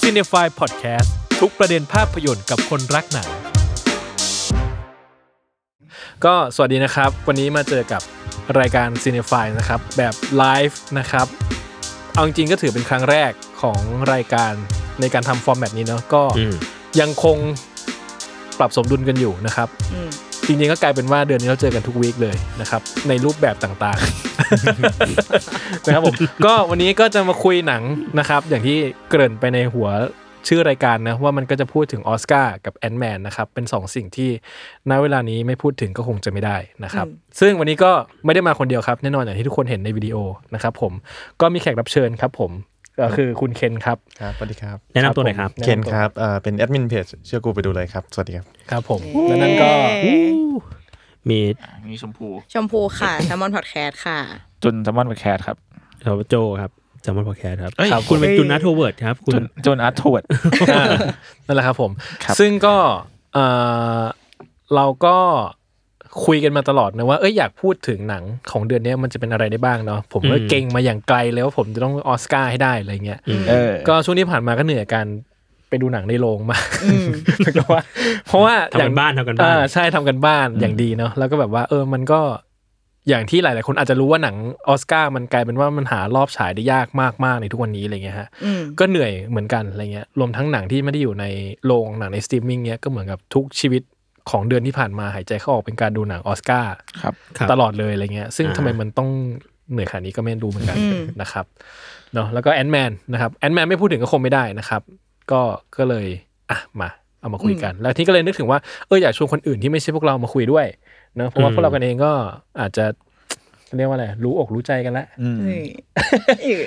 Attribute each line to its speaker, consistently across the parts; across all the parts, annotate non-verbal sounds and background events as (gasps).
Speaker 1: c i n e f y Podcast ทุกประเด็นภาพยนตร์กับคนรักหนังก็สวัสดีนะครับ วันนี้มาเจอกับรายการ c i n e f y นะครับ แบบไลฟ์นะครับ เอาจริงๆก็ถือเป็นครั้งแรกของรายการในการทำฟอร์แมตนี้เนาะก็ยังคงปรับสมดุลกันอยู่นะครับ จริงๆก็กลายเป็นว่าเดือนนี้เราเจอกันทุกวีคเลยนะครับ ในรูปแบบต่างๆ นะครับผม (laughs) ก็วันนี้ก็จะมาคุยหนังนะครับ อย่างที่เกริ่นไปในหัวชื่อรายการนะ ว่ามันก็จะพูดถึงออสการ์กับแอนแมนนะครับ เป็นสองสิ่งที่ณเวลานี้ไม่พูดถึงก็คงจะไม่ได้นะครับ ซึ่งวันนี้ก็ไม่ได้มาคนเดียวครับแน่นอนอย่างที่ทุกคนเห็นในวิดีโอนะครับผมก็มีแขกรับเชิญครับ ผมก็คือคุณเคนครับ
Speaker 2: ครับสวัสดีครับ
Speaker 3: แนะนำตัวหน่อยครับ
Speaker 1: ผม
Speaker 2: เคนครับเอ่อเป็นแอดมินเพจเชื่อกูไปดูเลยครับ สวัสดีครับ
Speaker 1: ครับผมและนั่นก็
Speaker 3: มี
Speaker 4: มีชมพู
Speaker 5: ชมพูค่ะ แซมมอนพอดแคสต์ค่ะ
Speaker 4: จุนแซมมอนเป็นแคทครับ
Speaker 3: เราโจครับจากมอนพอแคสครับ
Speaker 4: เอ้ย
Speaker 3: ครับ คุณเป็นจุนนัทโทเวิร์ดครับ คุณ
Speaker 4: จุนจุนอาร์ตทวด
Speaker 1: อ่า (laughs) นั่นแหละครับผม
Speaker 4: ครับ
Speaker 1: ซึ่งก็เอ่อเราก็คุยกันมาตลอดนะว่าเอ้ยอยากพูดถึงหนังของเดือนเนี้ยมันจะเป็นอะไรได้บ้างเนาะผมก็เก่งมาอย่างไกลเลยว่าผมจะต้องออสการ์ให้ได้อะไรเงี้ย
Speaker 4: เออ
Speaker 1: ก็ช่วงที่ผ่านมาก็เหนื่อยกับการไปดูหนังในโรง
Speaker 3: (laughs)
Speaker 1: มาเพราะว่าเพราะว่า
Speaker 3: ทำกันบ้านทำกันบ้า
Speaker 1: อ่าน ใช่ทำกันบ้านอย่างดีเนาะแล้วก็แบบว่าเออมันก็อย่างที่หลาย ๆ คนอาจจะรู้ว่าหนังออสการ์มันกลายเป็นว่ามันหารอบฉายได้ยากมากๆในทุกวันนี้อะไรเงี้ยฮะ
Speaker 5: อืม
Speaker 1: ก็เหนื่อยเหมือนกันอะไรเงี้ย รวมทั้งหนังที่ไม่ได้อยู่ในโรงหนังในสตรีมมิ่งเนี้ยก็เหมือนกับทุกชีวิตของเดือนที่ผ่านมาหายใจเข้าออกเป็นการดูหนังออสการ์
Speaker 4: ครับ
Speaker 1: ตลอดเลยอะไรเงี้ย ซึ่ง
Speaker 3: อ่า
Speaker 1: ทำไมมันต้องเหนื่อยขนาดนี้ก็ไม่รู้เหมือนกัน
Speaker 5: อืม
Speaker 1: นะครับเนาะแล้วก็แอนแมนนะครับแอนแมนไม่พูดถึงก็คงไม่ได้นะครับ ก็ก็เลยอ่ะมาเอามาคุยกัน แล้วที่ก็เลยนึกถึงว่าเอออยากชวนคนอื่นที่ไม่ใช่พวกเรามาคุยด้วยเนาะเพราะว่าพวกเรากันเองก็อาจจะเรียกว่าอะไรรู้อกรู้ใจกันละ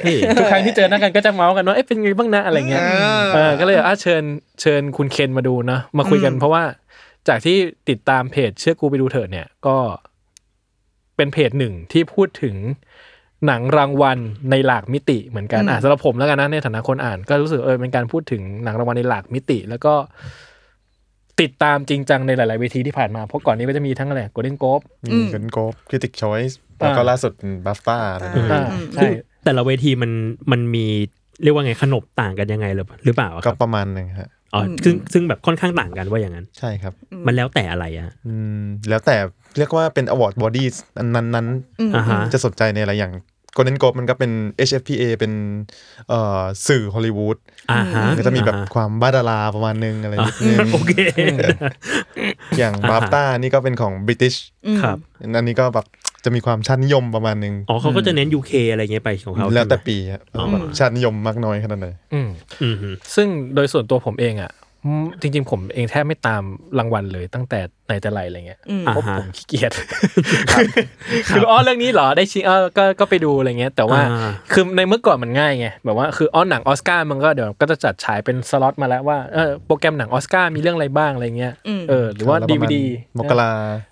Speaker 3: เฮ้ย
Speaker 1: ทุกครั้งที่เจอหน้ากันก็จะเมาส์กันว่าเอ๊ะเป็นไงบ้างนะอะไรเงี้ยเออก็เลยอ่ะเชิญเชิญคุณเคนมาดูเนาะมาคุยกันเพราะว่าจากที่ติดตามเพจเชื่อกูไปดูเถิดเนี่ยก็เป็นเพจหนึ่งที่พูดถึงหนังรางวัลในหลากมิติเหมือนกันอ่ะสำหรับผมแล้วกันนะในฐานะคนอ่านก็รู้สึกเออเป็นการพูดถึงหนังรางวัลในหลากมิติ แล้วก็ติดตามจริงจังในหลาย ๆ เวทีที่ผ่านมาเพราะก่อนนี้ก็จะมีทั้งอะไรโกลเด้นโกลบ
Speaker 2: มีคุณโกบคริติกชอยส์แล้วก็ล่าสุดบัฟต้าอะไรอย่างเงี้ย
Speaker 1: อ่าใช่
Speaker 3: แต่ละเวทีมันมันมีเรียกว่าไงขนบต่างกันยังไงหรือหรือเปล่าอะค
Speaker 2: ก็
Speaker 3: รับ
Speaker 2: ประมาณหนึงฮะ
Speaker 3: อ๋อซึ่งซึ่งแบบค่อนข้างต่างกันว่าอย่างนั้น
Speaker 2: ใช่ครับ
Speaker 3: มันแล้วแต่อะไรอะ
Speaker 2: อืมแล้วแต่เรียกว่าเป็นอวอร์ดบอดี้นั้นนั้น
Speaker 3: อ่าฮะ
Speaker 2: ๆ จะสนใจในอะไรอย่างโกลเด้นโกบมันก็เป็น HFPA เป็นเอ่อสื่อฮอลลีวูด
Speaker 3: อ่าฮะ
Speaker 2: ก็จะมีแบบ
Speaker 3: อ่าฮะ
Speaker 2: ความบ้าดาราประมาณนึงอะไรนิดนึง
Speaker 3: โอเค
Speaker 2: อย่างบัฟต้านี่ก็เป็นของบริติช
Speaker 3: ครับ
Speaker 2: อันนี้ก็แบบจะมีความชาตินิยมประมาณนึง
Speaker 3: อ๋อเขาก็จะเน้น UK อะไรเงี้ยไปของเขา
Speaker 2: แล้วแต่
Speaker 3: ใช่ไหม
Speaker 2: ปีครับ
Speaker 3: อ๋อ
Speaker 2: แบบชาตินิยมมากน้อยขนาดไหน
Speaker 1: อืม
Speaker 3: อือฮึ
Speaker 1: ซึ่งโดยส่วนตัวผมเองอ่ะอืมจริง ๆ ผมเองแทบไม่ตามรางวัลเลยตั้งแต่ไหนแต่ไรอะไรเงี้ย
Speaker 3: อ่า
Speaker 1: เพราะ
Speaker 3: ฮะ
Speaker 1: ผมขี้เกียจคืออ๋อเรื่องนี้เหรอได้ชิงเออก็ก็ไปดูอะไรเงี้ย แต่ว่า
Speaker 3: อ่า
Speaker 1: คือในเมื่อก่อนมันง่ายไงแบบว่าคืออ๋อหนังออสการ์มันก็เดี๋ยวก็จะจัดฉายเป็นสล็อตมาแล้วว่าเออโปรแกรมหนังออสการ์มีเรื่องอะไรบ้างอะไรเงี้ยเออหรือว่า
Speaker 2: แล้
Speaker 1: ดี
Speaker 2: ป
Speaker 1: วี
Speaker 2: ระมณ
Speaker 1: ดี
Speaker 2: มกรา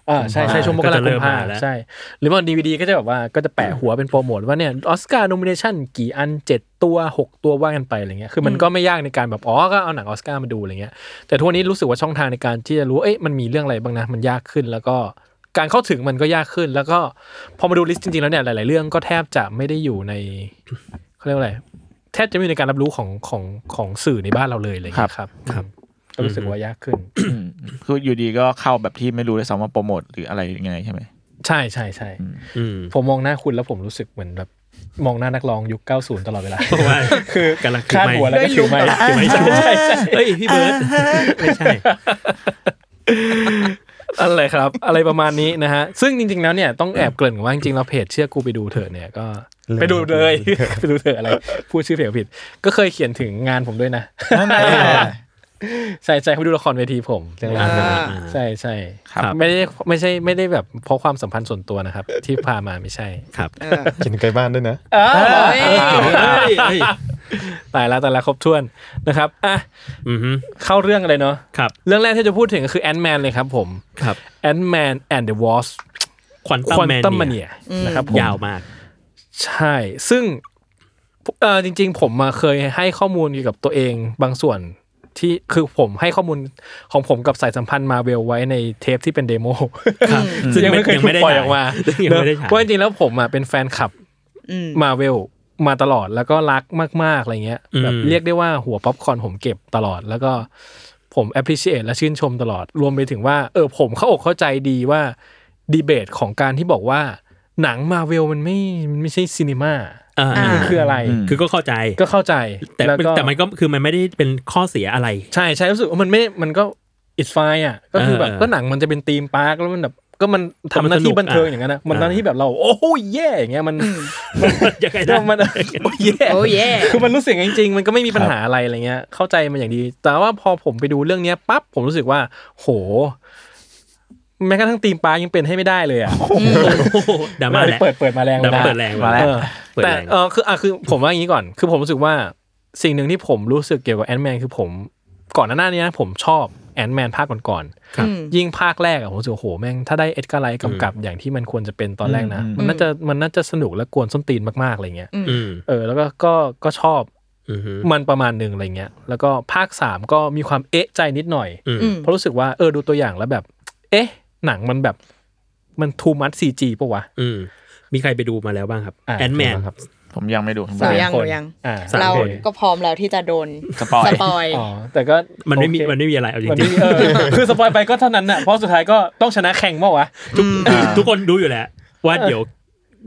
Speaker 1: อ่าใช่ใช่ช่วงมกราคมกุมภาพัน
Speaker 3: ก็จะเริ่มมาแล้
Speaker 1: ธ์
Speaker 3: ว
Speaker 1: ใช่ หรือว่าดีวีดีก็จะแบบว่าก็จะแปะหัวเป็นโปรโมทว่าเนี่ยออสการ์โนมิเนชันกี่อันเจ็ดตัวหกตัวว่ากันไปอะไรเงี้ยคือมันก็ไม่ยากในการแบบอ๋อก็เอาหนังออสการ์มาดูอะไรเงี้ย แต่ทุกวันนี้รู้สึกว่าช่องทางในการที่จะรู้ว่าเอ๊ะมันมีเรื่องอะไรบ้างนะ มันยากขึ้นแล้วก็การเข้าถึงมันก็ยากขึ้น แล้วก็พอมาดูลิสต์จริงๆแล้วเนี่ยหลาย ๆ เรื่องก็แทบจะไม่ได้อยู่ในเขาเรียกว่าอะไรแทบจะไม่อยู่ในการรับรู้ของของของสื่อในบ้านเราเลยอะไรเลยครับครับก็รู้สึกว่ายากขึ้น
Speaker 4: คืออยู่ดีก็เข้าแบบที่ไม่รู้เลยซ้ำว่าโปรโมทหรืออะไรยังไงใช่ไหม
Speaker 1: ใช่ใช่ใช่
Speaker 3: อืม
Speaker 1: ผมมองหน้าคุณแล้วผมรู้สึกเหมือนแบบมองหน้านักร้องยุค 90 ตลอดเวลา
Speaker 3: เพราะว่า
Speaker 1: คือก
Speaker 3: ำลังถือ
Speaker 1: คาด
Speaker 3: ไม้
Speaker 1: หัวแล้วก็ถือไม้
Speaker 3: ถือไม้ชูเฮ้ยพี่เบิร์ดไม่ใช่
Speaker 1: อะไรครับ อะไรประมาณนี้นะฮะ ซึ่งจริง ๆ แล้วเนี่ยต้องแอบเกริ่นว่าจริงๆเราเพจเชื่อกูไปดูเถอะเนี่ยก็ ไปดูเลย (laughs) ไปดูเถอะอะไร พูดชื่อเพจผิด ก็เคยเขียนถึงงานผมด้วยนะ ใช่ใช่เขาไปดูละครเวทีผมเรื่องราว
Speaker 5: อ่า
Speaker 1: ใช่ใช่
Speaker 4: ครับ
Speaker 1: ไม่ได้ไม่ใช่ไม่ได้แบบเพราะความสัมพันธ์ส่วนตัวนะครับ ที่พามาไม่ใช่
Speaker 3: ครับ
Speaker 5: เออ
Speaker 2: เขียนถึงไกลบ้านด้วยนะ
Speaker 1: ตายแล้วแต่ละครบถ้วนนะครับอ่ะ
Speaker 3: อือฮึ
Speaker 1: เข้าเรื่องอะไรเนาะ
Speaker 3: ครับ
Speaker 1: เรื่องแรกที่จะพูดถึงก็คือแอนด์แมนเลยครับผม
Speaker 3: ครับ
Speaker 1: แอนด์แมนแอนด์เดอะวอส
Speaker 3: ควอน
Speaker 1: ควอนตั
Speaker 3: ตั
Speaker 1: ม
Speaker 3: ม
Speaker 1: มา
Speaker 3: แม
Speaker 1: เนี
Speaker 3: เนี
Speaker 1: ย
Speaker 3: ย
Speaker 1: นะครับผม
Speaker 3: ยาวมาก
Speaker 1: ใช่ ซึ่งเอ่อจริง ๆ ผมมาเคยให้ข้อมูลเกี่ยวกับตัวเองบางส่วนที่คือผมให้ข้อมูลของผมกับสายสัมพันธ์มาเวลไว้ในเทปที่เป็นเดโม
Speaker 3: ครับ
Speaker 1: ซึ่งยังไม่เคย
Speaker 3: ยั
Speaker 1: ถูกปล่อยออกมา
Speaker 3: ยังไม่ได้
Speaker 1: เน
Speaker 3: ฉาย
Speaker 1: อะว่าจริงๆแล้วผมอ่ะเป็นแฟนคลับ
Speaker 5: อืม
Speaker 1: มาเวลมาตลอดแล้วก็รักมาก ๆ อะไรเงี้ย
Speaker 3: อืม
Speaker 1: แบบเรียกได้ว่าหัวป๊อปคอร์นผมเก็บตลอด แล้วก็ผม appreciate และชื่นชมตลอด รวมไปถึงว่า เออผมเข้าอกเข้าใจดีว่าดีเบตของการที่บอกว่า หนังมาเวลมันไม่มันไม่ใช่ซีนีมา
Speaker 3: อ่า
Speaker 5: อ่า
Speaker 1: มันคืออะไร
Speaker 4: อืม
Speaker 3: คือก็เข้าใจ
Speaker 1: ก็เข้าใจ
Speaker 3: แต่
Speaker 1: ล้วก็
Speaker 3: แต่มันก็คือมันไม่ได้เป็นข้อเสียอะไร (laughs)
Speaker 1: ใช่ใช่รู้สึกว่ามันไม่มันก็ it's fine อ่ะก็คือแบบ
Speaker 3: เออ
Speaker 1: ก็หนังมันจะเป็นธีมปาร์คแล้วมันแบบก็มันทำ
Speaker 3: ก็มัน
Speaker 1: หน้าที่
Speaker 3: สนุก
Speaker 1: บันเทิง
Speaker 3: อ่ะ
Speaker 1: อย่างนั้นนะมัน
Speaker 3: อ่า
Speaker 1: หน้าที่แบบเรา โอ้ยแย่อย่างเงี้ยมัน
Speaker 3: ยังไงนะ
Speaker 1: มันโอ้ยแย่
Speaker 5: โอ้ยแย่
Speaker 1: คือมันรู้สึกจริงๆ มันก็ไม่มีปัญหาอะไรอะไรเงี้ย เข้าใจมันอย่างดี แต่ว่าพอผมไปดูเรื่องเนี้ยปั๊บ ผมรู้สึกว่า โห แม้กระทั่งตีมปลายังเป็นให้ไม่ได้เลยอ่ะ
Speaker 3: โอ้โหดราม่าแหละ
Speaker 1: เปิดเปิดมาแรง
Speaker 3: ดราม่า
Speaker 1: นะ
Speaker 3: เปิดแรง
Speaker 4: มาแล้ว
Speaker 1: เออ
Speaker 3: เปิด
Speaker 1: แต่
Speaker 3: แรง
Speaker 1: เออคืออ่ะคือผมว่าอย่างนี้ก่อน คือผมรู้สึกว่าสิ่งหนึ่งที่ผมรู้สึกเกี่ยวกับแอนด์แมนคือผมก่อนหน้านี้นะผมชอบแอนด์แมนภาคก่อนๆ
Speaker 3: ครับ
Speaker 5: อืม
Speaker 1: ยิ่งภาคแรกอะผมรู้สึกโอ้โหแม่งถ้าได้เอ็ดการ์ไลท์กำกับอย่างที่มันควรจะเป็นตอนแรกนะ
Speaker 4: อืม
Speaker 1: มันน่าจะมันน่าจะสนุกและกวนส้นตีนมากๆอะไรเงี้ย
Speaker 3: อืม
Speaker 1: เออแล้วก็ก็ก็ชอบ
Speaker 3: อืมฮึ
Speaker 1: มันประมาณหนึ่งอะไรเงี้ยแล้วก็ภาคสามก็มีความเอ๊ะใจนิดหน่อย
Speaker 3: อืม
Speaker 5: อืม
Speaker 1: เพราะรู้สึกว่าเออดูตัวอย่างแล้วแบบ เอ๊ะ หนังมันแบบมันทูมัดซีจีปะวะ
Speaker 3: อืมมีใครไปดูมาแล้วบ้างครับ
Speaker 1: อ่ะ
Speaker 3: แอนแมน
Speaker 4: ผมยังไม่ดูทั้งหม
Speaker 5: สา
Speaker 4: ด
Speaker 5: ม ยัง
Speaker 1: คน
Speaker 5: ยัง
Speaker 1: อ่า
Speaker 3: สาม
Speaker 5: เรา
Speaker 3: คน
Speaker 5: ก็พร้อมแล้วที่จะโดน
Speaker 4: สปอย
Speaker 5: สปอย
Speaker 1: อ๋อแต่ก็
Speaker 3: มันไม่มี
Speaker 1: โอเค
Speaker 3: มันไม่มีอะไรเอาจ
Speaker 1: มัน
Speaker 3: ริ
Speaker 1: ไม่
Speaker 3: ง
Speaker 1: มีเออคือสปอยไปก็เท่านั้นน่ะเพราะสุดท้ายก็ต้องชนะแข่งเมื่อวะ
Speaker 3: ๆทุก
Speaker 4: อ่า
Speaker 3: ทุกคนดูอยู่แหละ ว่าเดี๋ยว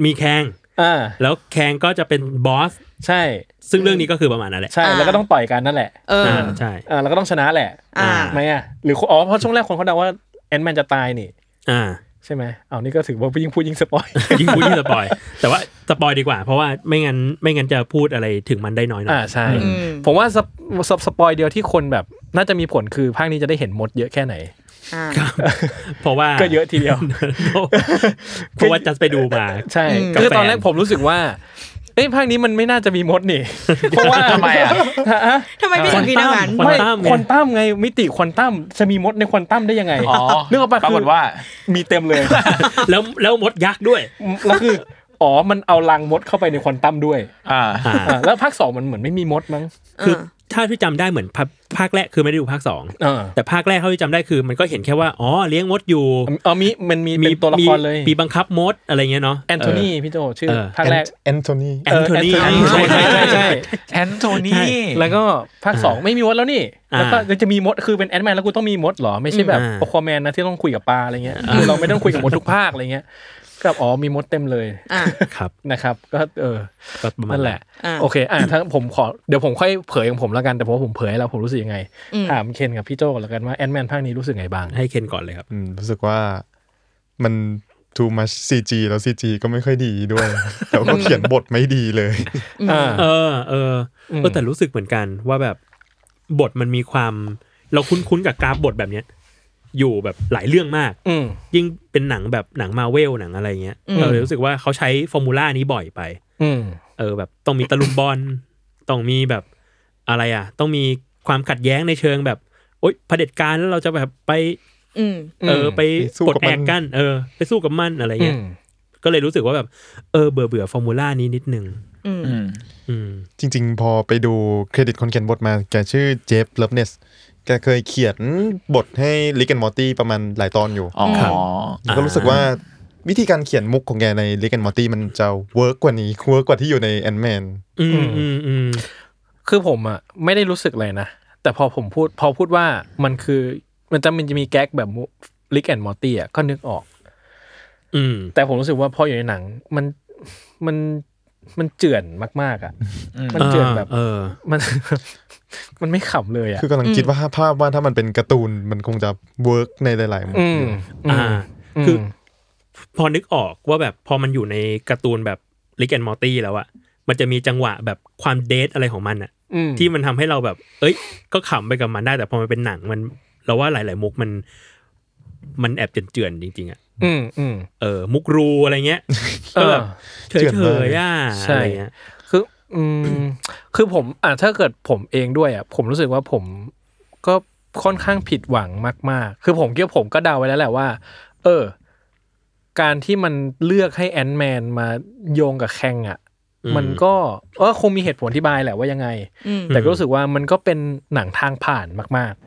Speaker 3: มีแคง
Speaker 1: อ่า
Speaker 3: แล้วแคงก็จะเป็นบอส
Speaker 1: ใช่
Speaker 3: ซึ่งเรื่องนี้ก็คือประมาณนั้นแหละ
Speaker 1: ใช่แล้วก็ต้องต่อยกันนั่นแหละ
Speaker 5: เออ
Speaker 3: อ่าใช่
Speaker 1: อ่าเราก็ต้องชนะแหละ
Speaker 5: อ่า
Speaker 1: ไหมอ่ะหรืออ๋อเพราะช่วงแรกคนเขาเดาว่าแอนแมนจะตายนี่
Speaker 3: อ่า
Speaker 1: ใช่ไหมเอานี่ก็ถือว่ายิ่งพูดยิ่งสปอย
Speaker 3: (laughs) ยิ่งพูดยิ่งสปอย แต่ว่าสปอยดีกว่า เพราะว่าไม่งั้นไม่งั้นจะพูดอะไรถึงมันได้น้อยหน่อ
Speaker 1: อ่าย ใช่
Speaker 5: อืม
Speaker 1: ผมว่าสปสปสปอยเดียวที่คนแบบน่าจะมีผลคือภาคนี้จะได้เห็นมดเยอะแค่ไหน
Speaker 5: อ่า
Speaker 3: เพราะว่า
Speaker 1: ก็เยอะทีเดียว
Speaker 3: (laughs) เพราะว่าจัสไปดูมา
Speaker 1: ใช่
Speaker 5: อืม
Speaker 1: คือตอน
Speaker 3: กับแฟน
Speaker 1: แรกผมรู้สึกว่าเอ้ยภาคนี้มันไม่น่าจะมีมดนี่ เพราะว่า
Speaker 4: ทำไมอ่ะ
Speaker 1: ฮะ
Speaker 5: ทำไมพี่ถึงพี่นังหัน
Speaker 3: ควอนตัมไง
Speaker 1: ไควอนตัมไงมิติควอนตัมจะมีมดในควอนตัมได้ยังไง
Speaker 4: อ๋อ
Speaker 1: เรื่องออกไป
Speaker 4: ปรากฏว่า
Speaker 1: มีเต็มเลย
Speaker 3: แล้วแล้วมดยักษ์ด้วย
Speaker 1: แล้วคืออ๋อมันเอาลังมดเข้าไปในควอนตัมด้วย
Speaker 4: อ่า
Speaker 3: อ่า
Speaker 1: อ่าแล้วภาคสองมันเหมือนไม่มีมดมั้ง
Speaker 3: คือถ้าที่จำได้เหมือนภาภาคแรกคือไม่ได้ดูภาคสอง
Speaker 1: อ่า
Speaker 3: แต่ภาคแรกเท่าที่จำได้คือ มันก็เห็นแค่ว่าอ๋อเลี้ยงมดอยู่
Speaker 1: เออมีมันมีเป็นตัวละครเลย
Speaker 3: มีบังคับมดอะไรเงี้ยเนาะ
Speaker 1: แอนโทนีพี่โจชื่อ
Speaker 3: เออ
Speaker 1: ภาคแรก
Speaker 2: แอนโทนี
Speaker 3: แอนโทนี
Speaker 1: เออ Anthony ใช่ใช่ใช่
Speaker 4: แอนโทนี
Speaker 1: แล้วก็ภาคสองไม่มีมดแล้วนี่
Speaker 3: อ่า
Speaker 1: แล้วก็จะมีมดคือเป็นแอนแมนแล้วกูต้องมีมดเหรอ ไม่ใช่แบบ
Speaker 3: อ่า
Speaker 1: โอควาแมนนะที่ต้องคุยกับปลาอะไรเงี้ยคือเราไม่ต้องคุยกับมดทุกภาคอะไรเงี้ยก็แบบอ๋อมีมดเต็มเลย
Speaker 5: อ่า
Speaker 3: ครับ
Speaker 1: นะครับ ก็เออ
Speaker 3: ก็ประมาณ
Speaker 1: นั่นแหละ
Speaker 5: อ่า
Speaker 1: โอเคอ่ะถ้าผมขอเดี๋ยวผมค่อยเผยของผมแล้วกันแต่ผมว่าผมเผยแล้วผมรู้สึกยังไง
Speaker 5: อืม
Speaker 1: ถามเคนกับพี่โจแล้วกันว่าแอนแมนภาคนี้รู้สึกไงบ้าง
Speaker 3: ให้เคนก่อนเลยครับ
Speaker 2: อืมรู้สึกว่ามัน too much CG แล้ว CG ก็ไม่ค่อยดีด้วย (laughs) แล้วก็เขียนบทไม่ดีเลย (laughs)
Speaker 1: อ่า
Speaker 3: เออเอออ
Speaker 1: ม
Speaker 3: เออแต่รู้สึกเหมือนกันว่าแบบบทมันมีความ เราคุ้นๆกับกราฟบทแบบเนี้ย อยู่แบบหลายเรื่องมาก
Speaker 1: อืม
Speaker 3: ยิ่งเป็นหนังแบบหนังมาเวลหนังอะไรเงี้ย
Speaker 5: อืม
Speaker 3: เราเลยรู้สึกว่าเขาใช้ฟอร์มูล่านี้บ่อยไป
Speaker 1: อืม
Speaker 3: เออแบบต้องมีตะลุมบอล ต้องมีแบบอะไรอ่ะ ต้องมีความขัดแย้งในเชิงแบบ โอ๊ยเผด็จการแล้วเราจะแบบไป
Speaker 5: อืม
Speaker 3: เออไป
Speaker 2: ไปสู้
Speaker 3: กด
Speaker 2: กับ
Speaker 3: แอ
Speaker 2: มัน
Speaker 3: กกันเออ ไปสู้กับมันอะไรเงี้ย
Speaker 1: อืม
Speaker 3: ก็เลยรู้สึกว่าแบบ เออเบื่อเบื่อฟอร์มูล่านี้นิดนึง
Speaker 5: อืม
Speaker 4: อืม
Speaker 3: อืม
Speaker 2: จริง ๆ พอไปดูเครดิตคนเขียนบทมา แกชื่อเจฟเลิฟเนสแกเคยเขียนบทให้ลิกแอนมอร์ตี้ประมาณหลายตอนอยู่
Speaker 4: อ๋อ
Speaker 3: ครับ
Speaker 2: แล้วก็รู้สึกว่าวิธีการเขียนมุกของแกในลิกแอนมอร์ตี้มันจะเวิร์กกว่านี้ (laughs) เวิร์กกว่าที่อยู่ในแอนแมน
Speaker 3: อืมอืมอืม
Speaker 1: คือผมอ่ะไม่ได้รู้สึกเลยนะ แต่พอผมพูดพอพูดว่ามันคือมันจะมันจะมีแก๊กแบบลิกแอนมอร์ตี้อ่ะก็นึกออก
Speaker 3: อืม
Speaker 1: แต่ผมรู้สึกว่าพออยู่ในหนังมันมันมันเจือนมาก ๆ อ่ะ
Speaker 4: อืม
Speaker 1: มันเจือนแบบ
Speaker 3: เออ
Speaker 1: มัน (laughs) มันไม่ขำเลยอ่ะ
Speaker 2: คือกำลังคิดว่าภาพว่าถ้ามันเป็นการ์ตูนมันคงจะเวิร์กในหลายๆมุม
Speaker 1: อืม
Speaker 3: อ่า
Speaker 1: ม
Speaker 3: คือ พอนึกออกว่าแบบพอมันอยู่ในการ์ตูนแบบ ลิกแอนมอร์ตี้แล้วอะมันจะมีจังหวะแบบความเดทอะไรของมันอะที่มันทำให้เราแบบ เอ้ย ก็ขำไปกับมันได้แต่พอมันเป็นหนังมันเราว่าหลาย ๆ มุกมัน มันแอบเจือนๆจริงๆอะ
Speaker 1: อืมอืม
Speaker 3: เออมุกรูอะไรเงี้
Speaker 1: (laughs)
Speaker 3: ยก็แบบเฉ
Speaker 2: เจือนมาก
Speaker 3: ยๆอ่ะ
Speaker 1: ใช่
Speaker 3: อะไรเงี้ย
Speaker 1: คืออืมคือผมอ่ะถ้าเกิดผมเองด้วยอ่ะผมรู้สึกว่าผมก็ค่อนข้างผิดหวังมาก ๆ คือผมคิดว่าผมก็เดาไว้แล้วแหละว่า เออ การที่มันเลือกให้แอนแมนมาโยงกับแคงอ่ะ
Speaker 3: อืม
Speaker 1: มันก็เออคงมีเหตุผลอธิบายแหละว่ายังไง
Speaker 5: อืม
Speaker 1: แต่ก็รู้สึกว่ามันก็เป็นหนังทางผ่านมาก ๆ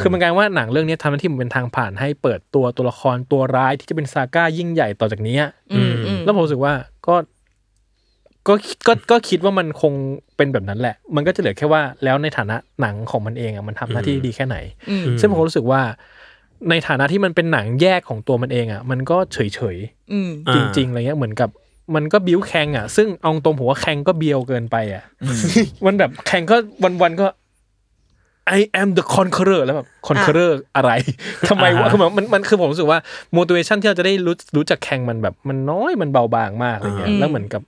Speaker 1: คือมันกลายว่าหนังเรื่องนี้ทำหน้าที่เหมันเป็นทางผ่านให้เปิดตัวตัวละครตัวร้ายที่จะเป็นซาก้ายิ่งใหญ่ต่อจากนี้อะ
Speaker 5: อืมอืม
Speaker 1: แล้วผมรู้สึกว่าก็ก็ก็ก็คิดว่ามันคงเป็นแบบนั้นแหละ มันก็จะเหลือแค่ว่าแล้วในฐานะหนังของมันเองอะมันทำหน้าที่ได้ดีแค่ไหน
Speaker 5: อืม
Speaker 3: อืม
Speaker 1: ซึ่งผมรู้สึกว่า ในฐานะที่มันเป็นหนังแยกของตัวมันเองอ่ะ มันก็เฉยเฉย
Speaker 5: อืม
Speaker 1: ๆจริงๆอะไรเงี้ยเหมือนกับ มันก็บิ้วแคงอ่ะ ซึ่งเอาตรงผมว่าแคงก็เบียวเกินไปอ่ะ (laughs) มันแบบแข่งก็วันๆก็ I am the conqueror แล้วแบบ conqueror อะไร (laughs) ทำไมวะ
Speaker 3: อ่าฮะ
Speaker 1: คือแบบมันมันคือผมรู้สึกว่า motivation ที่เราจะได้รู้รู้จักแข่งมันแบบ มันน้อยมันเบาบางมากอะไรเงี้ยแล้วเหมือนกับ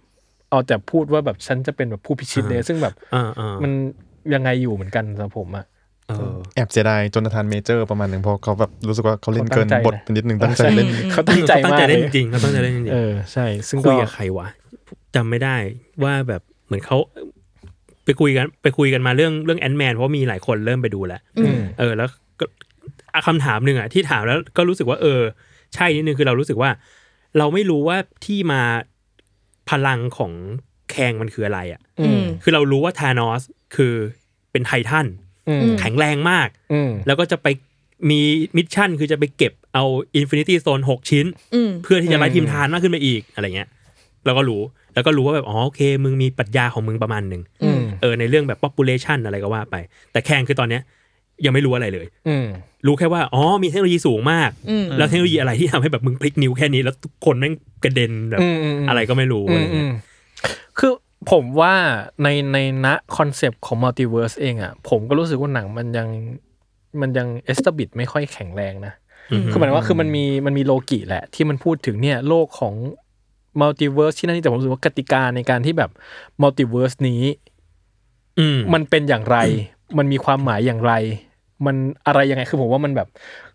Speaker 1: เอาแต่พูดว่าแบบฉันจะเป็นแบบผู้พิชิตเลยซึ่งแบบ
Speaker 3: อ่าๆ
Speaker 1: มันยังไงอยู่เหมือนกันสำหรับผมอะ
Speaker 3: เออ
Speaker 2: แอบเสียดายจนทานเมเจอร์ประมาณหนึ่งเพราะเขาแบบรู้สึกว่าเขาเล่น
Speaker 1: เขาตั้
Speaker 2: เกิ
Speaker 1: ง
Speaker 2: น
Speaker 1: ใจนะ
Speaker 2: บทไปนิดนึงตั้งใจเล่น
Speaker 1: เขาตั้งใจ
Speaker 3: เขาตั้
Speaker 1: มาง
Speaker 3: ใจ
Speaker 1: กเล
Speaker 3: เล่
Speaker 1: ย
Speaker 3: นจริงๆเขาตั้งใจเล่นจริง
Speaker 1: เออใช่ ซึ่ง
Speaker 3: คุ
Speaker 1: ก็
Speaker 3: ยกับใครวะจำไม่ได้ว่าแบบเหมือนเขาไปคุยกันไปคุยกันมาเรื่องเรื่องแอนแมนเพราะมีหลายคนเริ่มไปดูแล้ว
Speaker 1: อืม
Speaker 3: เออ แล้วก็อ่ะคำถามหนึ่งอ่ะที่ถามแล้วก็รู้สึกว่า เออ ใช่นิดนึงคือเรารู้สึกว่า เราไม่รู้ว่าที่มาพลังของแคงมันคืออะไรอ่ะ
Speaker 1: อื
Speaker 5: อื
Speaker 1: ม
Speaker 5: ม
Speaker 3: คือเรารู้ว่าธานอสคือเป็นไททัน
Speaker 1: อืม
Speaker 3: แข็งแรงมาก
Speaker 1: อืม
Speaker 3: แล้วก็จะไปมีมิชชั่นคือจะไปเก็บเอาอินฟินิตี้โซนหกชิ้น
Speaker 5: อืม
Speaker 3: เพื่อที่จะไล่ทีมทานมากขึ้นไปอีกอะไรเงี้ยเราก็รู้แล้วก็รู้ว่าแบบอ๋อโอเค มึงมีปรัชญาของมึงประมาณหนึ่ง
Speaker 1: อืม
Speaker 3: เออในเรื่องแบบ population อะไรก็ว่าไป แต่แข่งคือตอนเนี้ยยังไม่รู้อะไรเลย
Speaker 1: อืม
Speaker 3: รู้แค่ว่าอ๋อมีเทคโนโลยีสูงมาก
Speaker 5: อืม
Speaker 3: แล้วเทคโนโลยีอะไรที่ทำให้แบบมึงพลิกนิ้วแค่นี้ แล้วทุกคนแม่งกระเด็นแบบ
Speaker 1: อืมอืมอืม
Speaker 3: อะไรก็ไม่รู้อะไร
Speaker 1: อื
Speaker 3: เงี้ย
Speaker 1: มคือผมว่าในในณคอนเซปต์ของมัลติเวิร์สเองอ่ะ ผมก็รู้สึกว่าหนังมันยังมันยังเอสตบิดไม่ค่อยแข็งแรงนะ คือหมายถึงว่าคือมันมีมันมีโลกิแหละ ที่มันพูดถึงเนี่ยโลกของมัลติเวิร์สที่นั่นนี่แต่ผมรู้สึกว่ากติกาในการที่แบบมัลติเวิร์สนี้
Speaker 3: อืม
Speaker 1: มันเป็นอย่างไร มันมีความหมายอย่างไร มันอะไรยังไงคือผมว่ามันแบบ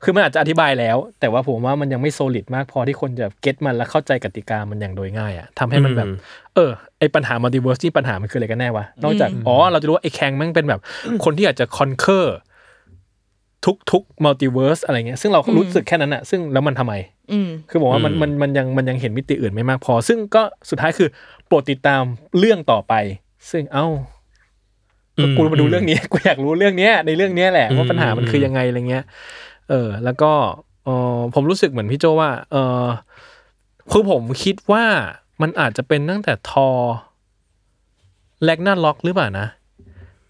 Speaker 1: คือมันอาจจะอธิบายแล้ว แต่ว่าผมว่ามันยังไม่โซลิดมากพอที่คนจะเก็ตมันและเข้าใจกติกามันอย่างโดยง่ายอ่ะทำให้มันแบบ เออไอปัญหามัลติเวิร์สที่ปัญหามันคืออะไรกันแน่วะ นอกจาก อ๋อ เราจะรู้ว่าไอแคงแม่งเป็นแบบ คนที่อยากจะคอนเคอร์ทุกทุกมัลติเวิร์สอะไรเงี้ยซึ่งเรารู้สึกแค่นั้นอะซึ่งแล้วมันทำไม
Speaker 5: อืม
Speaker 1: คือบอกว่ามันมันมันยังมันยังเห็นมิติอื่นไม่มากพอ ซึ่งก็สุดท้ายคือโปรดติดตามเรื่องต่อไป ซึ่งเอ้าก็กูมาดูเรื่องนี้ กูอยากรู้เรื่องเนี้ยในเรื่องเนี้ยแหละว่าปัญหามันคือยังไงอะไรเงี้ย เออ แล้วก็เออผมรู้สึกเหมือนพี่โจว่า เออคือผมคิดว่ามันอาจจะเป็นตั้งแต่ทอแลกนาล็อกหรือเปล่านะ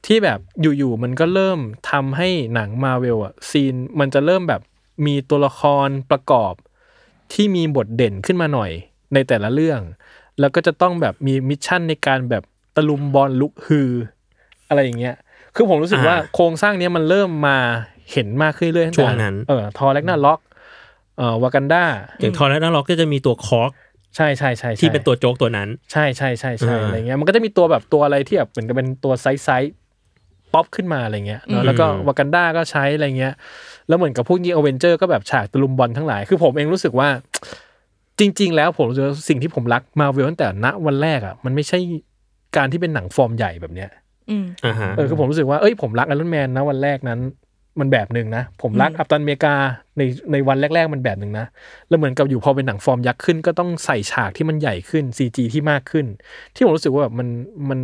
Speaker 1: ที่แบบอยู่ๆมันก็เริ่มทำให้หนังมาเวลอะซีนมันจะเริ่มแบบมีตัวละครประกอบ ที่มีบทเด่นขึ้นมาหน่อยในแต่ละเรื่อง แล้วก็จะต้องแบบมีมิชชั่นในการแบบตะลุมบอลลุกฮือ อะไรอย่างเงี้ย คือผมรู้สึกว่าโครงสร้างเนี้ยมันเริ่มมาเห็นมากขึ้นเรื่อยๆตั้แต่
Speaker 3: ช่วงนั้น
Speaker 1: เออทอแลกนาล็อกเอ่อวากันดา
Speaker 3: อย่างทอร์เรนล็อกก็จะมีตัวคอร์ก
Speaker 1: ใช่ใช่ใช่ใช่
Speaker 3: ที่เป็นตัวโจ๊กตัวนั้น
Speaker 1: ใช่ใช่ใช่ใช่
Speaker 3: อ่า
Speaker 1: อะไรเงี้ยมันก็จะมีตัวแบบตัวอะไรที่แบบเหมือนกับเป็นตัวไซส์ไซส์ป๊อปขึ้นมาอะไรเงี้ยเนอะแล้วก็
Speaker 3: อืม
Speaker 1: วากันดาก็ใช้อะไรเงี้ย แล้วเหมือนกับพวกนี้อเวนเจอร์ก็แบบฉากตะลุมบอลทั้งหลาย คือผมเองรู้สึกว่า จริง ๆ แล้วผมรู้สึกว่าสิ่งที่ผมรักมาเวลตั้งแต่ณวันแรกอ่ะมันไม่ใช่การที่เป็นหนังฟอร์มใหญ่แบบเนี้ย
Speaker 5: อืม
Speaker 3: อ่าฮะ
Speaker 1: เออคือผมรู้สึกว่าเอ้ยผมรักไอรอนแมนนะวันแรกนั้น มันแบบหนึ่งนะ ผมรัก
Speaker 5: อืม
Speaker 1: อัปตันอเมริกาในในวันแรก ๆ มันแบบหนึ่งนะแล้วเหมือนกับอยู่พอเป็นหนังฟอร์มยักษ์ขึ้น ก็ต้องใส่ฉากที่มันใหญ่ขึ้น CG ที่มากขึ้น ที่ผมรู้สึกว่าแบบมันมัน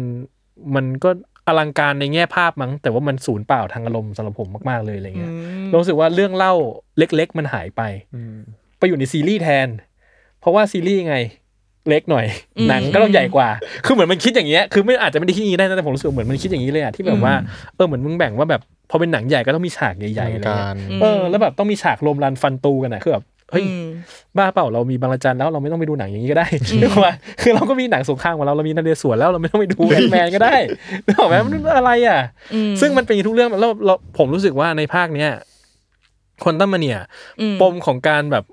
Speaker 1: มันก็อลังการในแง่ภาพมั้ง แต่ว่ามันศูนย์เปล่าทางอารมณ์สำหรับผมมากๆเลยอะไรเงี้ยรู้สึกว่าเรื่องเล่าเล็ก ๆ มันหายไป ไปอยู่ในซีรีส์แทน เพราะว่าซีรีส์ไงเล็กหน่อย
Speaker 5: อืม
Speaker 1: หนังก็ต้องใหญ่กว่า คือเหมือนมันคิดอย่างเงี้ยคือไม่อาจจะไม่ได้คิดอย่างนี้ได้นะแต่ผมรู้สึกเหมือนมันคิดอย่างนี้เลยอะที่แบบว่าเออเหมือนมึงแบ่งว่าแบบพอเป็นหนังใหญ่ก็ต้องมีฉากใหญ่ๆอะไร
Speaker 2: กา
Speaker 1: เงี้ย
Speaker 2: ร
Speaker 1: เออแล้วแบบต้องมีฉากรวมรันฟันตูกันอะคือแบบเฮ้ย บ้าเปล่าเรามีบางระจันแล้วเราไม่ต้องไปดูหนังอย่างนี้ก็ได้นึกออกปะ (laughs) คือเราก็มีหนังสงครามของเราเรามีนาเดสวนแล้วเราไม่ต้องไปดู (laughs) แอนแมนก็ได้นึกออกไหมมันอะไรอ่ะ ซึ่งมันเป็นอย่างนี้ทุกเรื่องแล้วเราผมรู้สึกว่าในภาคเนี้ยคนตั้มมาเนี่ย ปมของการแบบ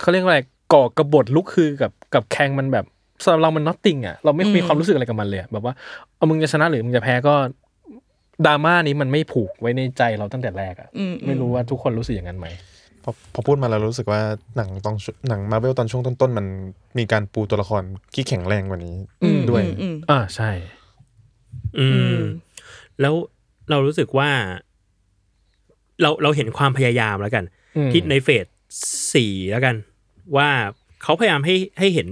Speaker 1: เขาเรียกว่าอะไรก่อกระบฏลุกคือกับกับแคงมันแบบ สำหรับเรามัน nothing อ่ะเราไม่
Speaker 5: อืม
Speaker 1: มีความรู้สึกอะไรกับมันเลยอะแบบว่าเอามึงจะชนะหรือมึงจะแพ้ก็ดราม่านี้มันไม่ผูกไว้ในใจเราตั้งแต่แรกอ่ะ
Speaker 5: อืมอื
Speaker 1: ไม่รู้ว่าทุกคนรู้สึกอย่างนั้นไหม
Speaker 2: พอพอพูดมาแล้วรู้สึกว่าหนังตอนช่วงหนังมาเวลตอนช่วงต้นๆ มันมีการปูตัวละครที่แข็งแรงกว่านี้
Speaker 1: อืม
Speaker 2: ด้วย
Speaker 5: อืมอืม
Speaker 1: อ่าใช่
Speaker 3: อื
Speaker 5: อื
Speaker 3: ม
Speaker 5: ม
Speaker 3: แล้วเรารู้สึกว่า เราเราเห็นความพยายามแล้วกัน
Speaker 1: อืม
Speaker 3: ที่ในเฟสสี่แล้วกัน ว่าเขาพยายามให้ให้เห็น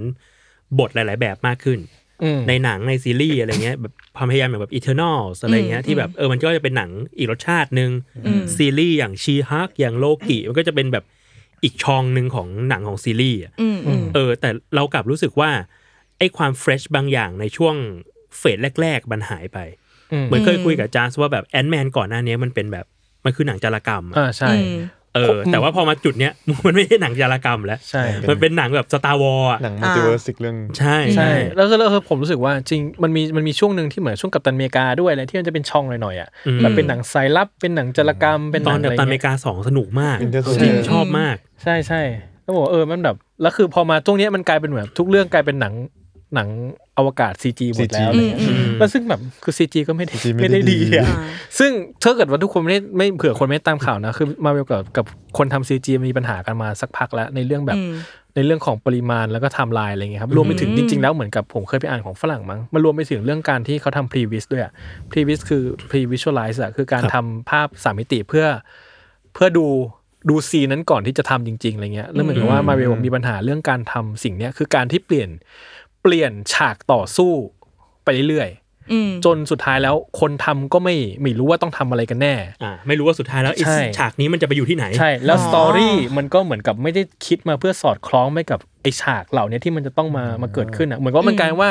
Speaker 3: บทหลาย ๆ แบบมากขึ้น
Speaker 1: อืม
Speaker 3: ในหนังในซีรีส์อะไรเงี้ยแบบความพยายามอย่างแบบอีเทอร์นอลอะไรเงี้ย
Speaker 5: อืม
Speaker 3: ที่แบบเออมันก็จะเป็นหนังอีกรสชาติหนึ่ง
Speaker 5: อืม
Speaker 3: ซีรีส์อย่างชีฮักอย่างโลกิมันก็จะเป็นแบบอีกช่องหนึ่งของหนังของซีรีส์อะ
Speaker 5: อืมอืม
Speaker 3: เออแต่เรากลับรู้สึกว่าไอ้ความเฟรชบางอย่างในช่วงเฟสแรก ๆ มันหายไป
Speaker 1: อืม
Speaker 3: เหมือนเคยคุยกับจาสว่าแบบแอนแมนก่อนหน้านี้มันเป็นแบบมันคือหนังจารกรรมอะ
Speaker 1: อ่าใช่
Speaker 5: อืม
Speaker 3: เออแต่ว่าพอมาจุดเนี้ย (laughs) มันไม่ใช่หนังจารกรรมแล้ว
Speaker 1: ใช่
Speaker 2: เป็น
Speaker 3: มันเป็นหนังแบบสตาร์วอลอ่ะ
Speaker 2: หนังมัลติเวิร์สอีกเรื่อง
Speaker 3: ใช่
Speaker 1: ใช่ แล้วก็แล้วก็ผมรู้สึกว่าจริงมันมีมันมีช่วงหนึ่งที่เหมือนช่วงกัปตันอเมริกาด้วยอะไรที่มันจะเป็นช่องหน่อยๆอ่ะ
Speaker 3: อืม
Speaker 1: แบบเป็นหนังสายลับเป็นหนังจารกรรมเป็นห
Speaker 3: ต
Speaker 1: นั
Speaker 3: อง น
Speaker 1: อะ
Speaker 3: แบบ
Speaker 1: ไร
Speaker 3: ตอนอเม
Speaker 1: เงี้ย
Speaker 3: ริกาสองสนุกมาก
Speaker 2: Winter
Speaker 3: จริง
Speaker 2: Soldier
Speaker 3: ชอบมาก
Speaker 1: ใช่ใช่แล้วบอกว่าเออมันแบบแล้วคือพอมาตรงเนี้ยมันกลายเป็นแบบทุกเรื่องกลายเป็นหนังหนังอวกาศ CG หมดแล้วอะไรเงี้ย
Speaker 5: อืม
Speaker 1: แล้วซึ่งแบบคือซีจีก็ไม่ได้
Speaker 2: CG ไม่
Speaker 1: ไม่
Speaker 2: ได้
Speaker 1: ได้
Speaker 2: ดี
Speaker 1: ดีอะซึ่งถ้าเกิดว่าทุกคนไม่ได้ไม่เผื่อคนไม่ได้ตามข่าวนะ คือมาเวลกับกับคนทำซีจีมีปัญหากันมาสักพักแล้ว ในเรื่องแบบ
Speaker 5: อืม
Speaker 1: ในเรื่องของปริมาณแล้วก็ไทม์ไลน์อะไรเงี้ยครับรวมไปถึงจริง ๆ แล้วเหมือนกับผมเคยไปอ่านของฝรั่งมั้งมันรวมไปถึงเรื่องการที่เขาทำพรีวิสด้วยอะพรีวิสคือพรีวิชวลไลซ์อะคือการทำภาพสามมิติเพื่อเพื่อดูดูซีนนั้นก่อนที่จะทำจริงๆอะไรเงี้ยแล้วเหมือนกับว่ามาเวลมีปัญหาเรื่องการทำสิ่งเนี้ยคือการที่เปลี่ยนเปลี่ยนฉากต่อสู้ไปเรื่อยๆ
Speaker 5: อืม
Speaker 1: จนสุดท้ายแล้วคนทำก็ไม่ไม่รู้ว่าต้องทำอะไรกันแน่
Speaker 3: อ่าไม่รู้ว่าสุดท้ายแล้วไอ้
Speaker 1: ใช่
Speaker 3: ฉากนี้มันจะไปอยู่ที่ไหน
Speaker 1: ใช่แล้ว
Speaker 5: อ๋อ
Speaker 1: สตอรี่มันก็เหมือนกับไม่ได้คิดมาเพื่อสอดคล้องไปกับไอฉากเหล่านี้ที่มันจะต้องมามาเกิดขึ้นอ่ะเหมือนกับว่ามันกลายว่า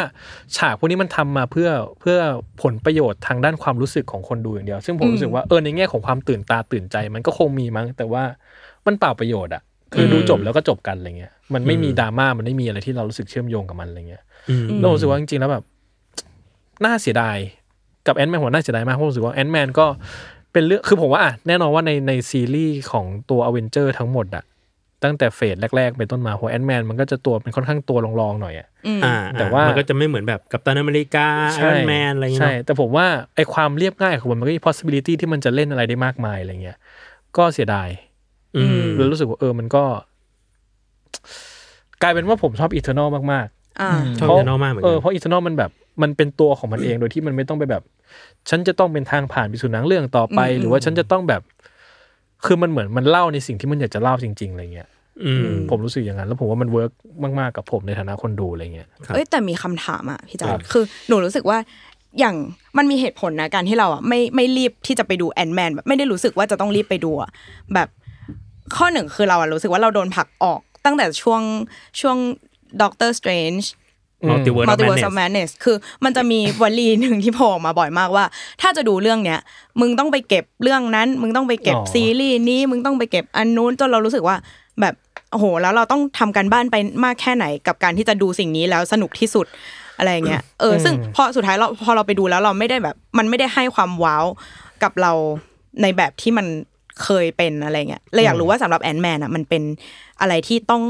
Speaker 1: ฉากพวกนี้มันทำมาเพื่อเพื่อผลประโยชน์ทางด้านความรู้สึกของคนดูอย่างเดียว ซึ่งผมรู้สึกว่าเออในแง่ของความตื่นตาตื่นใจ มันก็คงมีมั้ง แต่ว่ามันเปล่าประโยชน์อ่ะคืออ
Speaker 3: ม
Speaker 1: ดูจบแล้วก็จบกันอะไรเงี้ยมันไม่มี
Speaker 3: อืม
Speaker 1: ดราม่ามันไม่มีอะไรที่เรารู้สึกเชื่อมโยงกับมันอะไรเงี้ย
Speaker 3: อืม
Speaker 1: เรารู้สึกว่าจริงๆแล้วแบบ น่าเสียดายกับแอนแมนผมว่าน่าเสียดายมากเพราะผมรู้สึกว่าแอนแมนก็เป็นเรื่องคือผมว่าอ่ะแน่นอนว่าในในซีรีส์ของตัวอเวนเจอร์ทั้งหมดอะตั้งแต่เฟสแรกๆเป็นต้นมาเพราะแอนแมนมันก็จะตัวเป็นค่อนข้างตัวรองๆหน่อยอะ
Speaker 5: อืม
Speaker 3: อ่า
Speaker 1: แต่
Speaker 3: แต่
Speaker 1: ว่ามั
Speaker 3: ว่ามันก็จะไม่เหมือนแบบกัปตันอเมริกาไอรอนแมนอะไรอย่างเงี้
Speaker 1: ใช่
Speaker 3: ยเนอะ
Speaker 1: แต่ผมว่าไอความเรียบง่ายของมันมันก็มี possibility ที่มันจะเล่นอะไรได้มากมายอะไรเงี้ยก็เสียดาย
Speaker 3: อืม
Speaker 1: แล้วรู้สึกว่าเออมันก็ กลายเป็นว่าผมชอบอีเทอร์นอลมากๆ
Speaker 5: อ่า
Speaker 3: ชอบ
Speaker 1: พระ
Speaker 3: Eternal มากเหมือน
Speaker 1: เออ
Speaker 3: กั
Speaker 1: น เพราะอีเทอร์นอลมันแบบมันเป็นตัวของมันเองโดยที่มันไม่ต้องไปแบบ ฉันจะต้องเป็นทางผ่านไปสู่หนังเรื่องต่อไป
Speaker 5: อืม
Speaker 1: หรือว่าฉันจะต้องแบบ คือมันเหมือนมันเล่าในสิ่งที่มันอยากจะเล่าจริงๆอะไรเงี้ย
Speaker 3: อืม
Speaker 1: ผมรู้สึกอย่างนั้น แล้วผมว่ามันเวิร์กมากๆกับผมในฐานะคนดูอะไรเงี้ย
Speaker 3: ครับ
Speaker 5: เอ้ยแต่มีคำถามอ่ะพี่จา
Speaker 1: ครั
Speaker 5: น
Speaker 1: บ
Speaker 5: คือหนูรู้สึกว่าอย่างมันมีเหตุผลนะการที่เราอ่ะไม่ไม่รีบที่จะไปดูแอนแมนแบบไม่ได้รู้สึกว่าจะต้องรีบไปดูอะแบบข้อหนึ่งคือเราอ่ะรู้สึกว่าเราโดนผลักออกตั้งแต่ช่วงช่วงด็อกเตอร์สเตรนจ์
Speaker 3: Multiverse
Speaker 5: มัล
Speaker 3: of
Speaker 5: ติเวิร์ส
Speaker 3: Madness
Speaker 5: ออฟแมนเนสคือมันจะมีวลีหนึ่งที่โผล่มาบ่อยมากว่า ถ้าจะดูเรื่องเนี้ย มึงต้องไปเก็บเรื่องนั้น มึงต้องไปเก็บ
Speaker 1: อ๋อ
Speaker 5: ซีรีส์นี้ มึงต้องไปเก็บอันนู้นจนเรารู้สึกว่า แบบโอ้โห แล้วเราต้องทำการบ้านไปมากแค่ไหน กับการที่จะดูสิ่งนี้แล้วสนุกที่สุดอะไรอย่างเงี้ยเออซึ่งพอสุดท้ายเราพอเราไปดูแล้วเราไม่ได้แบบ มันไม่ได้ให้ความว้าวกับเราในแบบที่มันเคยเป็นอะไรเงี้ยเลยอยากรู้ว่าสำหรับแอนแมนอ่ะมันเป็นอะไรที่ต้อง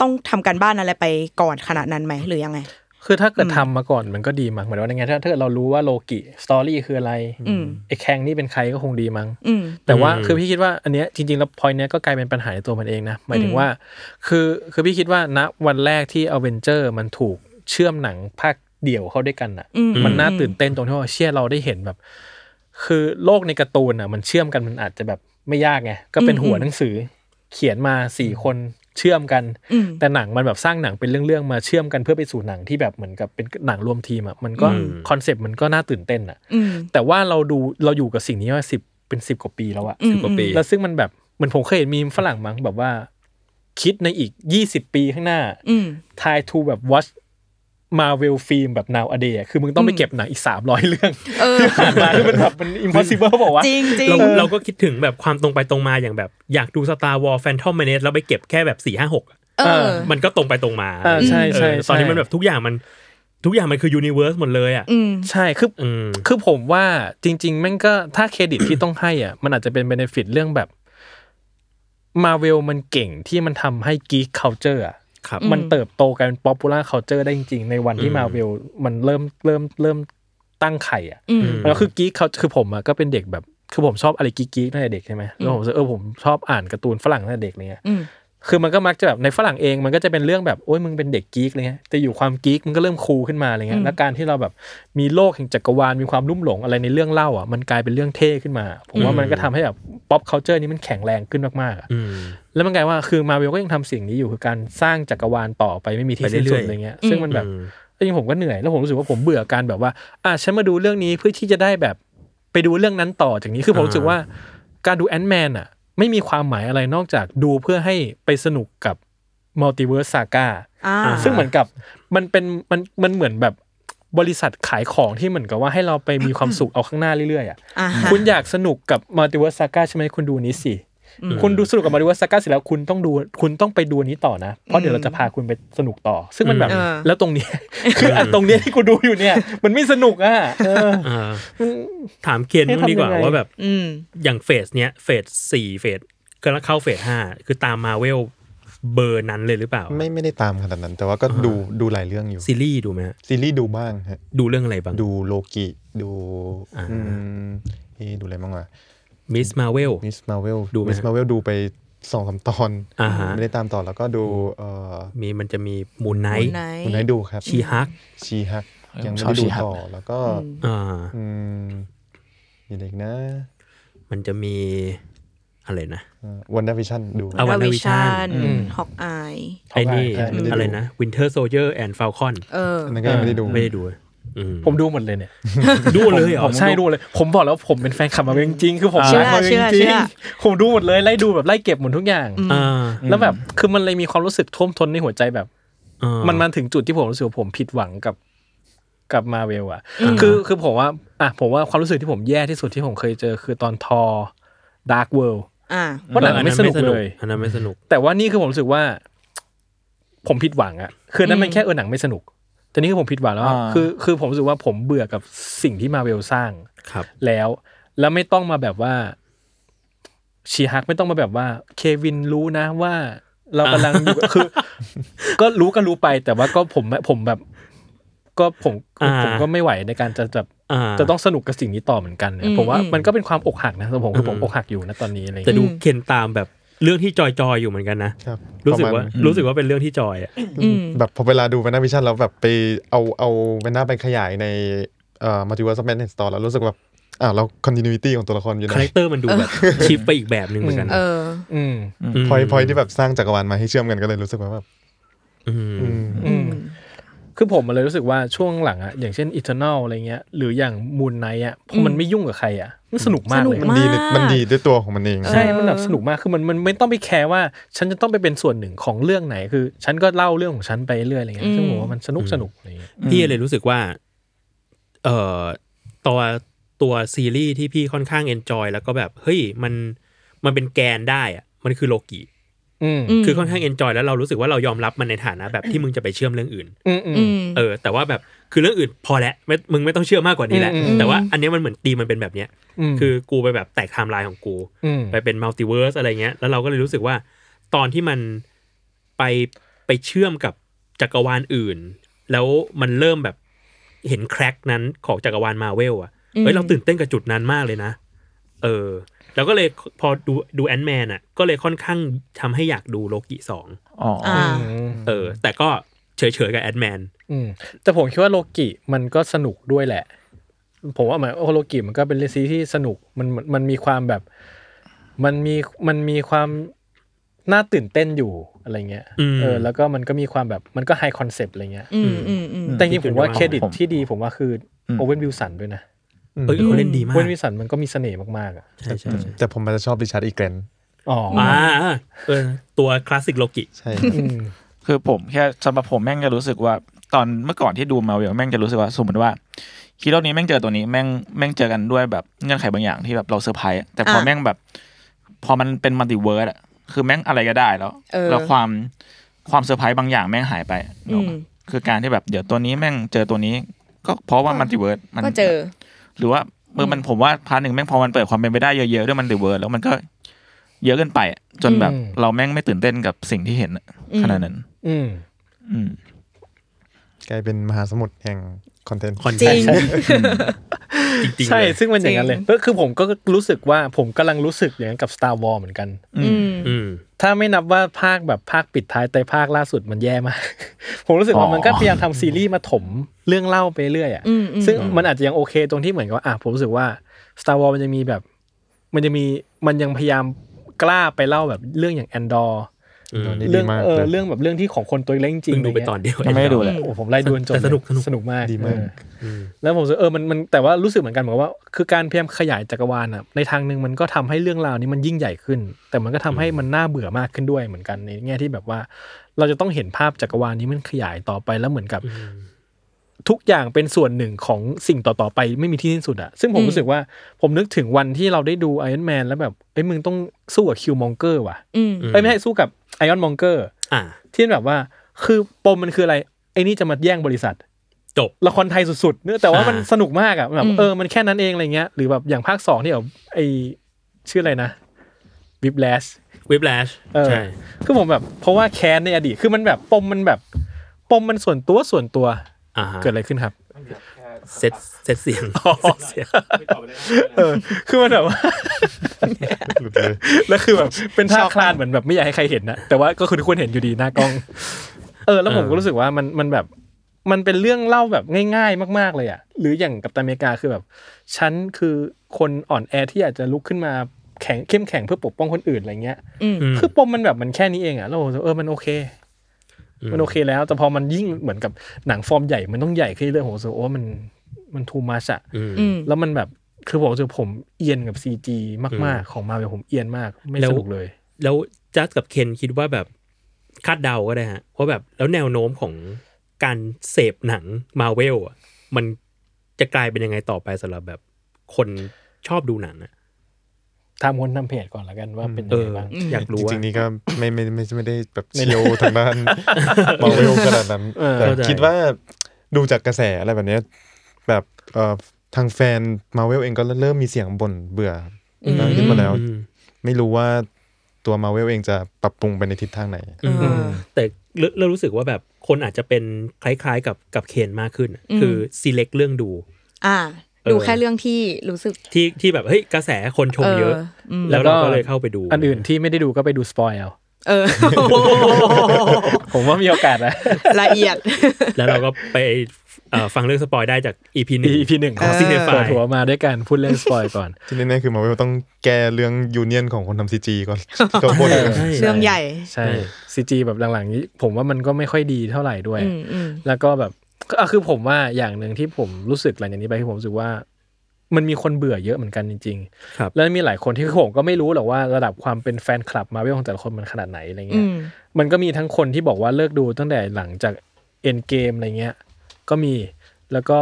Speaker 5: ต้องทำการบ้านอะไรไปก่อนขนาดนั้นไหมหรือยังไง
Speaker 1: คือถ้าเกิดทำมาก่อนมันก็ดีมั้งเหมือนว่ายังไงถ้าถ้าเกิดเรารู้ว่าโลกิสตอรี่คืออะไร
Speaker 5: อืม
Speaker 1: ไอ้แคงนี่เป็นใครก็คงดีมั้ง
Speaker 5: อืม
Speaker 1: แต่ว่า
Speaker 3: อืม
Speaker 1: คือพี่คิดว่าอันเนี้ยจริงๆแล้วพอยเนี้ยก็กลายเป็นปัญหาในตัวมันเองนะหมายถึงว่า คือคือพี่คิดว่าณวันแรกที่อเวนเจอร์มันถูกเชื่อมหนังภาคเดี่ยวเข้าด้วยกันอ่ะ
Speaker 5: อืม
Speaker 1: มันน่าตื่นเต้นตรงที่ว่าเชื่อเราได้เห็นแบบ คือโลกในการ์ตูนอ่ะ มันเชื่อมกันมันอาจจะแบบไม่ยากไงก็เป็นหัวหนังสือ เขียนมาสี่คนเชื่อมกัน
Speaker 5: อืม
Speaker 1: แต่หนังมันแบบสร้างหนังเป็นเรื่องๆมาเชื่อมกันเพื่อไปสู่หนังที่แบบเหมือนกับเป็นหนังรวมทีมอ่ะมันก็
Speaker 3: อืม
Speaker 1: คอนเซปต์มันก็น่าตื่นเต้นอ่ะ
Speaker 5: อืม
Speaker 1: แต่ว่าเราดูเราอยู่กับสิ่งนี้มาสิบเป็นสิบกว่าปีแล้วอะ
Speaker 3: สิบกว่าปี
Speaker 1: แล้วซึ่งมันแบบเหมือนผมเคยเห็นมีมฝรั่งมั้งแบบว่า คิดในอีก 20 ปีข้างหน้า
Speaker 5: อืม
Speaker 1: try to แบบ watch Marvel film แบบ now a day อะคือมึงต้องไปเก็บหนังอีก 300 เรื่อง
Speaker 5: เออ
Speaker 1: ที่ผ่านมาคือมันแบบมัน impossible บอกว่า
Speaker 5: จริงจริง
Speaker 3: เราเราก็คิดถึงแบบความตรงไปตรงมาอย่างแบบ อยากดูสตาร์วอลแฟนทอมเมเนสแล้วไปเก็บแค่แบบสี่ห้าหก
Speaker 5: เออ
Speaker 3: มันก็ตรงไปตรงมา
Speaker 1: อ่าใช่ใช่
Speaker 3: เออตอนนี้
Speaker 1: ใช่
Speaker 3: มันแบบทุกอย่างมัน ทุกอย่างมันคือยูนิเวอร์สหมดเลยอ่ะ
Speaker 5: อืม
Speaker 1: ใช่คือ
Speaker 3: อืม
Speaker 1: คือผมว่าจริง ๆ แม่งก็ถ้าเครดิตที่ต้องให้อ่ะ มันอาจจะเป็นเบนฟิตเรื่องแบบมาเวลมันเก่งที่มันทำให้ geek culture อ่ะ
Speaker 3: ครับ
Speaker 5: อืม
Speaker 1: มันเติบโตกลายเป็นป๊อปปูล่าเคาเจอได้จริงๆ ในวันที่
Speaker 3: อืม
Speaker 1: มาเวลมันเริ่มเริ่มเริ่มตั้งไข่อ่ะ
Speaker 5: อืม
Speaker 1: แล้วคือกี๊เขาคือผมอะก็เป็นเด็กแบบคือผมชอบอะไรกี๊ๆตั้งแต่เด็กใช่ไหมแล้วผมรู้สึกเออผมชอบอ่านการ์ตูนฝรั่งตั้งแต่เด็กอะไรเลย
Speaker 5: อืม
Speaker 1: คือมันก็มักจะแบบในฝรั่งเองมันก็จะเป็นเรื่องแบบโอ้ยมึงเป็นเด็กกี๊กอะไรเลยแต่อยู่ความกี๊กมันก็เริ่มคูลขึ้นมาอะไรเงี้ยแล้วการที่เราแบบมีโลกแห่งจักรวาลมีความลุ่มหลงอะไรในเรื่องเล่าอ่ะมันกลายเป็นเรื่องเท่ขึ้นมา ผมว่ามันก็ทำให้แบบ pop culture นี้มันแข็งแรงขึ้นมากๆอะ
Speaker 3: อืม
Speaker 1: แล้วมันกลายว่าคือมาเวลก็ยังทำสิ่งนี้อยู่คือการสร้างจักรวาลต่อไปไม่มีที่สิ้นสุด
Speaker 3: ไปเรื่อยๆ
Speaker 1: อะไรเงี้ยซึ่งมันแบบ
Speaker 3: อืม
Speaker 1: จริงๆผมก็เหนื่อยแล้วผมรู้สึกว่าผมเบื่อการแบบว่าอ่ะฉันมาดูเรื่องนี้เพื่อที่จะได้แบบไปดูเรื่องนั้นต่อจากนี้คือผม
Speaker 3: อ่า
Speaker 1: รู้สึกว่าการดูแอนด์แมนอ่ะ ไม่มีความหมายอะไรนอกจากดูเพื่อให้ไปสนุกกับมัลติเวิร์สซาก้า
Speaker 5: อ่า
Speaker 3: อ่า
Speaker 1: ซึ่งเหมือนกับมันเป็นมันมันเหมือนแบบบริษัทขายของที่เหมือนกับว่าให้เราไปมีความสุขเอาข้างหน้าเรื่อยๆอ่ะ
Speaker 5: อ่าฮะ
Speaker 1: คุณอยากสนุกกับมัลติเวิร์สซาก้าใช่ไหมคุณดูนี้สิ คุณดูสนุกกับมาริวสก้าเสร็จแล้วคุณต้องดูคุณต้องไปดูอันนี้ต่อนะ เพราะเดี๋ยวเราจะพาคุณไปสนุกต่อ ซึ่งมันแบบ
Speaker 5: เออ
Speaker 1: แล้วตรงเนี้ (laughs) ย คืออันตรงเนี้ยที่กูดูอยู่เนี่ย มันไม่สนุกอ่ะเออ
Speaker 3: อ่าถามเคน
Speaker 1: ให้
Speaker 3: บ้างดีกว่า
Speaker 1: ทำยังไง
Speaker 3: ว่าแบบ
Speaker 5: อืม
Speaker 3: อย่างเฟสเนี้ยเฟสสี่เฟสก็เข้าเฟสห้าคือตามมาเวลเบอร์นั้นเลยหรือเปล่า
Speaker 2: ไม่ไม่ได้ตามขนาดนั้น แต่ว่าก็ดูดูหลายเรื่องอยู่
Speaker 3: ซีรีส์ดูไหมฮะ
Speaker 2: ซีรีส์ดูบ้างฮะ
Speaker 3: ดูเรื่องอะไรบ้าง
Speaker 2: ดูโลกิดู
Speaker 3: อ่า
Speaker 2: อืมเอะดูอะไรบ้างวะ
Speaker 3: มิสมาเวล
Speaker 2: มิสมาเวล
Speaker 3: ดูไหม
Speaker 2: มิสมาเวลดูไปสองสามตอน
Speaker 3: อ่าฮะ
Speaker 2: ไม่ได้ตามต่อแล้วก็ดูเอ่อ
Speaker 3: มีมันจะมีมูนไนท์
Speaker 5: Moon Knight
Speaker 2: คุณให้ดูครับ
Speaker 3: ชีฮัก
Speaker 2: ชีฮัก
Speaker 4: เออ
Speaker 2: ยัง
Speaker 4: ช
Speaker 2: ไม่
Speaker 4: อบ
Speaker 2: ได้ดู
Speaker 4: She-Hulk
Speaker 2: ต่อแล้วก็
Speaker 3: อ่า
Speaker 2: อืมมีอะไรอีกนะ
Speaker 3: มันจะมีอะไรนะ
Speaker 2: วันด้าวิชั่นดู
Speaker 3: เอา
Speaker 5: ดา
Speaker 3: Wanda
Speaker 5: วิชัน
Speaker 3: Vision
Speaker 1: อืม
Speaker 5: ฮอกอาย
Speaker 3: ไอ้นี่
Speaker 2: ใช่ไม่ได้ดู
Speaker 3: อะไรนะวินเทอร์โซเยอร์แอนด์ฟลคอน
Speaker 5: เออ
Speaker 2: อันนั้นก็ยังไม่ได้ดู
Speaker 3: ไม่ได้ดูอืม
Speaker 1: ผมดูหมดเลยเนี่ย
Speaker 3: ดูเลยเหร
Speaker 1: ผ
Speaker 3: อ
Speaker 1: มใช่ดูเลย ผมบอกแล้วผมเป็นแฟนคลับมาจริงๆคือผม
Speaker 5: เชื่อ
Speaker 1: รักมา
Speaker 5: เชื่อ
Speaker 1: จริง
Speaker 5: เชื่อ
Speaker 1: ๆผมดูหมดเลยไล่ดูแบบไล่เก็บหมดทุกอย่าง
Speaker 3: อ่า
Speaker 1: แล้วแบบคือมันเลยมีความรู้สึกท่วมท้นในหัวใจแบบ
Speaker 3: อ่า
Speaker 1: มันมาถึงจุดที่ผมรู้สึกว่าผมผิดหวังกับกับมาเวลอะคือคือผมว่าอ่ะผมว่าความรู้สึกที่ผมแย่ที่สุดที่ผมเคยเจอคือตอนทอดาร์กเวิลด์
Speaker 5: อ่า
Speaker 1: เพราะหนังไม่สนุกเลย
Speaker 3: อันนั้นไม่สนุก
Speaker 1: แต่ว่านี่คือผมรู้สึกว่า ผมผิดหวังอะคือนั่นมันแค่เออหนังไม่สนุก แต่นี่คือผมผิดหวังแล้วอะ
Speaker 4: อ่า
Speaker 1: คือคือผมรู้สึกว่าผมเบื่อกับสิ่งที่มาเวลสร้าง
Speaker 3: ครับ
Speaker 1: แล้ว แล้วไม่ต้องมาแบบว่า ชีฮักไม่ต้องมาแบบว่า เควินรู้นะว่า เรากำลังอยู่ คือ (laughs) ก็รู้ก็รู้ไปแต่ว่าก็ผมผมแบบ ก็ผม
Speaker 3: อ่า
Speaker 1: ผมก็ไม่ไหวในการจะแบบ
Speaker 3: อ่า
Speaker 1: จะต้องสนุกกับสิ่งนี้ต่อเหมือนกันเนี่ย
Speaker 5: อืม
Speaker 1: ผมว่า
Speaker 5: อืม
Speaker 1: มันก็เป็นความอกหักนะสำหรับผมคือผมอกหักอยู่นะตอนนี้อะไร
Speaker 3: แต่
Speaker 1: เงี้ย
Speaker 3: ดูเคนตามแบบเรื่องที่จอยจอยๆอยู่เหมือนกันนะครับ รู้สึก
Speaker 2: ป
Speaker 3: ว่า
Speaker 2: ระมณ
Speaker 3: รู้สึกว่าเป็นเรื่องที่จอยอ่ะ
Speaker 5: อืม
Speaker 2: แบบพอเวลาดูวันด้าวิชั่นแล้วแบบไปเอาเอาวันด้าไปขยายในเอ่อมัลติเวิร์สแมนเนสตอร์แล้วรู้สึกแบบอ่าเราคอนติเน i ตี้ของตัวละครอยู่ไห
Speaker 3: คาแรคน เตอร์มันดูแบบชิปไปอีกแบบหนึ่งเหมือนกัน
Speaker 5: เออ
Speaker 1: อืม
Speaker 2: พอยพอยที่แบบสร้างจักรวาลมาให้เชื่อมกันก็เลยรู้สึกว่าแบบ
Speaker 3: อืม
Speaker 2: อืม
Speaker 1: อืมคือผมมันเลยรู้สึกว่าช่วงหลังอะอย่างเช่นอีเทอร์นอลอะไรเงี้ย หรืออย่างมูนไนอะพอมันไม่ยุ่งกับใครอะมันสนุกมากเลย
Speaker 5: สนุก
Speaker 2: มันดีใน
Speaker 5: มาก
Speaker 2: มันดีด้วยตัวของมันเอง
Speaker 1: ใช่ มันแบบสนุกมาก คือมันมันไม่ต้องไปแคร์ว่า ฉันจะต้องไปเป็นส่วนหนึ่งของเรื่องไหน คือ ฉันก็เล่าเรื่องของฉันไปเรื่อยอะไรเงี้ย ซึ่งผมว่ามันสนุกสนุกอะไรเงี้ย
Speaker 3: พี่เลยรู้สึกว่า เอ่อตัวตัวซีรีส์ที่พี่ค่อนข้างเอนจอยแล้วก็แบบเฮ้ยมันมันเป็นแกนได้อ่ะมันคือโลกิ
Speaker 1: อืม
Speaker 3: คือค่อนข้างเอนจอยแล้วเรารู้สึกว่าเรายอมรับมันในฐานะแบบที่มึงจะไปเชื่อมเรื่องอื่น
Speaker 1: อืมอื
Speaker 5: อื
Speaker 1: ม
Speaker 5: ม
Speaker 3: เออแต่ว่าแบบคือเรื่องอื่นพอแล้วไม่มึงไม่ต้องเชื่อมากกว่านี้แหละ
Speaker 1: อืมอืม
Speaker 3: แต่ว่าอันเนี้ยมันเหมือนตีมมันเป็นแบบเนี้ย
Speaker 1: ม
Speaker 3: คือกูไปแบบแตกไทม์ไลน์ของกู
Speaker 1: ม
Speaker 3: ไปเป็นมัลติเวิร์สอะไรเงี้ย แล้วเราก็เลยรู้สึกว่า ตอนที่มันไปไปเชื่อมกับจักรวาลอื่น แล้วมันเริ่มแบบเห็นแคร็กนั้นของจักรวาลมาเวลอะเฮ้ยเราตื่นเต้นกับจุดนั้นมากเลยนะ เออ แล้วก็เลยพอดูดูแอนแมนอะก็เลยค่อนข้างทำให้อยากดูโลกิสอง
Speaker 4: อ๋ออ๋อ
Speaker 5: อ่า
Speaker 1: อืม
Speaker 3: เออ แต่ก็เฉยๆกับแอนแมน
Speaker 1: อืมแต่ผมคิดว่าโลกิมันก็สนุกด้วยแหละ ผมว่าหมายว่าโลกิมันก็เป็นเรื่องซีรีส์ที่สนุก มันมันมันมีความแบบ มันมีมันมีความน่าตื่นเต้นอยู่อะไรเงี้ย
Speaker 3: อืม
Speaker 1: เออ แล้วก็มันก็มีความแบบมันก็ไฮคอนเซปต์อะไรเงี้ย
Speaker 5: อืมอืมอืม
Speaker 1: แต่จริงๆผมว่าเครดิต
Speaker 4: ผม
Speaker 1: ที่ดีผมว่าคืออ
Speaker 4: ม
Speaker 1: โอเวนวิลสันด้วยนะ
Speaker 2: อืม
Speaker 3: เอ้ยเขาเล่นดีมาก
Speaker 1: เวนวิลสันมันก็มีเสน่ห์มากๆอ่ะ
Speaker 3: ใช่ใช่ใช่
Speaker 2: แต่ผมมันจะชอบริชาร์ดอีแกรน
Speaker 1: อ๋อ
Speaker 3: อ่าเออตัวคลาสสิกโลกิ
Speaker 2: ใช่
Speaker 1: อืม
Speaker 4: คือผมแค่สำหรับผมแม่งจะรู้สึกว่าตอนเมื่อก่อนที่ดูมาเวลแม่งจะรู้สึกว่าสมมติว่าฮีโร่นี้แม่งเจอตัวนี้แม่งแม่งเจอกันด้วยแบบเงื่อนไขบางอย่างที่แบบเราเซอร์ไพรส์อะแต่พอ
Speaker 5: อ่ะ
Speaker 4: แม่งแบบ พอมันเป็นมัลติเวิร์สอะคือแม่งอะไรก็ได้แล้ว
Speaker 5: เออ
Speaker 4: แล้วความความเซอร์ไพรส์บางอย่างแม่งหายไป
Speaker 5: อื
Speaker 4: นึกออก
Speaker 5: ม
Speaker 4: ปะคือการที่แบบเดี๋ยวตัวนี้แม่งเจอตัวนี้ ก็เพราะว่ามัลติเวิร์สมัน
Speaker 5: ก็เจอ
Speaker 4: หรือว่าเออมันผมว่าพาร์ทหนึ่งแม่งพอมันเปิดความเป็นไปได้เยอะๆด้วยมันเดเวิร์ดแล้วมันก็เยอะเกินไปอะจนแบบ
Speaker 1: อืม
Speaker 4: เราแม่งไม่ตื่นเต้นกับสิ่งที่เห็นอะขนาดนั้น
Speaker 1: อืม
Speaker 4: อืม
Speaker 2: กลายเป็นมหาสมุทรแห่งคอนเทนต์
Speaker 3: คอนเท
Speaker 5: จริ
Speaker 3: น
Speaker 5: ง
Speaker 3: ต์จริงๆ
Speaker 1: ใช่
Speaker 3: เลย
Speaker 1: ซึ่งมันอย่างนั้นเลย
Speaker 5: จริง
Speaker 1: ก็คือผมก็รู้สึกว่าผมกำลังรู้สึกอย่างนั้นกับ Star War เหมือนกัน
Speaker 5: อืม
Speaker 3: อืม
Speaker 1: ถ้าไม่นับว่าภาคแบบภาคปิดท้ายแต่ภาคล่าสุดมันแย่มาก (laughs) ผมรู้สึกว่ามันก็พยายามทำซีรีส์มาถมเรื่องเล่าไปเรื่อยอ่ะ
Speaker 5: อืมอืม
Speaker 1: ซึ่งมันอาจจะยังโอเคตรงที่เหมือนกับว่าอ่ะผมรู้สึกว่า Star War มันยังมีแบบ มันจะมีมันยังพยายามกล้าไปเล่าแบบเรื่องอย่างแอนดอร์
Speaker 3: อืม
Speaker 2: นี่ดี
Speaker 1: เรื่อง
Speaker 2: มาก
Speaker 1: เออ
Speaker 2: เลย
Speaker 1: เรื่องแบบเรื่องที่ของคนตัวเล็กจริง
Speaker 3: เพิ่งดูไป
Speaker 1: ะร
Speaker 3: ตอนเดียว
Speaker 4: ยังไม่ได้ดูเลย
Speaker 1: โอ้ผมไล่ดูจนจบ
Speaker 3: แต่สนุก
Speaker 1: เลย
Speaker 3: สนุก
Speaker 1: สนุกมาก
Speaker 2: ดีมาก
Speaker 1: เออ
Speaker 3: อืม
Speaker 1: แล้วผมรู้สึกเออมันมันแต่ว่ารู้สึกเหมือนกันเหมือนว่า คือการพยายามขยายจักรวาลอ่ะในทางหนึ่งมันก็ทำให้เรื่องราวนี้มันยิ่งใหญ่ขึ้น แต่มันก็ทำให้มันน่าเบื่อมากขึ้นด้วยเหมือนกันในแง่ที่แบบว่า เราจะต้องเห็นภาพจักรวาลนี้มันขยายต่อไปแล้วเหมือนกับ ทุกอย่างเป็นส่วนหนึ่งของสิ่งต่อ ๆ ไปไม่มีที่สิ้นสุดอะซึ่งผม
Speaker 5: อืม
Speaker 1: รู้สึกว่าผมนึกถึงวันที่เราได้ดูไอ o n นแมนแล้วแบบเอ้ยมึงต้องสู้กับคิวมองเกอร์ว่ะ
Speaker 5: อืม
Speaker 1: เอ้ยไม่ใช่สู้กับไอออนมองเกอร์
Speaker 3: อ่า
Speaker 1: ที่แบบว่าคือปมมันคืออะไรไอ้นี่จะมาแย่งบริษัท
Speaker 3: จบ
Speaker 1: ละครไทยสุดๆเนื้อะแต่ว่า
Speaker 3: อ่ามั
Speaker 1: มันสนุกมากอะแบบ
Speaker 5: อืม
Speaker 1: เออมันแค่นั้นเองอะไรเงี้ยหรือแบบอย่างภาคสองที่แบบไอชื่ออะไรนะวิบแลส
Speaker 3: วิบแลช
Speaker 1: เออ
Speaker 3: ใช่
Speaker 1: คือผมแบบเพราะว่าแค้นในอดีตคือมันแบบปมมันแบบปมมันส่วนตัวส่วนตัว
Speaker 3: อ่าฮะ
Speaker 1: เกิดอะไรขึ้นครับ
Speaker 3: เซตเซตเสียง (laughs) เซตเสียง
Speaker 1: เออ คือมันแบบว่า
Speaker 2: หลุดเลย
Speaker 1: แล้วคือแบบเป็นท่าคลานเหมือนแบบไม่อยากให้ใครเห็นนะแต่ว่าก็คือทุกคนเห็นอยู่ดีหน้ากล้อง เออ แล้วผม
Speaker 3: เออ
Speaker 1: ก็รู้สึกว่ามันมันแบบมันเป็นเรื่องเล่าแบบง่าย ๆ มาก ๆเลยอ่ะหรืออย่างกับตันอเมริกาคือแบบฉันคือคนอ่อนแอที่อยากจะลุกขึ้นมาแข็งเข้มแข็งเพื่อปกป้องคนอื่นอะไรเงี้ย
Speaker 5: อืม
Speaker 3: อืม
Speaker 1: คือปมมันแบบมันแค่นี้เองอ่ะแล้วผมรู้สึกเออมันโอเค
Speaker 3: อืม
Speaker 1: มันโอเคแล้ว แต่พอมันยิ่งเหมือนกับหนังฟอร์มใหญ่มันต้องใหญ่ขึ้นเรื่อยๆผมรู้สึกว่ามันมันทูมาชอะ
Speaker 3: อืม
Speaker 5: อืม
Speaker 1: แล้วมันแบบคือผมรู้สึกผมเอียนกับ CG มาก ๆ ของมาเป็นผมเอียนมาก ไม่
Speaker 3: แล้ว
Speaker 1: สนุกเลย
Speaker 3: แล้วจัดกับเคนคิดว่าแบบคาดเดาก็ได้ฮะว่าแบบแล้วแนวโน้มของการเสพหนังมาเวลอ่ะมันจะกลายเป็นยังไงต่อไปสำหรับแบบคนชอบดูหนังอ่ะ
Speaker 1: ทำคนทำเพจก่อนละกันว่าเป็นยั
Speaker 3: เอง
Speaker 1: ไง
Speaker 3: อ
Speaker 1: บ้าง
Speaker 3: อยาก
Speaker 2: จ
Speaker 3: รู้ว่า
Speaker 2: ริงๆนี่ก็ไม่ไม่ไม่ไม่ได้แบบเชียวทางด้านมาเวลขนาดนั้น
Speaker 1: เออ
Speaker 2: แต่
Speaker 3: เข้าใจ
Speaker 2: คิดว่าดูจากกระแสอะไรแบบเนี้ยแบบเอ่อทางแฟนมาเวลเองก็เริ่มมีเสียงบ่นเบื่ออ
Speaker 5: ม
Speaker 2: มากขึ้นมาแล้ว
Speaker 3: อืม
Speaker 2: ไม่รู้ว่าตัวมาเวลเองจะปรับปรุงไปในทิศทางไหน
Speaker 3: อืม
Speaker 5: เออ
Speaker 3: แต่เรเริ่มรู้สึกว่าแบบคนอาจจะเป็นคล้ายๆกับกับเคนมากขึ้นอะ
Speaker 5: อืม
Speaker 3: คือ select เรื่องดู
Speaker 5: อ่า
Speaker 3: เออ
Speaker 5: ดูแค่เรื่องที่รู้สึก
Speaker 3: ที่ที่แบบเฮ้ยกระแสคนชมเยอะ
Speaker 5: ม
Speaker 3: แล้วเราก็เลยเข้าไปดู
Speaker 1: อันอื่นที่ไม่ได้ดูก็ไปดูสปอยเอา
Speaker 5: เออ
Speaker 1: ผมว่ามีโอกาสนะ
Speaker 5: ละเอียด
Speaker 3: แล้วเราก็ไปเอ่อฟังเรื่องสป (laughs) อยได้จาก EP หนึ่ง
Speaker 1: EP หนึ่งของ
Speaker 5: เออ
Speaker 1: ซีเนฟายหัวมาด้วยกันพูดเรื่องสปอยก่อน
Speaker 2: ที่แน่ๆคือมาเวลต้องแก้เรื่องยูเนียนของคนทำซีจีก่อนก็บ่นกัน
Speaker 3: ใช่
Speaker 5: เรื่องใหญ่
Speaker 1: ใช่ CG แบบหลัง ๆ นี้ ผมว่ามันก็ไม่ค่อยดีเท่าไหร่ด้วย
Speaker 5: อืมอืม
Speaker 1: แล้วก็แบบอ่ะคือผมว่าอย่างหนึ่งที่ผมรู้สึกหลังจากนี้ไปคือผมรู้สึกว่า มันมีคนเบื่อเยอะเหมือนกันจริง
Speaker 3: ครับ
Speaker 1: ๆ แล้วมีหลายคนที่คือผมก็ไม่รู้หรอกว่าระดับความเป็นแฟนคลับมาเวลของแต่ละคนมันขนาดไหนอะไร
Speaker 5: อื
Speaker 1: เงี้ย
Speaker 5: ม
Speaker 1: มันก็มีทั้งคนที่บอกว่าเลิกดูตั้งแต่หลังจากเอ็นเกมอะไรเงี้ย ก็มีแล้วก็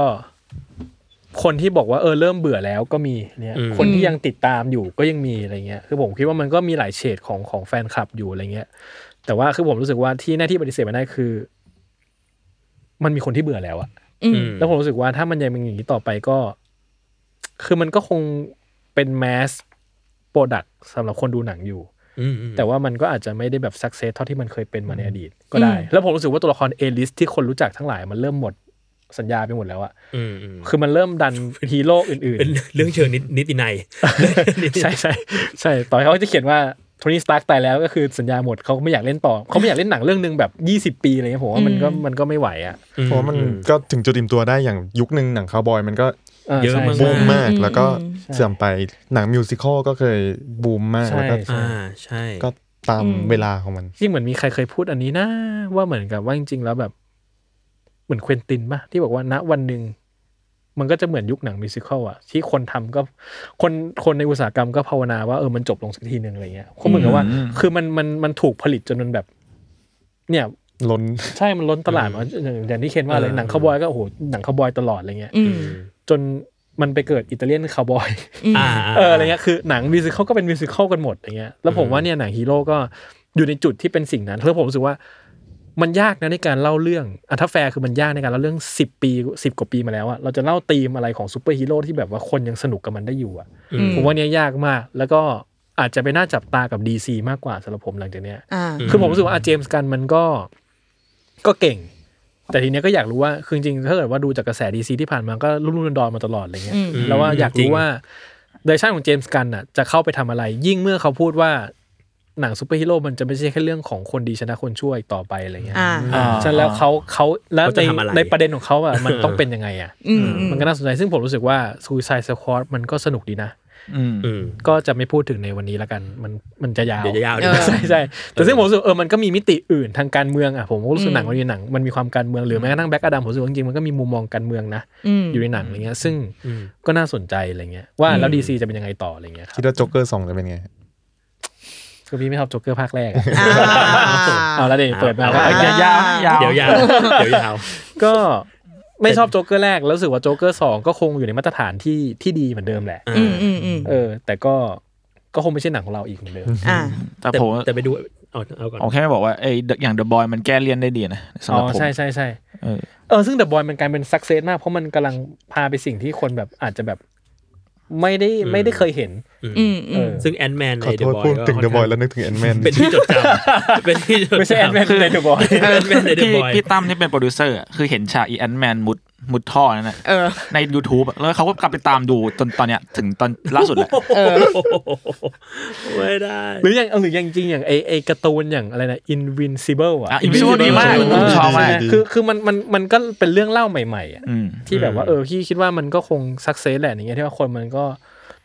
Speaker 1: คนที่บอกว่าเออเริ่มเบื่อแล้วก็มีเนี่ย
Speaker 3: อืม
Speaker 1: คนที่
Speaker 5: อืม
Speaker 1: ยังติดตามอยู่ก็ยังมีอะไรเงี้ยคือผมคิดว่ามันก็มีหลายเฉดของของแฟนคลับอยู่อะไรเงี้ย แต่ว่าคือผมรู้สึกว่าที่หน้าที่ปฏิเสธไม่ได้คือ มันมีคนที่เบื่อแล้วอะ
Speaker 5: อืม
Speaker 1: แล้วผมรู้สึกว่าถ้ามันยังเป็นอย่างนี้ต่อไปก็ คือมันก็คงเป็นแมสโปรดักสำหรับคนดูหนังอยู่
Speaker 3: อืมอืม
Speaker 1: แต่ว่ามันก็อาจจะไม่ได้แบบสักเซสเท่าที่มันเคยเป็นมาในอดีตก็ได้
Speaker 5: อืม
Speaker 1: แล้วผมรู้สึกว่าตัวละครเอลิสที่คนรู้จักทั้งหลายมันเริ่มหมดสัญญาไปหมดแล้วอะ
Speaker 3: อืมอืม
Speaker 1: คือมันเริ่ม
Speaker 3: (laughs)
Speaker 1: ดันฮีโร่อื่น
Speaker 3: เป็นเรื่องเชิงนินิตินัย (laughs)
Speaker 1: ๆ ใช่ใช่ใช่ต่อให้เขาจะเขียนว่าโทนี่สตาร์กตายแล้วก็คือสัญญาหมดเขาไม่อยากเล่นต่อเขาไม่อยากเล่นหนังเรื่องหนึงแบบ 20 ปีอะไรเงี้ยผมว่ามันก็มันก็ไม่ไหวอะ
Speaker 2: เพราะว่ามันก็ถึงจุดอิ่มตัวได้อย่างยุคหนึ่งหนังคาวบอยมันก็
Speaker 1: เออ
Speaker 3: เยอะ
Speaker 1: ใช่
Speaker 3: มาก
Speaker 2: บูมมาก
Speaker 5: อืม
Speaker 2: แล้วก็เสื่อมไปหนังมิวสิควลก็เคยบูมมาก
Speaker 1: ใช่
Speaker 2: แล้วก็
Speaker 1: ใช่
Speaker 3: อ่าใช่
Speaker 2: ก็ตามเวลาของมัน
Speaker 1: ที่เหมือนมีใครเคยพูดอันนี้นะว่าเหมือนกับว่าจริงๆแล้วแบบเหมือนเควินตินป่ะที่บอกว่าณวันหนึ่ง มันก็จะเหมือนยุคหนังมิวสิควลอะที่คนทำก็คนคนในอุตสาหกรรมก็ภาวนาว่าเออมันจบลงสักทีหนึ่งอะไรเงี้ยก็เหมือนกับว่า
Speaker 4: อืม
Speaker 1: คือมันมันมันถูกผลิตจนมันแบบ เนี่ย (laughs)
Speaker 2: ล้น
Speaker 1: ใช่มันล้นตลาดมาอย่างอย่างที่เคนว่าเลย
Speaker 3: เออ
Speaker 1: หนังคาวบอยก็โอ้โหหนังคาวบอยตลอดอะไรเงี้ย
Speaker 5: อืม
Speaker 1: จนมันไปเกิดอิตาเลียนคาวบอย
Speaker 3: อ่าา
Speaker 1: เอออะไรเงี้ยคือหนังมิวสิควลก็เป็นมิวสิควลกันหมดอย่างเงี้ยแล้วผมว่าเนี่ยหนังฮีโร่ก็อยู่ในจุดที่เป็นสิ่งนั้นแล้วผมรู้สึกว่า มันยากนะในการเล่าเรื่องอ่ะถ้าแฟร์คือมันยากในการเล่าเรื่องสิบปีสิบกว่าปีมาแล้วอะเราจะเล่าธีมอะไรของซูเปอร์ฮีโร่ที่แบบว่าคนยังสนุกกับมันได้อยู่อะ
Speaker 3: อืม
Speaker 1: ผมว่าเนี่ยยากมาก แล้วก็อาจจะไปน่าจับตากับ DC มากกว่าสำหรับผมหลังจากเนี้ย
Speaker 5: อ่า
Speaker 1: คือผมรู้สึกว่าเจมส์กันมันก็ ก็เก่ง แต่ทีเนี้ยก็อยากรู้ว่าคือจริงๆถ้าเกิดว่าดูจากกระแสดีซีที่ผ่านมาก็รุ่นรุ่นดอนๆมาตลอดอะไรเงี้ย
Speaker 5: อืม
Speaker 1: แล้วว่าอยาก
Speaker 3: จริ
Speaker 1: รู้
Speaker 3: ง
Speaker 1: ว่าเดชั่นของเจมส์กันน่ะจะเข้าไปทำอะไร ยิ่งเมื่อเขาพูดว่าหนังซูเปอร์ฮีโร่มันจะไม่ใช่แค่เรื่องของคนดีชนะคนชั่วอีกต่อไปอะไรเงี้ย
Speaker 5: อ่า
Speaker 4: อ่า
Speaker 1: ฉะนั้นแล้วเขาเขาแล้ว
Speaker 3: เขา
Speaker 1: ใน
Speaker 3: จะทำอะไร
Speaker 1: ในประเด็นของ
Speaker 3: (laughs)
Speaker 1: เขาอ่ะมันต้องเป็นยังไงอ่ะ
Speaker 5: อืม
Speaker 1: มันก็น่าสนใจซึ่งผมรู้สึกว่า Suicide Squad มันก็สนุกดีนะ
Speaker 4: อืม
Speaker 3: อืม
Speaker 1: ก็จะไม่พูดถึงในวันนี้ละกัน มันมันจะยาว
Speaker 3: เดี๋ยวจะยาว
Speaker 5: เอ
Speaker 3: ดี
Speaker 5: อ
Speaker 1: ใช่ใช่แต่ซึ่งผมรู้สึกเออมันก็มีมิติอื่นทางการเมืองอ่ะผมก็รู้สึกหนังมันมีหนังมันมีความการเมืองหรือแม้กระทั่งแบ็กอดัมผมรู้สึกว่าจริงๆมันก็มีมุมมองการเมืองนะ
Speaker 5: อืม
Speaker 1: อยู่ในหนังอะไรเงี้ย ซึ่ง
Speaker 3: อืม
Speaker 1: ก็น่าสนใจอะไรเงี้ยว่าแล้วดีซีจะเป็นยังไงต่ออะไรเงี้ยครั
Speaker 2: คิ
Speaker 1: บ
Speaker 2: ดว่าโจ๊กเกอร์สองจะเป็นไง
Speaker 1: คือพี่ไม่ชอบโจ๊กเกอร์ภาคแรกอะ
Speaker 5: อ่า
Speaker 1: เอาแล้วเดี๋ยวเปิดมา
Speaker 4: เอา
Speaker 1: ว่า
Speaker 4: อีก
Speaker 5: อ่
Speaker 4: ยาวๆยาวๆ
Speaker 3: เดี๋ยวยาวเดี๋ยวยาว
Speaker 1: ก็ไม่ชอบโจ๊กเกอร์แรกแล้วรู้สึกว่าโจ๊กเกอร์สองก็คงอยู่ในมาตรฐานที่ที่ดีเหมือนเดิมแหละ
Speaker 5: อืมอืมอืม
Speaker 1: เออ แต่ก็ก็คงไม่ใช่หนังของเราอีกเหมือนเดิม
Speaker 5: อ่า
Speaker 4: แต่
Speaker 3: แต่
Speaker 4: ผม
Speaker 3: แต่ไปดูเอาเอาก่อน
Speaker 4: ผมแค่ไม่บอกว่าไอ้อย่างเดอะบอยมันแก้เลี่ยนได้ดีนะสำห
Speaker 1: อ๋
Speaker 4: รับ
Speaker 1: อ
Speaker 4: ผม
Speaker 1: ใช่ใช่ใช่
Speaker 4: เออ
Speaker 1: เออซึ่งเดอะบอยมันกลายเป็นสักเซสมากเพราะมันกำลังพาไปสิ่งที่คนแบบอาจจะแบบไม่ได้
Speaker 3: อืม
Speaker 1: ไม่ได้เคยเห็น
Speaker 5: อืมอื
Speaker 1: เอ
Speaker 5: ม
Speaker 1: อ
Speaker 3: ซึ่งแอนแมน
Speaker 2: ขอโทษพูดถึงเดอะบอยแล้วนึกถึงแอนแมน
Speaker 3: เป็นที่จดจำเป็นที่จดจำ
Speaker 1: ไม่ใช่แอนแมนในเดอะบอย
Speaker 3: เออเป็นใน The
Speaker 4: พี่
Speaker 3: Boy
Speaker 4: พี่ตั้มที่เป็นโปรดิวเซอร์อะคือเห็นฉากอีแอนแมนมุดมุดท่อนั่นแหละ
Speaker 5: เออ
Speaker 4: ใน YouTube อะแล้วเขาก็กลับไปตามดูจนตอนเนี้ยถึงตอนล่าสุดแหละ
Speaker 5: เออ
Speaker 3: โอ้โหไม่ได้
Speaker 1: หรืออย่างเอาหรืออย่างจริงอย่างไอไอการ์ตูนอย่างอะไรนะ Invincible อ่ะ
Speaker 4: อ่ะ Invincible ดีมาก
Speaker 1: เ
Speaker 4: ผมชอบมาก
Speaker 1: คือคือมันมันมันก็เป็นเรื่องเล่าใหม่ ๆอ่ะ
Speaker 4: อืม
Speaker 1: ที่แบบว่าเออพี่คิดว่ามันก็คงสักเซสแหละอย่างเงี้ยที่ว่าคนมันก็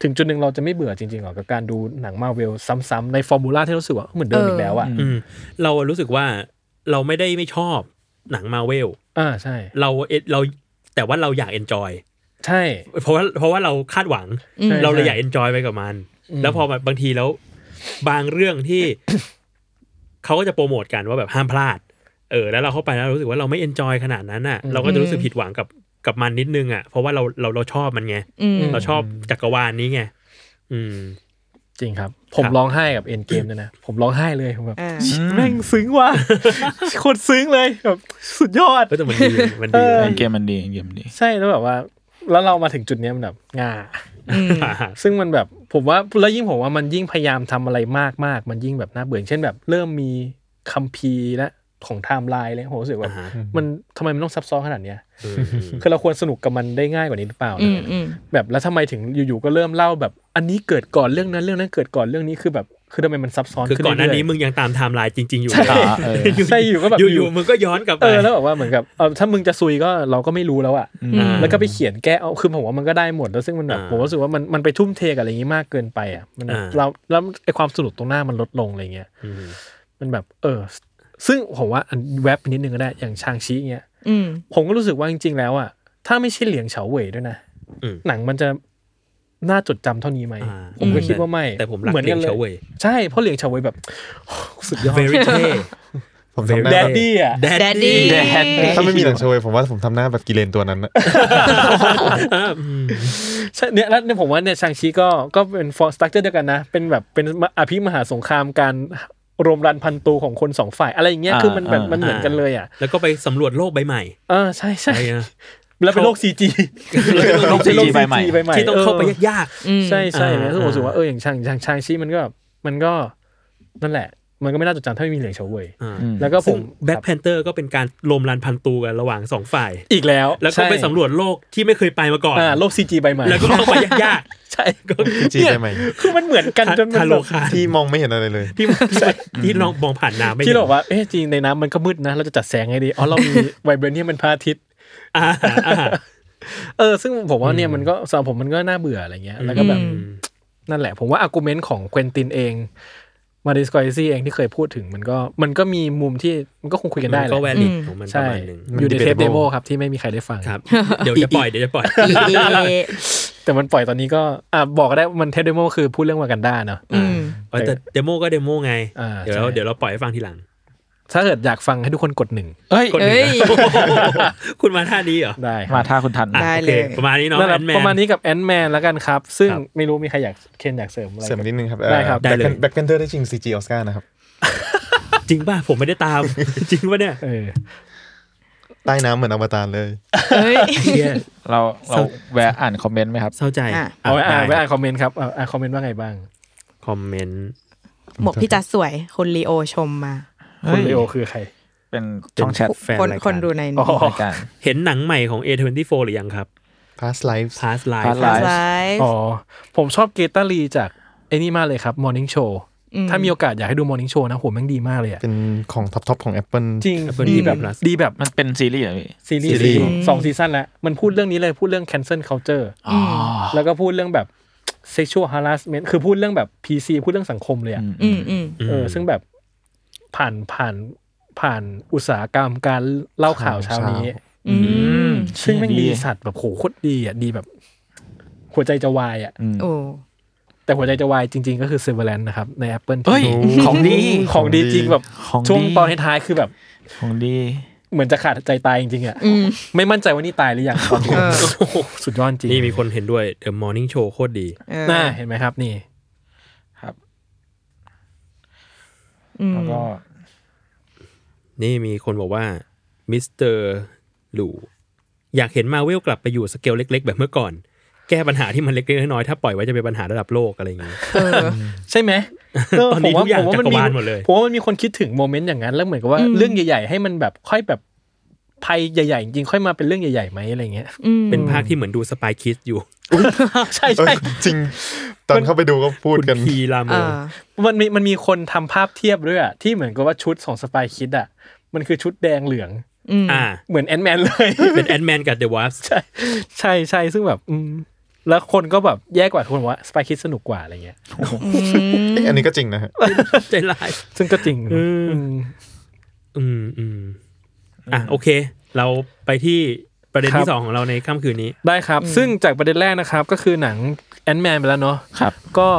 Speaker 1: ถึงจุดหนึ่งเราจะไม่เบื่อจริงๆหรอกกับการดูหนังมาเวลซ้ำๆในฟอร์มูลาที่รู้สึกว่าเหมือนเดิมอีกแล้วอ่ะ
Speaker 4: เอ
Speaker 3: อืมเรารู้สึกว่าเราไม่ได้ไม่ชอบหนังมาเวล
Speaker 1: อ่าใช่
Speaker 3: เราเอเราแต่ว่าเราอยากเอนจอย
Speaker 1: ใช่
Speaker 3: เพราะว่าเพราะว่าเราคาดหวัง
Speaker 5: อืม
Speaker 3: เราเลยอยากเอนจอยไปกับมัน แล้วพอแบบบางทีแล้ว บางเรื่องที่ (coughs) เขาก็จะโปรโมทกันว่าแบบห้ามพลาด เออ แล้วเราเข้าไปแล้วเรารู้สึกว่าเราไม่เอนจอยขนาดนั้นน่ะ เราก็จะรู้สึกผิดหวังกับกับมันนิดนึงอ่ะเพราะว่าเราเราเราชอบมันไง
Speaker 5: อืม
Speaker 3: เราชอบจักรวาลนี้ไงอืม
Speaker 1: จริงครับ ผม
Speaker 3: ครับ
Speaker 1: ร้องไห้กับเอ็นเกมเนี่ยนะ ผมร้องไห้เลยผมแบบ
Speaker 5: อ่า
Speaker 1: แม่งซึ้งว่ะ (laughs) โคตรซึ้งเลยแบบสุดยอด
Speaker 3: ก็แต่มันดี
Speaker 1: (laughs)
Speaker 3: มันดี
Speaker 1: เออ
Speaker 4: เกมมันดีเกมมันดี
Speaker 1: ใช่แล้วแบบว่า แล้วเรามาถึงจุดเนี้ยมันแบบงา
Speaker 3: อ่ะ
Speaker 1: ซึ่งมันแบบผมว่าแล้วยิ่งผมว่ามันยิ่งพยายามทำอะไรมากมากๆมันยิ่งแบบน่าเบื่ออย่างเช่นแบบ เริ่มมีคัมภีร์และของไทม์ไลน์เลยผมรู้สึก
Speaker 3: อ่ะ
Speaker 1: ว่า
Speaker 3: ฮะ
Speaker 1: มันทำไมมันต้องซับซ้อนขนาดเนี้ย
Speaker 3: อืม
Speaker 1: คือเราควรสนุกกับมันได้ง่ายกว่านี้หรือเปล่า
Speaker 5: อื
Speaker 1: เนี่ย
Speaker 5: มอืม
Speaker 1: แบบแล้วทำไมถึงอยู่ๆก็เริ่มเล่าแบบ อันนี้เกิดก่อนเรื่องนั้นเรื่องนั้นเกิดก่อนเรื่องนี้คือแบบคือทำไมมันซับซ้อน
Speaker 3: คือ
Speaker 1: ขึ้
Speaker 3: ก่อนหน้า
Speaker 1: เรื่ยๆ
Speaker 3: นี้มึงยังตามไทม์ไลน์จริง ๆ อยู่
Speaker 1: ใช่
Speaker 3: เลย
Speaker 4: เออ
Speaker 1: ใช่อยู่ก็แบบ
Speaker 3: อยู่ๆมึงก็ย้อนกลับไป
Speaker 1: เออแล้วแบบว่าเหมือนกับเออถ้ามึงจะซุยก็เราก็ไม่รู้แล้วอะ
Speaker 4: อืม
Speaker 3: อ่า
Speaker 1: แล้วก็ไปเขียนแก้เอาคือผมว่ามันก็ได้หมดแล้วซึ่งมันแบบ
Speaker 3: อ่า
Speaker 1: ผมรู้สึกว่ามันมันไปทุ่มเทกับอะไรอย่างนี้มากเกินไปอะมันแบบ
Speaker 3: อ่า
Speaker 1: เราแล้วไอความสนุกตรงหน้ามันลดลงอะไรเงี้ย
Speaker 3: อืม
Speaker 1: มันแบบเออ ซึ่งผมว่าอันแวบไปนิดนึงก็ได้อย่างชางชีเงี้ย
Speaker 5: อืม
Speaker 1: ผมก็รู้สึกว่าจริง ๆ แล้วอะถ้าไม่ใช่เหลียงเฉาเหวยด้วยนะ
Speaker 3: อืม
Speaker 1: หนังมันจะน่าจดจำเท่านี้ไหม
Speaker 3: อ่า
Speaker 1: ผมก็คิดว่าไม่
Speaker 3: แต่ผมรัก
Speaker 1: หอน
Speaker 3: เรีย
Speaker 1: น
Speaker 3: น
Speaker 1: ล
Speaker 3: เฉาเว่ย
Speaker 1: ใช่เพราะเหลียงเฉาเหวยแบบ สุดยอด (laughs)
Speaker 3: very เท่
Speaker 2: ผมทำหน้า
Speaker 1: แด
Speaker 2: แบ
Speaker 1: ด
Speaker 2: บ
Speaker 1: ดี้อะ
Speaker 5: Daddy
Speaker 4: แดน
Speaker 2: ถ้าไม่มีหนังโชว์ผมว่าผมทำหน้าแบบกิเลนตัวนั้น
Speaker 1: (laughs)
Speaker 2: นะ
Speaker 1: ใช่เนี่ยแล้วเนี่ยผมว่าเนี่ยชางชีก็ก็เป็นฟอร์สตั u เจอร์เดียวกันนะ เป็นแบบเป็นอภิมหาสงครามการรวมรันพันตูของคนสองฝ่ายอะไรอย่างเงี้ยคือมันแบบมันเหมือนกันเลยอ่ะ
Speaker 3: แล้วก็ไปสำรวจโลกใบใหม่
Speaker 1: เออใช่ใช่
Speaker 3: อะไรเงี้ย
Speaker 1: แล้วเป็นโลกซีจี
Speaker 4: โลกซีจีใบใหม่
Speaker 1: ใหม่
Speaker 3: ที่ต้องเข้าไปยาก
Speaker 5: อืม
Speaker 1: ใช่ใช่เนี่ย
Speaker 3: อ่า
Speaker 1: ซึ่งผมรู้สึกว่าเอออย่างชางชางชางชีมันก็แบบมันก็นั่นแหละ มันก็ไม่น่าจดจำถ้าไม่มีเหลียงเฉาเว่ย
Speaker 3: ๆอ่า
Speaker 4: อืม
Speaker 1: แล้วก็ผ
Speaker 3: ซึ่ง
Speaker 1: ม
Speaker 3: แบ็คแพนเตอร์ก็เป็นการลมรันพันตูกันระหว่างสองฝ่าย
Speaker 1: อีกแล้ว
Speaker 3: แล้วก็
Speaker 1: ใช่
Speaker 3: ไปสำรวจโลกที่ไม่เคยไปมาก่อน
Speaker 1: อ่าโลกซีจีใบใหม่
Speaker 3: แล้วก็เข้าไปยาก
Speaker 1: (laughs) ใช่
Speaker 3: ๆก็
Speaker 2: จี
Speaker 1: เนี่ย
Speaker 2: ได้ไหม
Speaker 1: คือมันเหมือนกันจนมัน
Speaker 3: ทา
Speaker 1: แบ
Speaker 3: โล
Speaker 1: บ
Speaker 3: คาน
Speaker 2: ที่มองไม่เห็นอะไรเลย
Speaker 3: ที่ที่ลองมองผ่านน้ำไม่
Speaker 1: ที่
Speaker 3: เห็น
Speaker 1: เราบอกว่าเอ๊ะจริงในน้ำมันก็มืดนะ เราจะจัดแสงไงดี อ๋อ เรา
Speaker 3: (laughs)
Speaker 1: มี ไวเบรเนียมเป็นพระอาทิตย์
Speaker 3: อ่าอ่า
Speaker 1: เออ ซึ่งผมว่าเนี่ยมันก็สำหรับผมมันก็น่าเบื่ออะไรเงี้ย แล้วก็แบบ นั่นแหละ ผมว่าอาร์กุเมนต์ของเควินตินเอง มาดิสกอยซี่เองที่เคยพูดถึงมันก็มันก็มีมุมที่มันก็คงคุยกันได้
Speaker 3: มั
Speaker 1: แห
Speaker 3: นก็แว
Speaker 1: ละ
Speaker 3: ลิดของมันป
Speaker 1: ใช่
Speaker 3: ระมาณหนึ่ง
Speaker 2: มัน
Speaker 1: อยู่ในเทป
Speaker 2: debatable
Speaker 1: เดโมครับ ที่ไม่มีใครได้ฟัง
Speaker 3: ครับ เดี๋ยวจะปล่อยเดี๋ยวจะปล่อย
Speaker 5: เอ
Speaker 1: แต่มันปล่อยตอนนี้ก็อ่ะบอกก็ได้มันเทปเดโมคือพูดเรื่องวากันดาเนาะ
Speaker 5: อืม
Speaker 3: เออแต่เดโมก็เดโมไง
Speaker 1: อ่า
Speaker 3: เดี๋ยวเรา
Speaker 1: ใช่
Speaker 3: เดี๋ยวเราปล่อยให้ฟังทีหลัง
Speaker 1: ถ้าเกิดอยากฟังให้ทุกคนกดหนึ่ง
Speaker 4: เอ้ย
Speaker 3: กดหนึ่ง
Speaker 5: เอ้ย
Speaker 3: นะ (laughs) คุณมาท่านี้เหรอ
Speaker 1: ได้ค
Speaker 4: มา
Speaker 1: รับ
Speaker 4: ท่าคุณทัน
Speaker 3: อ่ะ
Speaker 5: ได้
Speaker 3: โอ
Speaker 5: เลย
Speaker 3: ประมาณนี้เนาะ
Speaker 1: นั่นแหละ
Speaker 3: แอนแมน
Speaker 1: ประมาณนี้กับแอนแมนแล้วกันครับ ซึ่ง
Speaker 3: ครับ
Speaker 1: ไม่รู้มีใครอยากเคนอยากเสริมอะไร
Speaker 2: เสริมนิดนึงครับ
Speaker 1: ได้ครับ
Speaker 3: ได้เลย
Speaker 2: แบ็คแพนเตอร์ได้ชิงซีจีออสการ์นะครับ
Speaker 3: จริงป่ะผมไม่ได้ตาม (laughs) จริงป่ะเนี่ย
Speaker 1: เออ
Speaker 2: ใต้น้ำเหมือนอวตารเลย
Speaker 5: เอ้ย
Speaker 4: เราเราแวะอ่านคอมเมนต์ไหมครับ
Speaker 3: เศร้าใจ
Speaker 5: อ่ะ
Speaker 1: เอาไว้อ่านไว้
Speaker 3: ได้
Speaker 1: อ่านคอมเมนต์ครับเอาอ่านคอมเมนต์ว่าไงบ้าง
Speaker 3: คอมเมนต์
Speaker 5: หมวกพี่จัดสวยคุณลีโอชมมา
Speaker 1: คุณเลโอคือใคร
Speaker 4: เป็นช่องแชท
Speaker 3: แฟน
Speaker 5: คน
Speaker 3: รายการ
Speaker 5: คนดูใน
Speaker 1: อ๋อ
Speaker 4: รายการ
Speaker 3: เห็นหนังใหม่ของ A24 หรือยังครับ
Speaker 2: past lives
Speaker 3: Past Life
Speaker 4: Past
Speaker 5: ไล
Speaker 4: Life
Speaker 5: ฟ์
Speaker 1: อ๋อ ผมชอบเกตาลีจากไอ้นี่มากเลยครับ Morning Show ถ้ามีโอกาสอยากให้ดู Morning Show นะโหแม่งดีมากเลยอะ
Speaker 2: เป็นของท็อปทอปของ Apple
Speaker 1: จริง
Speaker 3: Apple
Speaker 1: ดี
Speaker 3: TV
Speaker 1: แบบ
Speaker 3: Plus
Speaker 1: ดีแบบ
Speaker 4: มันเป็นซีรีส์เหรอพี่
Speaker 1: ซีรี
Speaker 2: ซีรีส์
Speaker 1: ส์สองซีซั่นแล้ว มันพูดเรื่องนี้เลยพูดเรื่อง cancel culture
Speaker 4: อ๋อ
Speaker 1: แล้วก็พูดเรื่องแบบ sexual harassment คือพูดเรื่องแบบ PC พูดเรื่องสังคมเลยอะ
Speaker 5: อืมอืม
Speaker 3: อืม
Speaker 1: เออซึ่งแบบผ่านผ่านผ่านอุตสาหกรรมการเล่าข่าวเช้านี้
Speaker 5: อืม
Speaker 1: ซึ่งแม่งดีสัตว์แบบโหโคตรดีอ่ะดีแบบ หัวใจจะวายอ่ะ
Speaker 4: อืม
Speaker 5: โอ้
Speaker 1: แต่หัวใจจะวายจริง ๆ ก็คือเซเวอร์แลนนะครับ ใน Apple
Speaker 4: เฮ้ย ของดี
Speaker 1: ของดีจริงแบบ
Speaker 4: ของดี
Speaker 1: ช่วงตอนท้ายๆคือแบบ
Speaker 4: ของดี
Speaker 1: เหมือนจะขาดใจตายจริงๆอ่ะ
Speaker 5: อืม
Speaker 1: ไม่มั่นใจว่านี่ตายหรือยังตอนนี้สุดยอดจริง
Speaker 3: นี่มีคนเห็นด้วย The Morning Show โคตรดี
Speaker 5: เออ
Speaker 1: น่าเห็นไหมครับ นี่
Speaker 4: ครับ
Speaker 5: อืม
Speaker 4: แล้วก็
Speaker 3: นี่มีคนบอกว่ามิสเตอร์หลูอยากเห็นมาเวลกลับไปอยู่สเกลเล็ก ๆ แบบเมื่อก่อน แก้ปัญหาที่มันเล็กๆน้อยๆถ้าปล่อยไว้จะเป็นปัญหาระดับโลกอะไรอย่างนี้
Speaker 5: เออ
Speaker 1: ใช่ไหม
Speaker 3: (laughs)
Speaker 1: เ
Speaker 3: ตอนนี้
Speaker 1: ผมว่
Speaker 3: ทุกอย่าง
Speaker 1: ผมว่
Speaker 3: จักรวาล
Speaker 1: น
Speaker 3: หมดเลย
Speaker 1: ผมว่ามันมีคนคิดถึงโมเมนต์อย่างนั้น แล้วเหมือนกับว่า
Speaker 5: อืม
Speaker 1: เรื่องใหญ่ ๆ ให้มันแบบค่อยแบบภัยใหญ่ๆจริงๆค่อยมาเป็นเรื่องใหญ่ๆไหมอะไรเงี้ย
Speaker 5: อืม
Speaker 3: เป็นภาคที่เหมือนดูสปายคิสอยู่
Speaker 1: ใช่
Speaker 2: เอ้
Speaker 1: ใช่
Speaker 2: ยจริง ตอนเข้าไปดูก็พูด
Speaker 3: คุณ
Speaker 2: กัน
Speaker 3: พีลาโม
Speaker 5: เออ
Speaker 1: มันมีมันมีคนทำภาพเทียบด้วยอะที่เหมือนกับว่าชุดของสปายคิดอะมันคือชุดแดงเหลือง
Speaker 5: อืม
Speaker 3: อ่า
Speaker 1: เหมือนแอนแมนเลย (laughs)
Speaker 3: เป็นแอนแมนกับเดอะว s ฟ
Speaker 1: ใช่ใช่ใช่ซึ่งแบบอืมแล้วคนก็แบบแย่กว่าคนบอกว่าสปายคิดสนุกกว่าอะไรเงี้ย
Speaker 2: เอ้ยอันนี้ก็จริงนะฮะ
Speaker 3: ใจร้าย
Speaker 1: ซึ่งก็จริง
Speaker 3: อืม
Speaker 1: อืม
Speaker 3: อืมอืมอ่ะโอเค เราไปที่ประเด็น
Speaker 1: ครับ
Speaker 3: ที่สองของเราในค่ำคืนนี้
Speaker 1: ได้ครับ ซึ่งจากประเด็นแรกนะครับ ก็คือหนังแอนแมนไปแล้วเนาะ
Speaker 4: ครับ
Speaker 1: ก็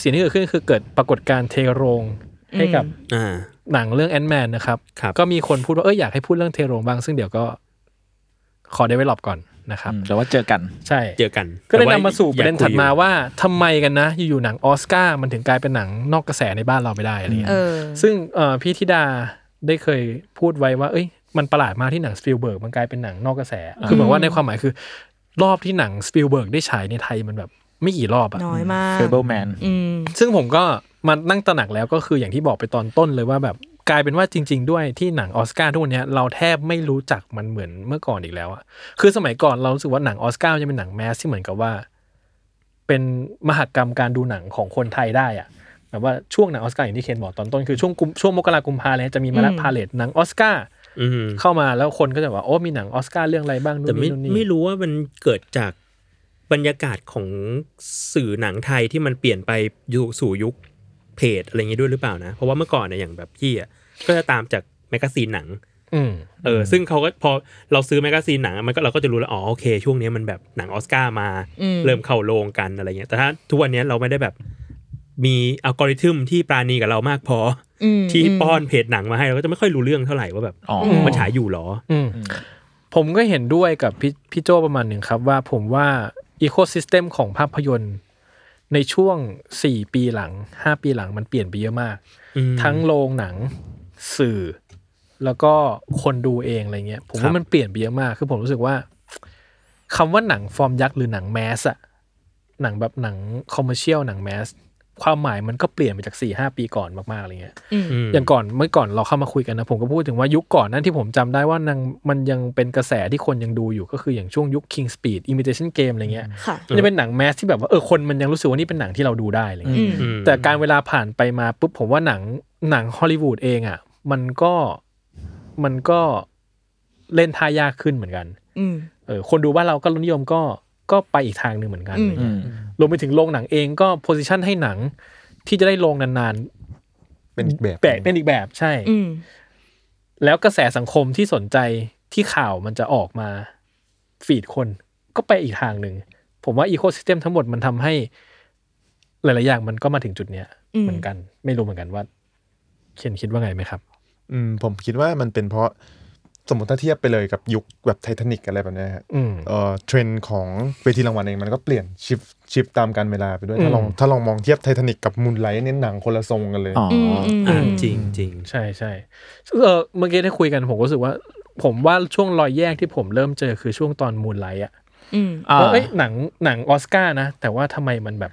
Speaker 1: สิ่งที่เกิดขึ้นคือเกิดปรากฏการณ์เทโรง ให้กับ
Speaker 3: อ่า
Speaker 1: หนังเรื่องแอนแมนนะครับ
Speaker 3: ครับ
Speaker 1: ก็มีคนพูดว่าเอออยากให้พูดเรื่องเทโรงบ้าง ซึ่งเดี๋ยวก็ขอเดเวลลอปก่อนนะครับ
Speaker 4: อืมแต่ว่าเจอกัน
Speaker 1: ใช่
Speaker 3: เจอกัน
Speaker 1: ก็เลย
Speaker 3: แต่ว่
Speaker 1: นำมาสู่ประเด็นถัดมา
Speaker 3: อยกคุยอยู่
Speaker 1: ว่าทำไมกันนะ อยู่ๆหนังออสการ์มันถึงกลายเป็นหนังนอกกระแสในบ้านเราไม่ได้อะไรเงี้ย
Speaker 5: เออ
Speaker 1: ซึ่งเอ่อพี่ธิดาได้เคยพูดไว้ว่า เอ้ย มันประหลาดมากที่หนังสปิลเบิร์กมันกลายเป็นหนังนอกกระแส คือเหมือนว่าในความหมายคือ รอบที่หนังสปิลเบิร์กได้ฉายในไทยมันแบบไม่กี่รอบอะ
Speaker 5: น้อยมาก
Speaker 4: f a b l e Man
Speaker 5: อืม
Speaker 1: ซึ่งผมก็มานั่งตระหนักแล้วก็คืออย่างที่บอกไปตอนต้นเลยว่าแบบกลายเป็นว่าจริง ๆ ด้วยที่หนังออสการ์ทุกวันเนี้ยเราแทบไม่รู้จักมันเหมือนเมื่อก่อนอีกแล้วอะคือสมัยก่อนเรารู้สึกว่าหนังออสการ์จะเป็นหนังแมสที่เหมือนกับว่า เป็นมหกรรมการดูหนังของคนไทยได้อะแบบว่าช่วงหนังออสการ์อย่างที่เคนบอกตอนต้นคือช่วงกุมช่วงมกรากุมภาเลยจะมีมาละ
Speaker 5: อืม
Speaker 1: พาเลตหนังออสการ์
Speaker 3: อืม
Speaker 1: เข้ามาแล้วคนก็จะบอกว่าโอ้มีหนังออสการ์เรื่องอะไรบ้างนู่
Speaker 3: แต่
Speaker 1: น
Speaker 3: ไม่
Speaker 1: นี่นู่นนี่
Speaker 3: ไม่รู้ว่ามันเกิดจากบรรยากาศของสื่อหนังไทยที่มันเปลี่ยนไปอยู่สู่ยุคเพจอะไรอย่างงี้ด้วยหรือเปล่านะ เพราะว่าเมื่อก่อนเนี่ยอย่างแบบพี่อ่ะก็จะตามจากแมกกาซีนหนัง
Speaker 1: อืม
Speaker 3: เออซึ่งเขาก็พอเราซื้อแมกกาซีนหนังมันก็เราก็จะรู้แล้วอ๋อโอเคช่วงนี้มันแบบหนังออสการ์มา
Speaker 5: อืม
Speaker 3: เริ่มเข้าโรงกันอะไรเงี้ยแต่ถ้าทุกวันเนี้ยเราไม่ได้แบบมีอัลกอริทึมที่ปราณีกับเรามากพอ
Speaker 5: อืม
Speaker 3: อที่ป้อนเพจหนังมาให้เราก็จะไม่ค่อยรู้เรื่องเท่าไหร่ว่าแบบ
Speaker 4: อ๋อ
Speaker 3: มันฉายอยู่เหรอ
Speaker 1: อืมผมก็เห็นด้วยกับพี่พี่โจประมาณหนึ่งครับ ว่าผมว่าอีโคซิสเต็มของภาพยนตร์ ในช่วง 4 ปีหลัง 5 ปีหลังมันเปลี่ยนไปเยอะมาก
Speaker 3: อืม
Speaker 1: ทั้งโรงหนังสื่อ แล้วก็คนดูเองอะไรเงี้ย ผม
Speaker 3: ครั
Speaker 1: ว่า
Speaker 3: บ
Speaker 1: มันเปลี่ยนไปเยอะมาก คือผมรู้สึกว่าคำว่าหนังฟอร์มยักษ์หรือหนังแมสอะหนังแบบหนังคอมเมอร์เชียลหนังแมสความหมายมันก็เปลี่ยนไปจาก4ี่ห้าปีก่อนมากๆอะไรเงี้ย
Speaker 3: อืม
Speaker 1: อย่างก่อนเมื่อก่อนเราเข้ามาคุยกันนะผมก็พูดถึงว่ายุคก่อนนั้นที่ผมจำได้ว่านางมันยังเป็นกระแสที่คนยังดูอยู่ก็คืออย่างช่วงยุค King Speed Imitation Game อะไรเงี้ย
Speaker 5: ค่ะ
Speaker 1: มันจะเป็นหนังแมสที่แบบว่าเออคนมันยังรู้สึกว่านี่เป็นหนังที่เราดูได้อะไร
Speaker 5: อื
Speaker 1: เงี้ย
Speaker 5: ม
Speaker 3: อืม
Speaker 1: แต่การเวลาผ่านไปมาปุ๊บผมว่าหนังหนังฮอลลีวูดเองอ่ะมันก็มันก็เล่นท่ายากขึ้นเหมือนกัน
Speaker 5: อืม
Speaker 1: เออคนดูบ้านเราก็รสนิยมก็ก็ไปอีกทางหนึ่งเหมือนกันอะไรเงี้ย
Speaker 4: อืม
Speaker 1: รวมไปถึงโรงหนังเองก็โพ i ิชันให้หนังที่จะได้โรงนานๆ
Speaker 2: เป็นอีกแบบ
Speaker 1: แปลเป็นอีกแบบใช่
Speaker 5: อืม
Speaker 1: แล้วกระแสสังคมที่สนใจที่ข่าวมันจะออกมาฟีดคนก็ไปอีกทางหนึ่ง ผมว่าอีโค y ิสเต็มทั้งหมดมันทำให้ หลายๆอย่างมันก็มาถึงจุดเนี้ย
Speaker 5: อืม
Speaker 1: เหมือนกัน ไม่รู้เหมือนกันว่าเคนคิดว่าไงไหมครับ
Speaker 2: อืมผมคิดว่ามันเป็นเพราะสมมติถ้าเทียบไปเลยกับยุคแบบไททานิกอะไรแบบเนี้ยฮะ
Speaker 1: อืม
Speaker 2: เอ่อเทรนด์ของเวทีรางวัลเองมันก็เปลี่ยนชิฟชิฟตามการเวลาไปด้วย ถ้าลอง
Speaker 1: อืม
Speaker 2: ถ้าลองมองเทียบไททานิกกับมูนไลท์เนี่ยหนังคนละทรงกันเลย
Speaker 4: อ๋อ
Speaker 5: อืมอืม
Speaker 3: อ่าจริงจริง
Speaker 1: ใช่ใช่เออเมื่อกี้ได้คุยกันผมก็รู้สึกว่า ผมว่าช่วงรอยแยกที่ผมเริ่มเจอคือช่วงตอนมูนไลท์อะ
Speaker 5: อืม
Speaker 4: อ่า
Speaker 1: ว่าเอ้ยหนังหนังออสการ์นะ แต่ว่าทำไมมันแบบ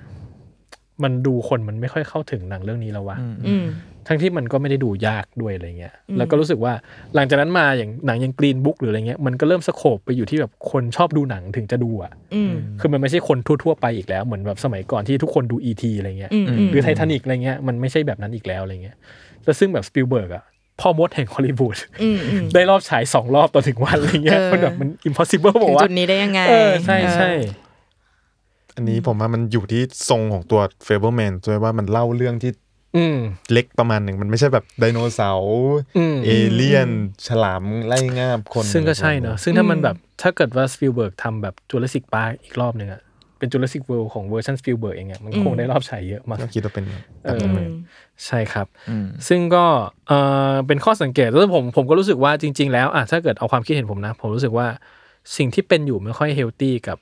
Speaker 1: มันดูคนมันไม่ค่อยเข้าถึงหนังเรื่องนี้แล้ววะ
Speaker 5: อืม
Speaker 1: ทั้งที่มันก็ไม่ได้ดูยากด้วยอะไรเงี้ยแล้วก็รู้สึกว่าหลังจากนั้นมาอย่างหนังอย่างกรีนบุ๊กหรืออะไรเงี้ยมันก็เริ่มสโคบไปอยู่ที่แบบคนชอบดูหนังถึงจะดูอ่ะ
Speaker 5: อืม
Speaker 1: คือมันไม่ใช่คนทั่ว ๆ ไปอีกแล้วเหมือนแบบสมัยก่อนที่ทุกคนดู E.T. อะไรเงี้ย
Speaker 5: อืมอืม
Speaker 1: หรือไททานิกอะไรเงี้ยมันไม่ใช่แบบนั้นอีกแล้วอะไรเงี้ยแล้วซึ่งแบบสปิลเบิร์กอะพ่อมดแห่งฮอลลีวูด
Speaker 5: อืมอืม
Speaker 1: (laughs) ได้รอบฉายสองรอบต่อถึงวันอะไรเงี้ย
Speaker 5: เออ
Speaker 1: มันแบบมัน impossible บ
Speaker 5: ถึ
Speaker 1: อก
Speaker 5: ง
Speaker 1: ว่า
Speaker 5: จุดนี้ได้ยังไง
Speaker 1: เออใช่ใช่
Speaker 2: อันนี้ผมว่ามันอยู่ที่ทรงของตัวเฟเบอร์แมนด้วยว่ามันเล่าเรื่องที่
Speaker 1: อืม
Speaker 2: เล็กประมาณหนึ่ง มันไม่ใช่แบบไดโนเสาร์
Speaker 1: อืม
Speaker 2: เอเลี่ยน ฉลามไล่งาบคน
Speaker 1: ซึ่งก็ใช่เนอะซึ่งถ้ามันแบบถ้าเกิดว่าสปิลเบิร์กทำแบบจูเลสิกปาร์อีกรอบหนึ่งอะเป็นจูเลสิกเวิลด์ของเวอร์ชันสปิลเบิร์กเองอะมันคงได้รอบฉายเยอะมาก
Speaker 2: ก็คิดว่าเป็น
Speaker 1: เออ
Speaker 2: แบบนั้นไหม
Speaker 1: ใช่ครับ
Speaker 4: อืม
Speaker 1: ซึ่งก็เออเป็นข้อสังเกตแล้วผมผมก็รู้สึกว่าจริง ๆ แล้วอ่ะถ้าเกิดเอาความคิดเห็นผมนะ ผมรู้สึกว่าสิ่งที่เป็นอยู่ไม่ค่อยเฮลตี้กับ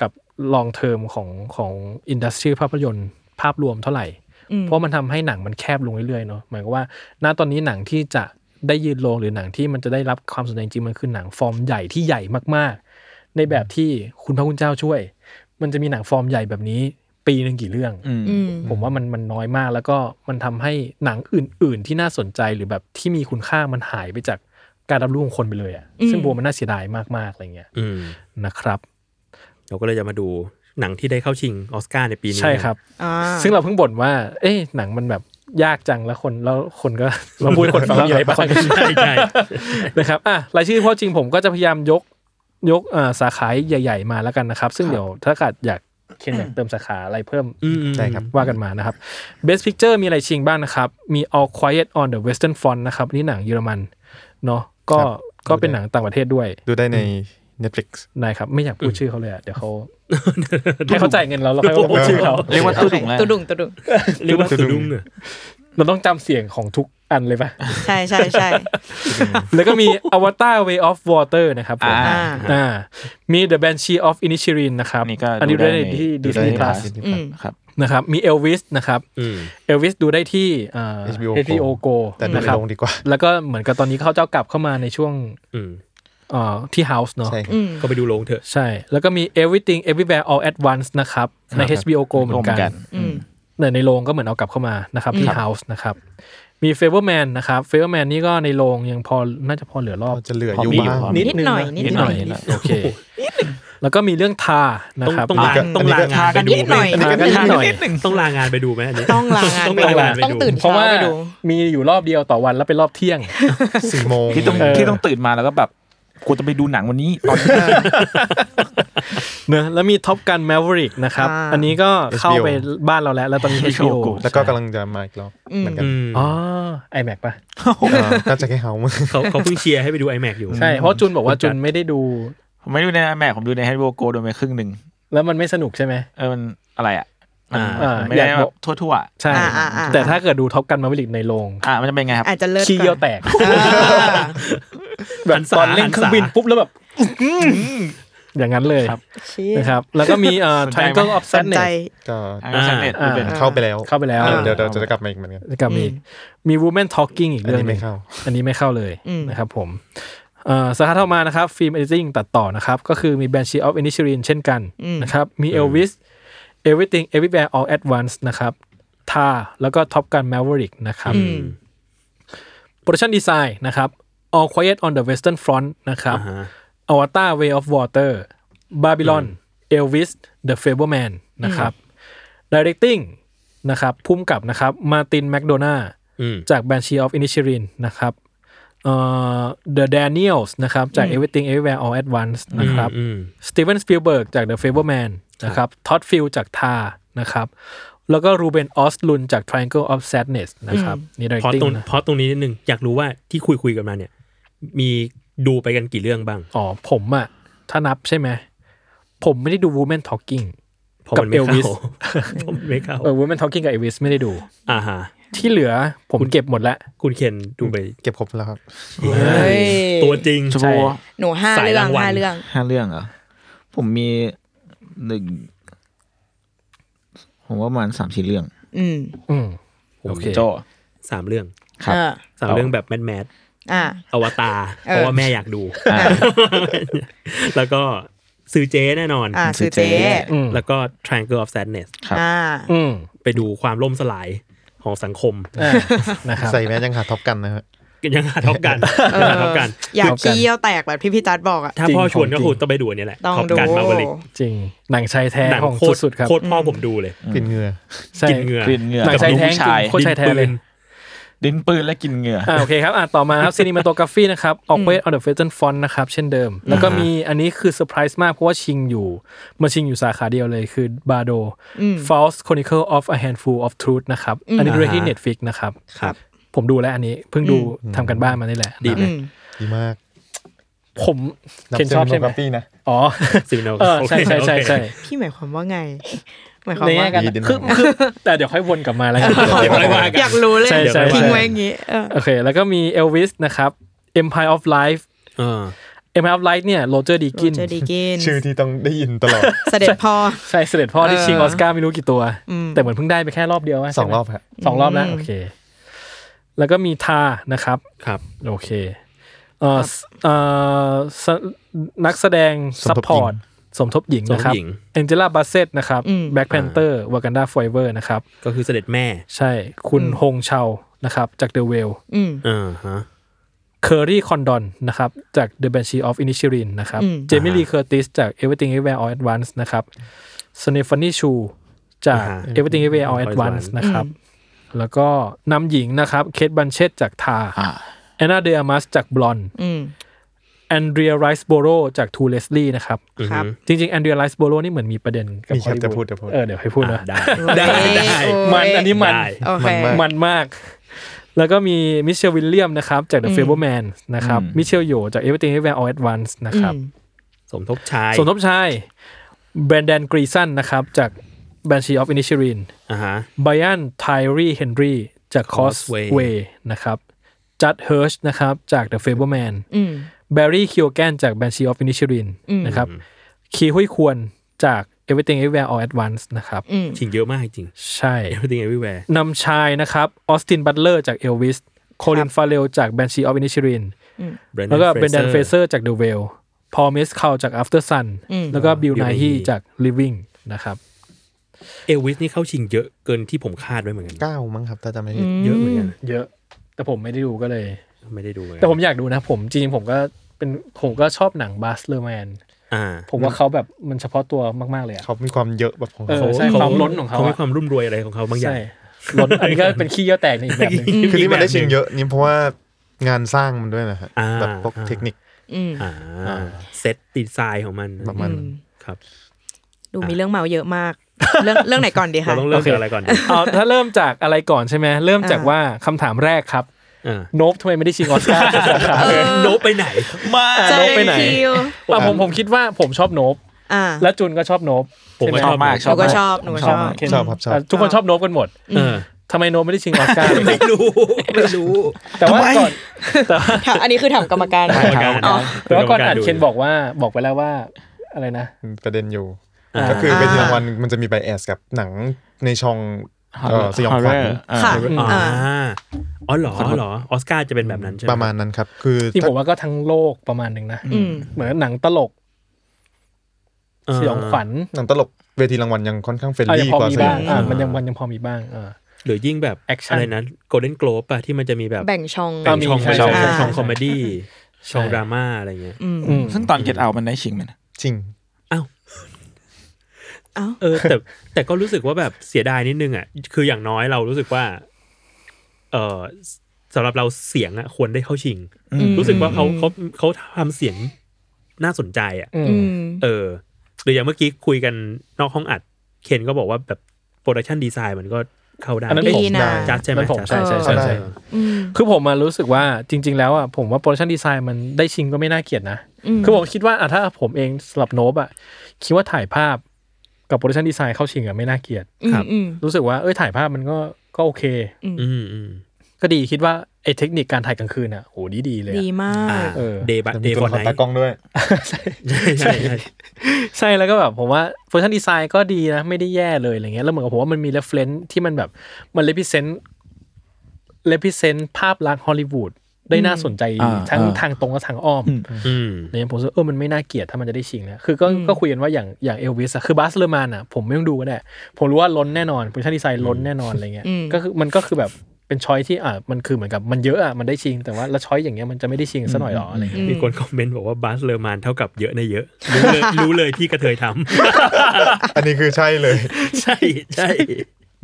Speaker 1: กับลองเทอมของของอินดัสทรีภาพยนตร์ภาพรวมเท่าไหร่
Speaker 5: อืม
Speaker 1: เพราะมันทำให้หนังมันแคบลงเรื่อยๆเนาะหมายความว่า ณตอนนี้หนังที่จะได้ยืนลงหรือหนังที่มันจะได้รับความสนใจจริงๆมันคือหนังฟอร์มใหญ่ที่ใหญ่มากๆ ในแบบที่คุณพระคุณเจ้าช่วย มันจะมีหนังฟอร์มใหญ่แบบนี้ ปีหนึ่งกี่เรื่อง
Speaker 4: อืม
Speaker 5: อืม
Speaker 1: ผมว่ามันมันน้อยมากแล้วก็มันทำให้หนังอื่น ๆ ที่น่าสนใจหรือแบบที่มีคุณค่ามันหายไปจากการรับรู้ของคนไปเลยอะ่ะ
Speaker 5: อืม
Speaker 1: ซึ่งบัวมันน่าเสียดายมาก ๆ อะไรเงี้ย
Speaker 3: อืม
Speaker 1: นะครับ
Speaker 3: เราก็เลยจะมาดูหนังที่ได้เข้าชิงออสการ์ในปีนี้
Speaker 1: ใช่ครับ
Speaker 5: อ่า
Speaker 1: ซึ่งเราเพิ่งบ่นว่า เอ๊ะหนังมันแบบยากจังแล้วคนแล้วคนก็ (laughs) เราพูดให้คนฟังว่ามีอะไรบ้าง
Speaker 3: ใช่ใช่
Speaker 1: นะครับอ่ะรายชื่อพ่อจริงผมก็จะพยายามยกยกอ่าสาขาใหญ่ ๆ มาแล้วกันนะครับ ซึ่งเดี๋ยวถ้าเกิดอยากเคนอยากเติมสาขาอะไรเพิ่ม
Speaker 2: ใช่ครับ
Speaker 1: ว่ากันมานะครับ Best Picture มีอะไรชิงบ้างนะครับ มี All Quiet on the Western Front นะครับนี่หนังเยอรมันเนาะก็
Speaker 2: ครับ
Speaker 1: ก็เป็นหนังต่างประเทศด้วย
Speaker 2: ดูได้ใน Netflix
Speaker 1: นะครับ ไม่อยากพูดชื่อเขาเลยอะเดี๋ยวเขา (laughs) ให้เขาจ่ายเงินเราเราค่อยมาพูดชื่อเขา
Speaker 4: เรียกว่าตู้ถุงแล้ว
Speaker 5: ตุดุงตุดุง
Speaker 3: เรียกว่าสะดุ้งอะ
Speaker 1: เราต้องจำเสียงของทุกอันเลยปะ
Speaker 5: ใช่ใช่ใช่
Speaker 1: แล้วก็มี Avatar Way of Water นะครับผม
Speaker 4: อ่า
Speaker 5: อ่า
Speaker 1: อ่ามี The Banshee of Inisherin นะครับ
Speaker 4: นี่ก็
Speaker 1: อันนี้
Speaker 4: ดู
Speaker 1: ได้
Speaker 4: ได้ใน
Speaker 1: ที่
Speaker 2: ดูได้
Speaker 1: Disney
Speaker 2: ใน
Speaker 1: Plus
Speaker 2: Disney
Speaker 5: อื
Speaker 2: Plus
Speaker 5: ม
Speaker 4: ครับ
Speaker 1: นะครับมี Elvis นะครับ
Speaker 3: อืม
Speaker 1: Elvis ดูได้ที่อ่า
Speaker 2: HBO
Speaker 1: HBO Go
Speaker 2: แต่ดู
Speaker 1: นะ
Speaker 2: ใน
Speaker 1: ครับ
Speaker 2: โรงดีกว่า
Speaker 1: แล้วก็เหมือนกับตอนนี้เขาเจ้ากลับเข้ามาในช่วง
Speaker 3: อืม
Speaker 1: เอ่อที่ House เนาะ
Speaker 2: ใช่ครับ
Speaker 5: อืม
Speaker 3: ก็ไปดูลงเถอะ
Speaker 1: ใช่ แล้วก็มี Everything Everywhere All at Once นะครับ ใน HBO Go เหมื
Speaker 4: รว
Speaker 1: อ
Speaker 4: ม
Speaker 1: นกัน
Speaker 4: กัน
Speaker 5: อืม
Speaker 1: ในในโรงก็เหมือนเอากลับเข้ามานะครับที่ House นะครับ มี f a v o r Man นะครับ f a v o r Man นี่ก็ในโรงยังพอน่าจะพอเหลือรอบ
Speaker 2: พอจะเหลือ
Speaker 1: พ
Speaker 2: อยู่
Speaker 1: มี
Speaker 2: บ้าง
Speaker 1: นิดนึง
Speaker 5: นิดหน่อย
Speaker 1: ะ
Speaker 5: นิ
Speaker 1: นิ
Speaker 5: ด
Speaker 1: ดห
Speaker 5: หน่
Speaker 1: น่อ
Speaker 5: อย ย
Speaker 1: นะโอเค แล้วก็มีเรื่องทานะ
Speaker 3: ต้อง
Speaker 1: ครับ
Speaker 3: ต้องลาต้องลางานไปดู
Speaker 5: นิดหน่อย
Speaker 3: ไหม
Speaker 1: นิดหน่อย
Speaker 3: ต้องลางานไปดูไหมอันนี้
Speaker 5: ต้องลางาน
Speaker 3: ต้อง
Speaker 5: ไป
Speaker 3: ลางาน
Speaker 5: ดู
Speaker 3: ไป
Speaker 5: ต้อง
Speaker 3: ดู
Speaker 5: ตื่น
Speaker 1: เพราะ
Speaker 5: เช้า
Speaker 1: ว่า
Speaker 5: ไปดู
Speaker 1: มีอยู่รอบเดียวต่อวันแล้วเป็นรอบเที่ยง
Speaker 2: สี่โมง
Speaker 4: ที่ต้อง
Speaker 1: เออ
Speaker 4: ที่ต้องตื่นมาแล้วก็แบบกูจะไปดูหนังวันนี้ตอนนี้
Speaker 1: เนอะแล้วมี Top Gun Maverick นะครับ
Speaker 5: อ่า
Speaker 1: อันนี้ก็เข้าไปบ้านเราแล้ว แล้วตอนนี้
Speaker 4: HBO
Speaker 1: HBO
Speaker 2: แล้วก็กำลังจะมาอีกรอบเหมือนกัน
Speaker 3: อืม
Speaker 1: อ๋อ iMac ปะ
Speaker 2: น่าจะแค่เฮามั้ง
Speaker 3: เขาเขาเพิ่งเชียร์ให้ไปดู iMac อยู่
Speaker 1: ใช่ เพราะจุนบอกว่า
Speaker 3: คุณจั
Speaker 1: จุ
Speaker 3: ด
Speaker 1: นไม่ได้ดู
Speaker 4: ผมไม่ดูในแม่ผมดูใน HBO Go โดนไปครึ่งหนึ่ง
Speaker 1: แล้วมันไม่สนุกใช่ไหม
Speaker 4: เออมันอะไรอ่ะมัน
Speaker 3: อ่า
Speaker 4: มันไม่ได้
Speaker 1: อยาก
Speaker 4: แบบ
Speaker 1: อบ ก
Speaker 4: ทั่วๆอะ
Speaker 1: ใช่
Speaker 5: อ่าอ่าอ่า
Speaker 1: แต่ถ้าเกิดดูท็อปกันมาวิลิกในโรง
Speaker 4: อ่ะมันจะเป็นไงครับ
Speaker 5: อาจจะเลิศ
Speaker 1: ขี้เยี่ยวแตก แบบ
Speaker 3: หันษา
Speaker 1: ตอนเล่นเครื่องบิน
Speaker 3: หันษา
Speaker 1: ปุ๊บแล้วแบบ อย่างนั้นเลย
Speaker 4: ครับ
Speaker 5: เชี่ย
Speaker 1: นะครับแล้วก็มีเอ่อ
Speaker 4: สนใจไหม
Speaker 1: Triangle of
Speaker 5: สนใจ
Speaker 1: Sadness
Speaker 2: (laughs) ก็
Speaker 4: อ่ะก็สักเน็ต
Speaker 1: อ่า
Speaker 4: เป็น
Speaker 2: เข้าไปแล้ว
Speaker 1: เข้าไปแล้ว
Speaker 2: เออเดี๋ยวเดี๋ยวจะกลับมาอีกเหมือนกัน
Speaker 1: แล้วก็มีมี Woman Talking อีก
Speaker 2: อัน
Speaker 1: เรื่อง
Speaker 2: นี้
Speaker 1: หนึ่ง
Speaker 2: ไม่เข้า
Speaker 1: อันนี้ไม่เข้าเลย
Speaker 5: อืม
Speaker 1: นะครับผมเอ่อสาขาต่อมานะครับฟิล์ม e d i t i n g ตัดต่อนะครับ ก็คือมี Banshee of Inisherin เช่นกันนะครับ มี Elvis Everything Everywhere All at Once นะครับทาแล้วก็ Top Gun Maverick นะครับ Production Design นะครับ All Quiet on the Western Front นะครับ
Speaker 3: อ่าฮะ
Speaker 1: Avatar Way of Water Babylon Elvis The Fableman นะครับ Directing นะครับพุ่มกับนะครับมาตินแม d โดนา
Speaker 3: อืม
Speaker 1: จาก Banshee of Inisherin นะครับเอ่อ The Daniels นะครับจาก Everything Everywhere All at Once นะครับ
Speaker 3: อืม
Speaker 1: Steven Spielberg จาก The Fableman นะครับท็อดฟิลจาก Tar นะครับ แล้วก็รูเบนออสลุนจาก Triangle of Sadness นะครับนี่
Speaker 3: พอ
Speaker 1: Directing
Speaker 3: ตรง
Speaker 1: นะ
Speaker 3: พอตรงนี้นิดนึง อยากรู้ว่าที่คุยคุยกันมาเนี่ย มีดูไปกันกี่เรื่องบ้าง
Speaker 1: อ๋อผมอะถ้านับใช่ไหม ผมไม่ได้ดู Woman Talking
Speaker 3: เพราะมันไม่
Speaker 1: กับ
Speaker 3: เข้า (laughs)
Speaker 1: Elvis
Speaker 3: ผมไม่เข้า
Speaker 1: เออ Woman Talking กับ Elvis ไม่ได้ดู
Speaker 3: อ่าฮะ
Speaker 1: ที่เหลือผมเก็บหมดแล้ว
Speaker 3: คุณเคนดูไป
Speaker 2: เก็บครบแล้วครับ
Speaker 5: เฮ้ย
Speaker 3: ตัวจริง
Speaker 4: ชมพู
Speaker 5: หนูห้า
Speaker 3: สาย
Speaker 5: เรื่อ
Speaker 3: รางงวัล
Speaker 5: ห้าเรื่อง
Speaker 4: ห้าเรื่องเหรอ ผมมีหนึ่งผมว่าประมันสามสี่เรื่อง
Speaker 5: อืม
Speaker 1: อืม
Speaker 4: ผม
Speaker 1: โอเค
Speaker 4: โจ
Speaker 3: สามเรื่อง
Speaker 4: ครับ
Speaker 5: เออ
Speaker 3: สามเรื่องแบบแมทแมท
Speaker 5: อ่า
Speaker 3: อวตารเพราะว่าแม่อยากดู
Speaker 4: อ่า
Speaker 3: (laughs) แล้วก็ซื้อเจแน่นอน
Speaker 5: อ่า
Speaker 4: ซื้
Speaker 5: ซื้
Speaker 4: อ
Speaker 5: อ
Speaker 4: เจ๊
Speaker 5: เจ๊
Speaker 1: อืม
Speaker 3: แล้วก็ Triangle of Sadness
Speaker 4: ครับ
Speaker 5: อ่า
Speaker 1: อืม
Speaker 3: ไปดูความล่มสลาย ของสังคม
Speaker 1: อ่านะครับ
Speaker 2: ใส่แมสยังหาท็อปกันนะฮะ
Speaker 3: ยังหาเท่ากัน
Speaker 5: เอ
Speaker 3: ยังหาเท่ากัน
Speaker 5: อยากขี้เยี่ยวแตกแบบที่พี่จัดบอกอ่ะ
Speaker 3: ถ้าพ่อชวนก็คงต้องไปดูอันนี้แหละ
Speaker 5: ต้อง
Speaker 3: ท็อป
Speaker 5: ดู
Speaker 3: กันมาบริก
Speaker 1: จริงหนังชายแท้
Speaker 3: หนัง
Speaker 1: ของ
Speaker 3: โคตร
Speaker 1: สุดๆครับ
Speaker 3: โคตรพ่อผมดูเลย
Speaker 2: กลิ่นเหงื่อ
Speaker 1: ใช่
Speaker 3: กินเหงื่อ
Speaker 4: กลิ่นเหงื่อ
Speaker 1: หนังชายแท้จริ
Speaker 4: กับลูกชาย
Speaker 1: งโคตรชายแท้เลย
Speaker 4: ดินปืนและกลินเหงื่อ
Speaker 1: อ่าโอเคครับอ่ะต่อมาครับ cinematography นะครับ Always on the f a t e n font นะครับ เช่นเดิม แล้วก็มีอันนี้คือเซอร์ไพรส์มาก เพราะว่าชิงอยู่มาชิงอยู่สาขาเดียวเลยคือ Bardo False Chronicle of a Handful of Truth นะครับ อันนี้ดูได้ที่
Speaker 3: อ่าฮะ
Speaker 1: Netflix นะครับ
Speaker 3: ครับ
Speaker 1: ผมดูแล้วอันนี้เพิ่งดูทำกันบ้านมานี่แหละ
Speaker 3: ดีไหม
Speaker 5: อืม
Speaker 2: ดีมาก
Speaker 1: ผมเคนชอบใช่ไหม
Speaker 2: รับเซลล์โนกราฟีนะ
Speaker 1: อ๋อ
Speaker 3: Cinematography
Speaker 1: เออใช่ใช่ใช่ใช่
Speaker 5: พี่หมายความว่าไง หมายความ
Speaker 1: ใน
Speaker 5: ว่า
Speaker 1: แง่การ
Speaker 2: ดีดีมาก
Speaker 1: คือคือแต่เดี๋ยวค่อยวนกลับมาแล้วกัน
Speaker 3: เดี๋ยวค่อยว่ากัน
Speaker 5: อยากรู้เลย
Speaker 1: ใช่ใช่
Speaker 5: ทิ้งไว้อย่างงี้เออ
Speaker 1: โอเค แล้วก็มี Elvis นะครับ Empire of Life
Speaker 3: เออ
Speaker 1: Empire of Light เนี่ยโรเจอร์ดีกิน
Speaker 5: เจอดีกิน
Speaker 2: ชื่อที่ต้องได้ยินตลอด
Speaker 5: เสด็จพ่อ
Speaker 1: ใช่เสด็จพ่อที่
Speaker 5: เออ
Speaker 1: ชิงออสการ์ไม่รู้กี่ตัว
Speaker 5: อืม
Speaker 1: แต่เหมือนเพิ่งได้ไปแค่รอบเดียวะ
Speaker 2: สองรอบ
Speaker 1: ใช่ไหม
Speaker 2: ครับ
Speaker 1: สองรอบแล้วโอเค แล้วก็มีทานะครับ
Speaker 3: ครับ
Speaker 1: โอเคเอ่อสเอ่อสนักแสดง
Speaker 2: ส
Speaker 1: ซั
Speaker 2: ม
Speaker 1: พ
Speaker 2: ทบ
Speaker 1: พ
Speaker 2: หญิ
Speaker 1: อง ร์ตสมทบหญิงนะครับ
Speaker 3: สมทบหญิง
Speaker 1: เอนเจล่าบาเซตนะครับ
Speaker 5: อืม
Speaker 1: แบล็กแพนเตอร์วากันดาไฟเวอร์นะครับ
Speaker 3: ก็คือเสด็จแม่
Speaker 1: ใช่คุณฮงเชานะครับ จากเดอะเวล
Speaker 5: อืม
Speaker 3: อ่าฮะ
Speaker 1: เคอรี่คอนดอนนะครับ จาก The Banshee of Inisherin นะครับ
Speaker 5: อืม
Speaker 1: เจมี่ลีเคอร์ติสจาก Everything Everywhere All at Once นะครับสเนฟานี่ชูจาก
Speaker 3: อ่าฮะ
Speaker 1: Everything Everywhere All at
Speaker 3: All at
Speaker 1: Once
Speaker 3: Once
Speaker 1: นะครับ แล้วก็นำหญิงนะครับเคทบันเชตจากทา
Speaker 4: อ่า
Speaker 1: แอนนาเดอามัสจากบลอน
Speaker 5: อืม
Speaker 1: แอนเดรียไรส์โบโรจากทูเลสลี่นะครับ
Speaker 5: ครับ
Speaker 1: จริงๆแอนเดรียไรส์โบโรนี่เหมือนมีประเด็นกับ
Speaker 2: มีค
Speaker 1: ฮอ
Speaker 2: รับ
Speaker 1: ลลีวู
Speaker 2: จะพูดจะพูด
Speaker 1: เออเดี๋ยวให้พูด
Speaker 3: อ่ะ
Speaker 1: นะ
Speaker 3: ได้
Speaker 5: ได้
Speaker 3: ได้
Speaker 1: มันอันนี้มัน
Speaker 3: ได้
Speaker 5: โอเค
Speaker 1: มันมาก แล้วก็มีมิเชลวิลเลียมนะครับ จาก The
Speaker 5: อืม
Speaker 1: Fableman นะครับ
Speaker 4: อืม
Speaker 1: มิเชลโยจาก Everything Everywhere All at Once นะครับ
Speaker 3: สมทบชาย
Speaker 1: สมทบชายแบรนดนกรีซันนะครับ จาก Banshee of Inisherin
Speaker 3: อ่าฮะ
Speaker 1: ไบรอันไทรีเฮนรี่จาก
Speaker 3: Causeway
Speaker 1: Causeway นะครับจัดเฮิร์ชนะครับจาก The Fableman
Speaker 5: อืม
Speaker 1: แบร์รี่คิวแกนจาก Banshee of Inisherin
Speaker 5: อืม
Speaker 1: นะครับคีฮุยควรจาก Everything Everywhere All at Once นะครับ
Speaker 5: อืม
Speaker 3: จริงเยอะมากจริง
Speaker 1: ใช่
Speaker 3: Everything Everywhere
Speaker 1: นำชายนะครับออสตินบัตเลอร์จากเอลวิสโคลินฟาเรลจาก Banshee of Inisherin
Speaker 3: Brendan
Speaker 1: แล้วก็เบนแดนเฟ
Speaker 3: Fraser
Speaker 1: เซอร์จาก The Whale พอลเมสคาจาก After Sun
Speaker 5: อืม
Speaker 1: แล้วก็บิล
Speaker 3: Bill
Speaker 1: ไน
Speaker 3: Nighy
Speaker 1: ฮีจาก Living นะครับ
Speaker 3: เอลวิสนี่เข้าชิงเยอะเกินที่ผมคาดไว้เหมือนกัน
Speaker 2: เก้ามั้งครับถ้าจำไม่ผิด
Speaker 3: เยอะเหมือนกัน
Speaker 1: เยอะ แต่ผมไม่ได้ดูก็เลย
Speaker 3: ไม่ได้ดูเลย
Speaker 1: แต่ผมอยากดูนะผมจริงๆผมก็เป็นผมก็ชอบหนังบัสเลอร์แมน
Speaker 3: อ่า
Speaker 1: ผมว่าเขาแบบมันเฉพาะตัวมาก ๆ เลยอะ
Speaker 2: เขามีความเยอะแบบของ
Speaker 1: เอ
Speaker 2: เขา
Speaker 1: อ ใช่ความล้นของเขาอะ
Speaker 3: เขามีความรุ่มรวยอะไรของเขาบางอย่าง
Speaker 1: ใช่ล้นอันนี้ก็เป็นขี้เยี่ยวแตกในอีก
Speaker 3: (laughs)
Speaker 1: แบบหนึง
Speaker 2: คือที่มันได้ชิงเยอะนี่เพราะว่างานสร้างมันด้วยนะฮะ
Speaker 3: อ่า
Speaker 2: แบบพวกเทคนิค
Speaker 5: อืม
Speaker 3: อ่าเซตดีไซน์ของมัน
Speaker 2: ประมาณนั้น
Speaker 3: ครับ
Speaker 5: ดูมีเรื่องเมาเยอะมาก เรื่องเรื่องไหนก่อนดี
Speaker 3: เรา
Speaker 5: คะ
Speaker 3: ต้องเริ่มจากอะไรก่อนดี
Speaker 1: เอาถ้าเริ่มจากอะไรก่อนใช่ไหมเริ่มจาก
Speaker 5: อ่า
Speaker 1: ว่าคำถามแรกครับ
Speaker 3: อ่า
Speaker 1: โนบทำไมไม่ได้ชิงออสการ์
Speaker 3: โนบไปไหน
Speaker 4: มา
Speaker 1: อ่ะ
Speaker 5: เจ
Speaker 1: โน
Speaker 5: อบ
Speaker 1: ไปไหน
Speaker 5: คิว
Speaker 1: อ่ะผมผมคิดว่าผมชอบโนบ
Speaker 5: อ่า
Speaker 1: และจุนก็ชอบโนบ
Speaker 3: ผมก็
Speaker 1: ใไห
Speaker 3: ชอบ
Speaker 4: มาก
Speaker 5: ห
Speaker 4: ชอ
Speaker 5: นู
Speaker 4: บ
Speaker 5: ก็
Speaker 4: มาก
Speaker 5: ชอบหนูก็ชอบ
Speaker 4: มาก
Speaker 2: ชอบครับชอบ
Speaker 1: อ่ะทุกคนชอบโนบกันหมด
Speaker 3: เออ
Speaker 1: ทำไมโนบไม่ได้ชิงออส
Speaker 3: (laughs)
Speaker 1: การ์
Speaker 3: ไม่รู้ไม่รู้
Speaker 1: แต่ว่าก่อนแต่ว่า
Speaker 5: ถามอันนี้คือถามกรรมการ
Speaker 3: กรรมการ
Speaker 5: อ๋อ
Speaker 1: แต่ว่าก่อน
Speaker 3: รรม
Speaker 1: อัด
Speaker 3: ดู
Speaker 1: เคนบอกว่าบอกไปแล้วว่าอะไรนะ
Speaker 2: ประเด็นอยู่
Speaker 1: อ่า
Speaker 2: ก็คือเป็นรางวัล
Speaker 5: อ่ามั
Speaker 2: มันจะมีไบแอสกับหนังในช่อง เอ่อ
Speaker 4: Horror
Speaker 2: สยองขวัญ
Speaker 4: Horror อ่า
Speaker 5: ค่ะ
Speaker 3: อ่า
Speaker 5: อ่า
Speaker 3: อ๋อเหรออ๋อเหรอออสการ์จะเป็นแบบนั้นใช่ไหม
Speaker 2: ประมาณนั้นครับ คือ
Speaker 1: จริง
Speaker 2: ถ้า
Speaker 1: ผมว่าก็ทั้งโลกประมาณหนึ่งนะ
Speaker 5: อืม
Speaker 1: เหมือนหนังตลก
Speaker 3: เอ
Speaker 1: ส
Speaker 3: อ
Speaker 1: ยองขวัญ
Speaker 2: หนังตลกเวทีรางวัลยังค่อนข้างเฟรน
Speaker 1: อ่ะยัง
Speaker 2: ลี่
Speaker 1: พอก
Speaker 2: ว่า
Speaker 1: มี
Speaker 2: สยอ
Speaker 1: บ้าง
Speaker 2: งข
Speaker 1: อ่ะ
Speaker 2: วัญ
Speaker 1: มันยังมันยังพอมีบ้างอ่า
Speaker 3: หรือยิ่งแบบ
Speaker 1: แอคชั่น
Speaker 3: อะไรนะโกลเด้นโกลบอะที่มันจะมีแบบ
Speaker 5: แบ่งช่อง
Speaker 3: แบ่งช่อง
Speaker 1: อ่ามี
Speaker 3: ไปช่อง
Speaker 1: ใช่
Speaker 3: ช่อง
Speaker 5: ใช่
Speaker 3: ช่องคอมเมดี้ช่องดราม่าอะไรเงี้ย
Speaker 5: อืม
Speaker 1: อืม
Speaker 4: ซึ่งตอนเก็ตเอามันได้ชิงไหมนะ
Speaker 2: จริง
Speaker 5: เอ้า
Speaker 3: เออ (laughs) แต่แต่ก็รู้สึกว่าแบบเสียดายนิดนึงอ่ะคืออย่างน้อยเรารู้สึกว่า เออสำหรับเราเสียงอ่ะควรได้เข้าชิง
Speaker 5: อืม
Speaker 3: รู้สึกว่าเขาเขาเขาทำเสียงน่าสนใจอ่ะ
Speaker 1: อื
Speaker 5: อื
Speaker 1: ม
Speaker 5: ม
Speaker 3: เออหรืออย่างเมื่อกี้คุยกันนอกห้องอัด เคนก็บอกว่าแบบโปรดักชันดีไซน์มันก็เข้าได้
Speaker 1: อันนั้น
Speaker 5: ดี
Speaker 1: ผม
Speaker 5: นะ
Speaker 3: จัดใช่ไหม
Speaker 1: นั้นผม
Speaker 3: จัด
Speaker 1: ใช่ใช่ใช่ใช่
Speaker 3: เออ
Speaker 5: อืม
Speaker 1: คือผมมารู้สึกว่าจริง ๆ แล้วอ่ะผมว่าโปรดักชันดีไซน์มันได้ชิงก็ไม่น่าเกลียดนะ
Speaker 5: อืม
Speaker 1: คือผมคิดว่าอ่ะถ้าผมเองสำหรับโนบอ่ะคิดว่าถ่ายภาพกับโปรดักชันดีไซน์เข้าชิงอ่ะไม่น่าเกลียด
Speaker 5: อืมอืม
Speaker 1: รู้สึกว่าเอ้ยถ่ายภาพมันก็ก็โอเค
Speaker 3: อืมอืม
Speaker 1: ก็ดีคิดว่าไอ้เทคนิคการถ่ายกลางคืนอ่ะโหดีดีๆเลย
Speaker 5: ดี
Speaker 1: อะ
Speaker 5: มาก
Speaker 1: เออ
Speaker 3: เดย์บัต
Speaker 2: แล้ว
Speaker 3: เด
Speaker 2: มี
Speaker 3: ย์
Speaker 2: ตัว
Speaker 3: ฟอ
Speaker 2: ละคร
Speaker 3: ร์ไน
Speaker 2: ตากล้องด้วย
Speaker 1: ใช่
Speaker 3: ใช่ใช่ใช่
Speaker 1: ใช่แล้วก็แบบผมว่าโปรดักชันดีไซน์ก็ดีนะ ไม่ได้แย่เลยอะไรเงี้ยแล้วเหมือนกับผมว่ามันมีเรฟเลนที่มันแบบมันเลพิเซนต์เลพิเซนต์ภาพลักษณ์ฮอลลีวูด ได้น่าสนใจ
Speaker 4: อ่า
Speaker 1: ทั้ง
Speaker 4: อ่า
Speaker 1: ทางตรงและทางอ้อม
Speaker 4: อืม
Speaker 3: อืม
Speaker 1: เนี่ยผมรู้สึกเออมันไม่น่าเกลียดถ้ามันจะได้ชิงนะคือก็
Speaker 5: อืม
Speaker 1: ก็คุยกันว่าอย่างอย่างเอลวิสอะคือบาสเลอร์มานอะผมไม่ต้องดูก็ได้ ผมรู้ว่าล้นแน่นอนโพซิชันดีไซน์ล้นแน่นอนอะไรเงี้ยก็คือมันก็คือแบบเป็นช้อยที่อ่ะมันคือเหมือนกับมันเยอะอ่ะมันได้ชิง แต่ว่าแล้วช้อยอย่างเงี้ยมันจะไม่ได้ชิงซะหน่อยหรออะไรเงี้ย
Speaker 3: มีคนคอมเมนต์บอกว่าบาสเลอร์มานเท่ากับเยอะในเยอะ รู้เลย
Speaker 1: (laughs)
Speaker 3: รู้เลยที่กระเทยท
Speaker 2: อันนี้คือใช่เลย
Speaker 3: ำ ใช่ใช่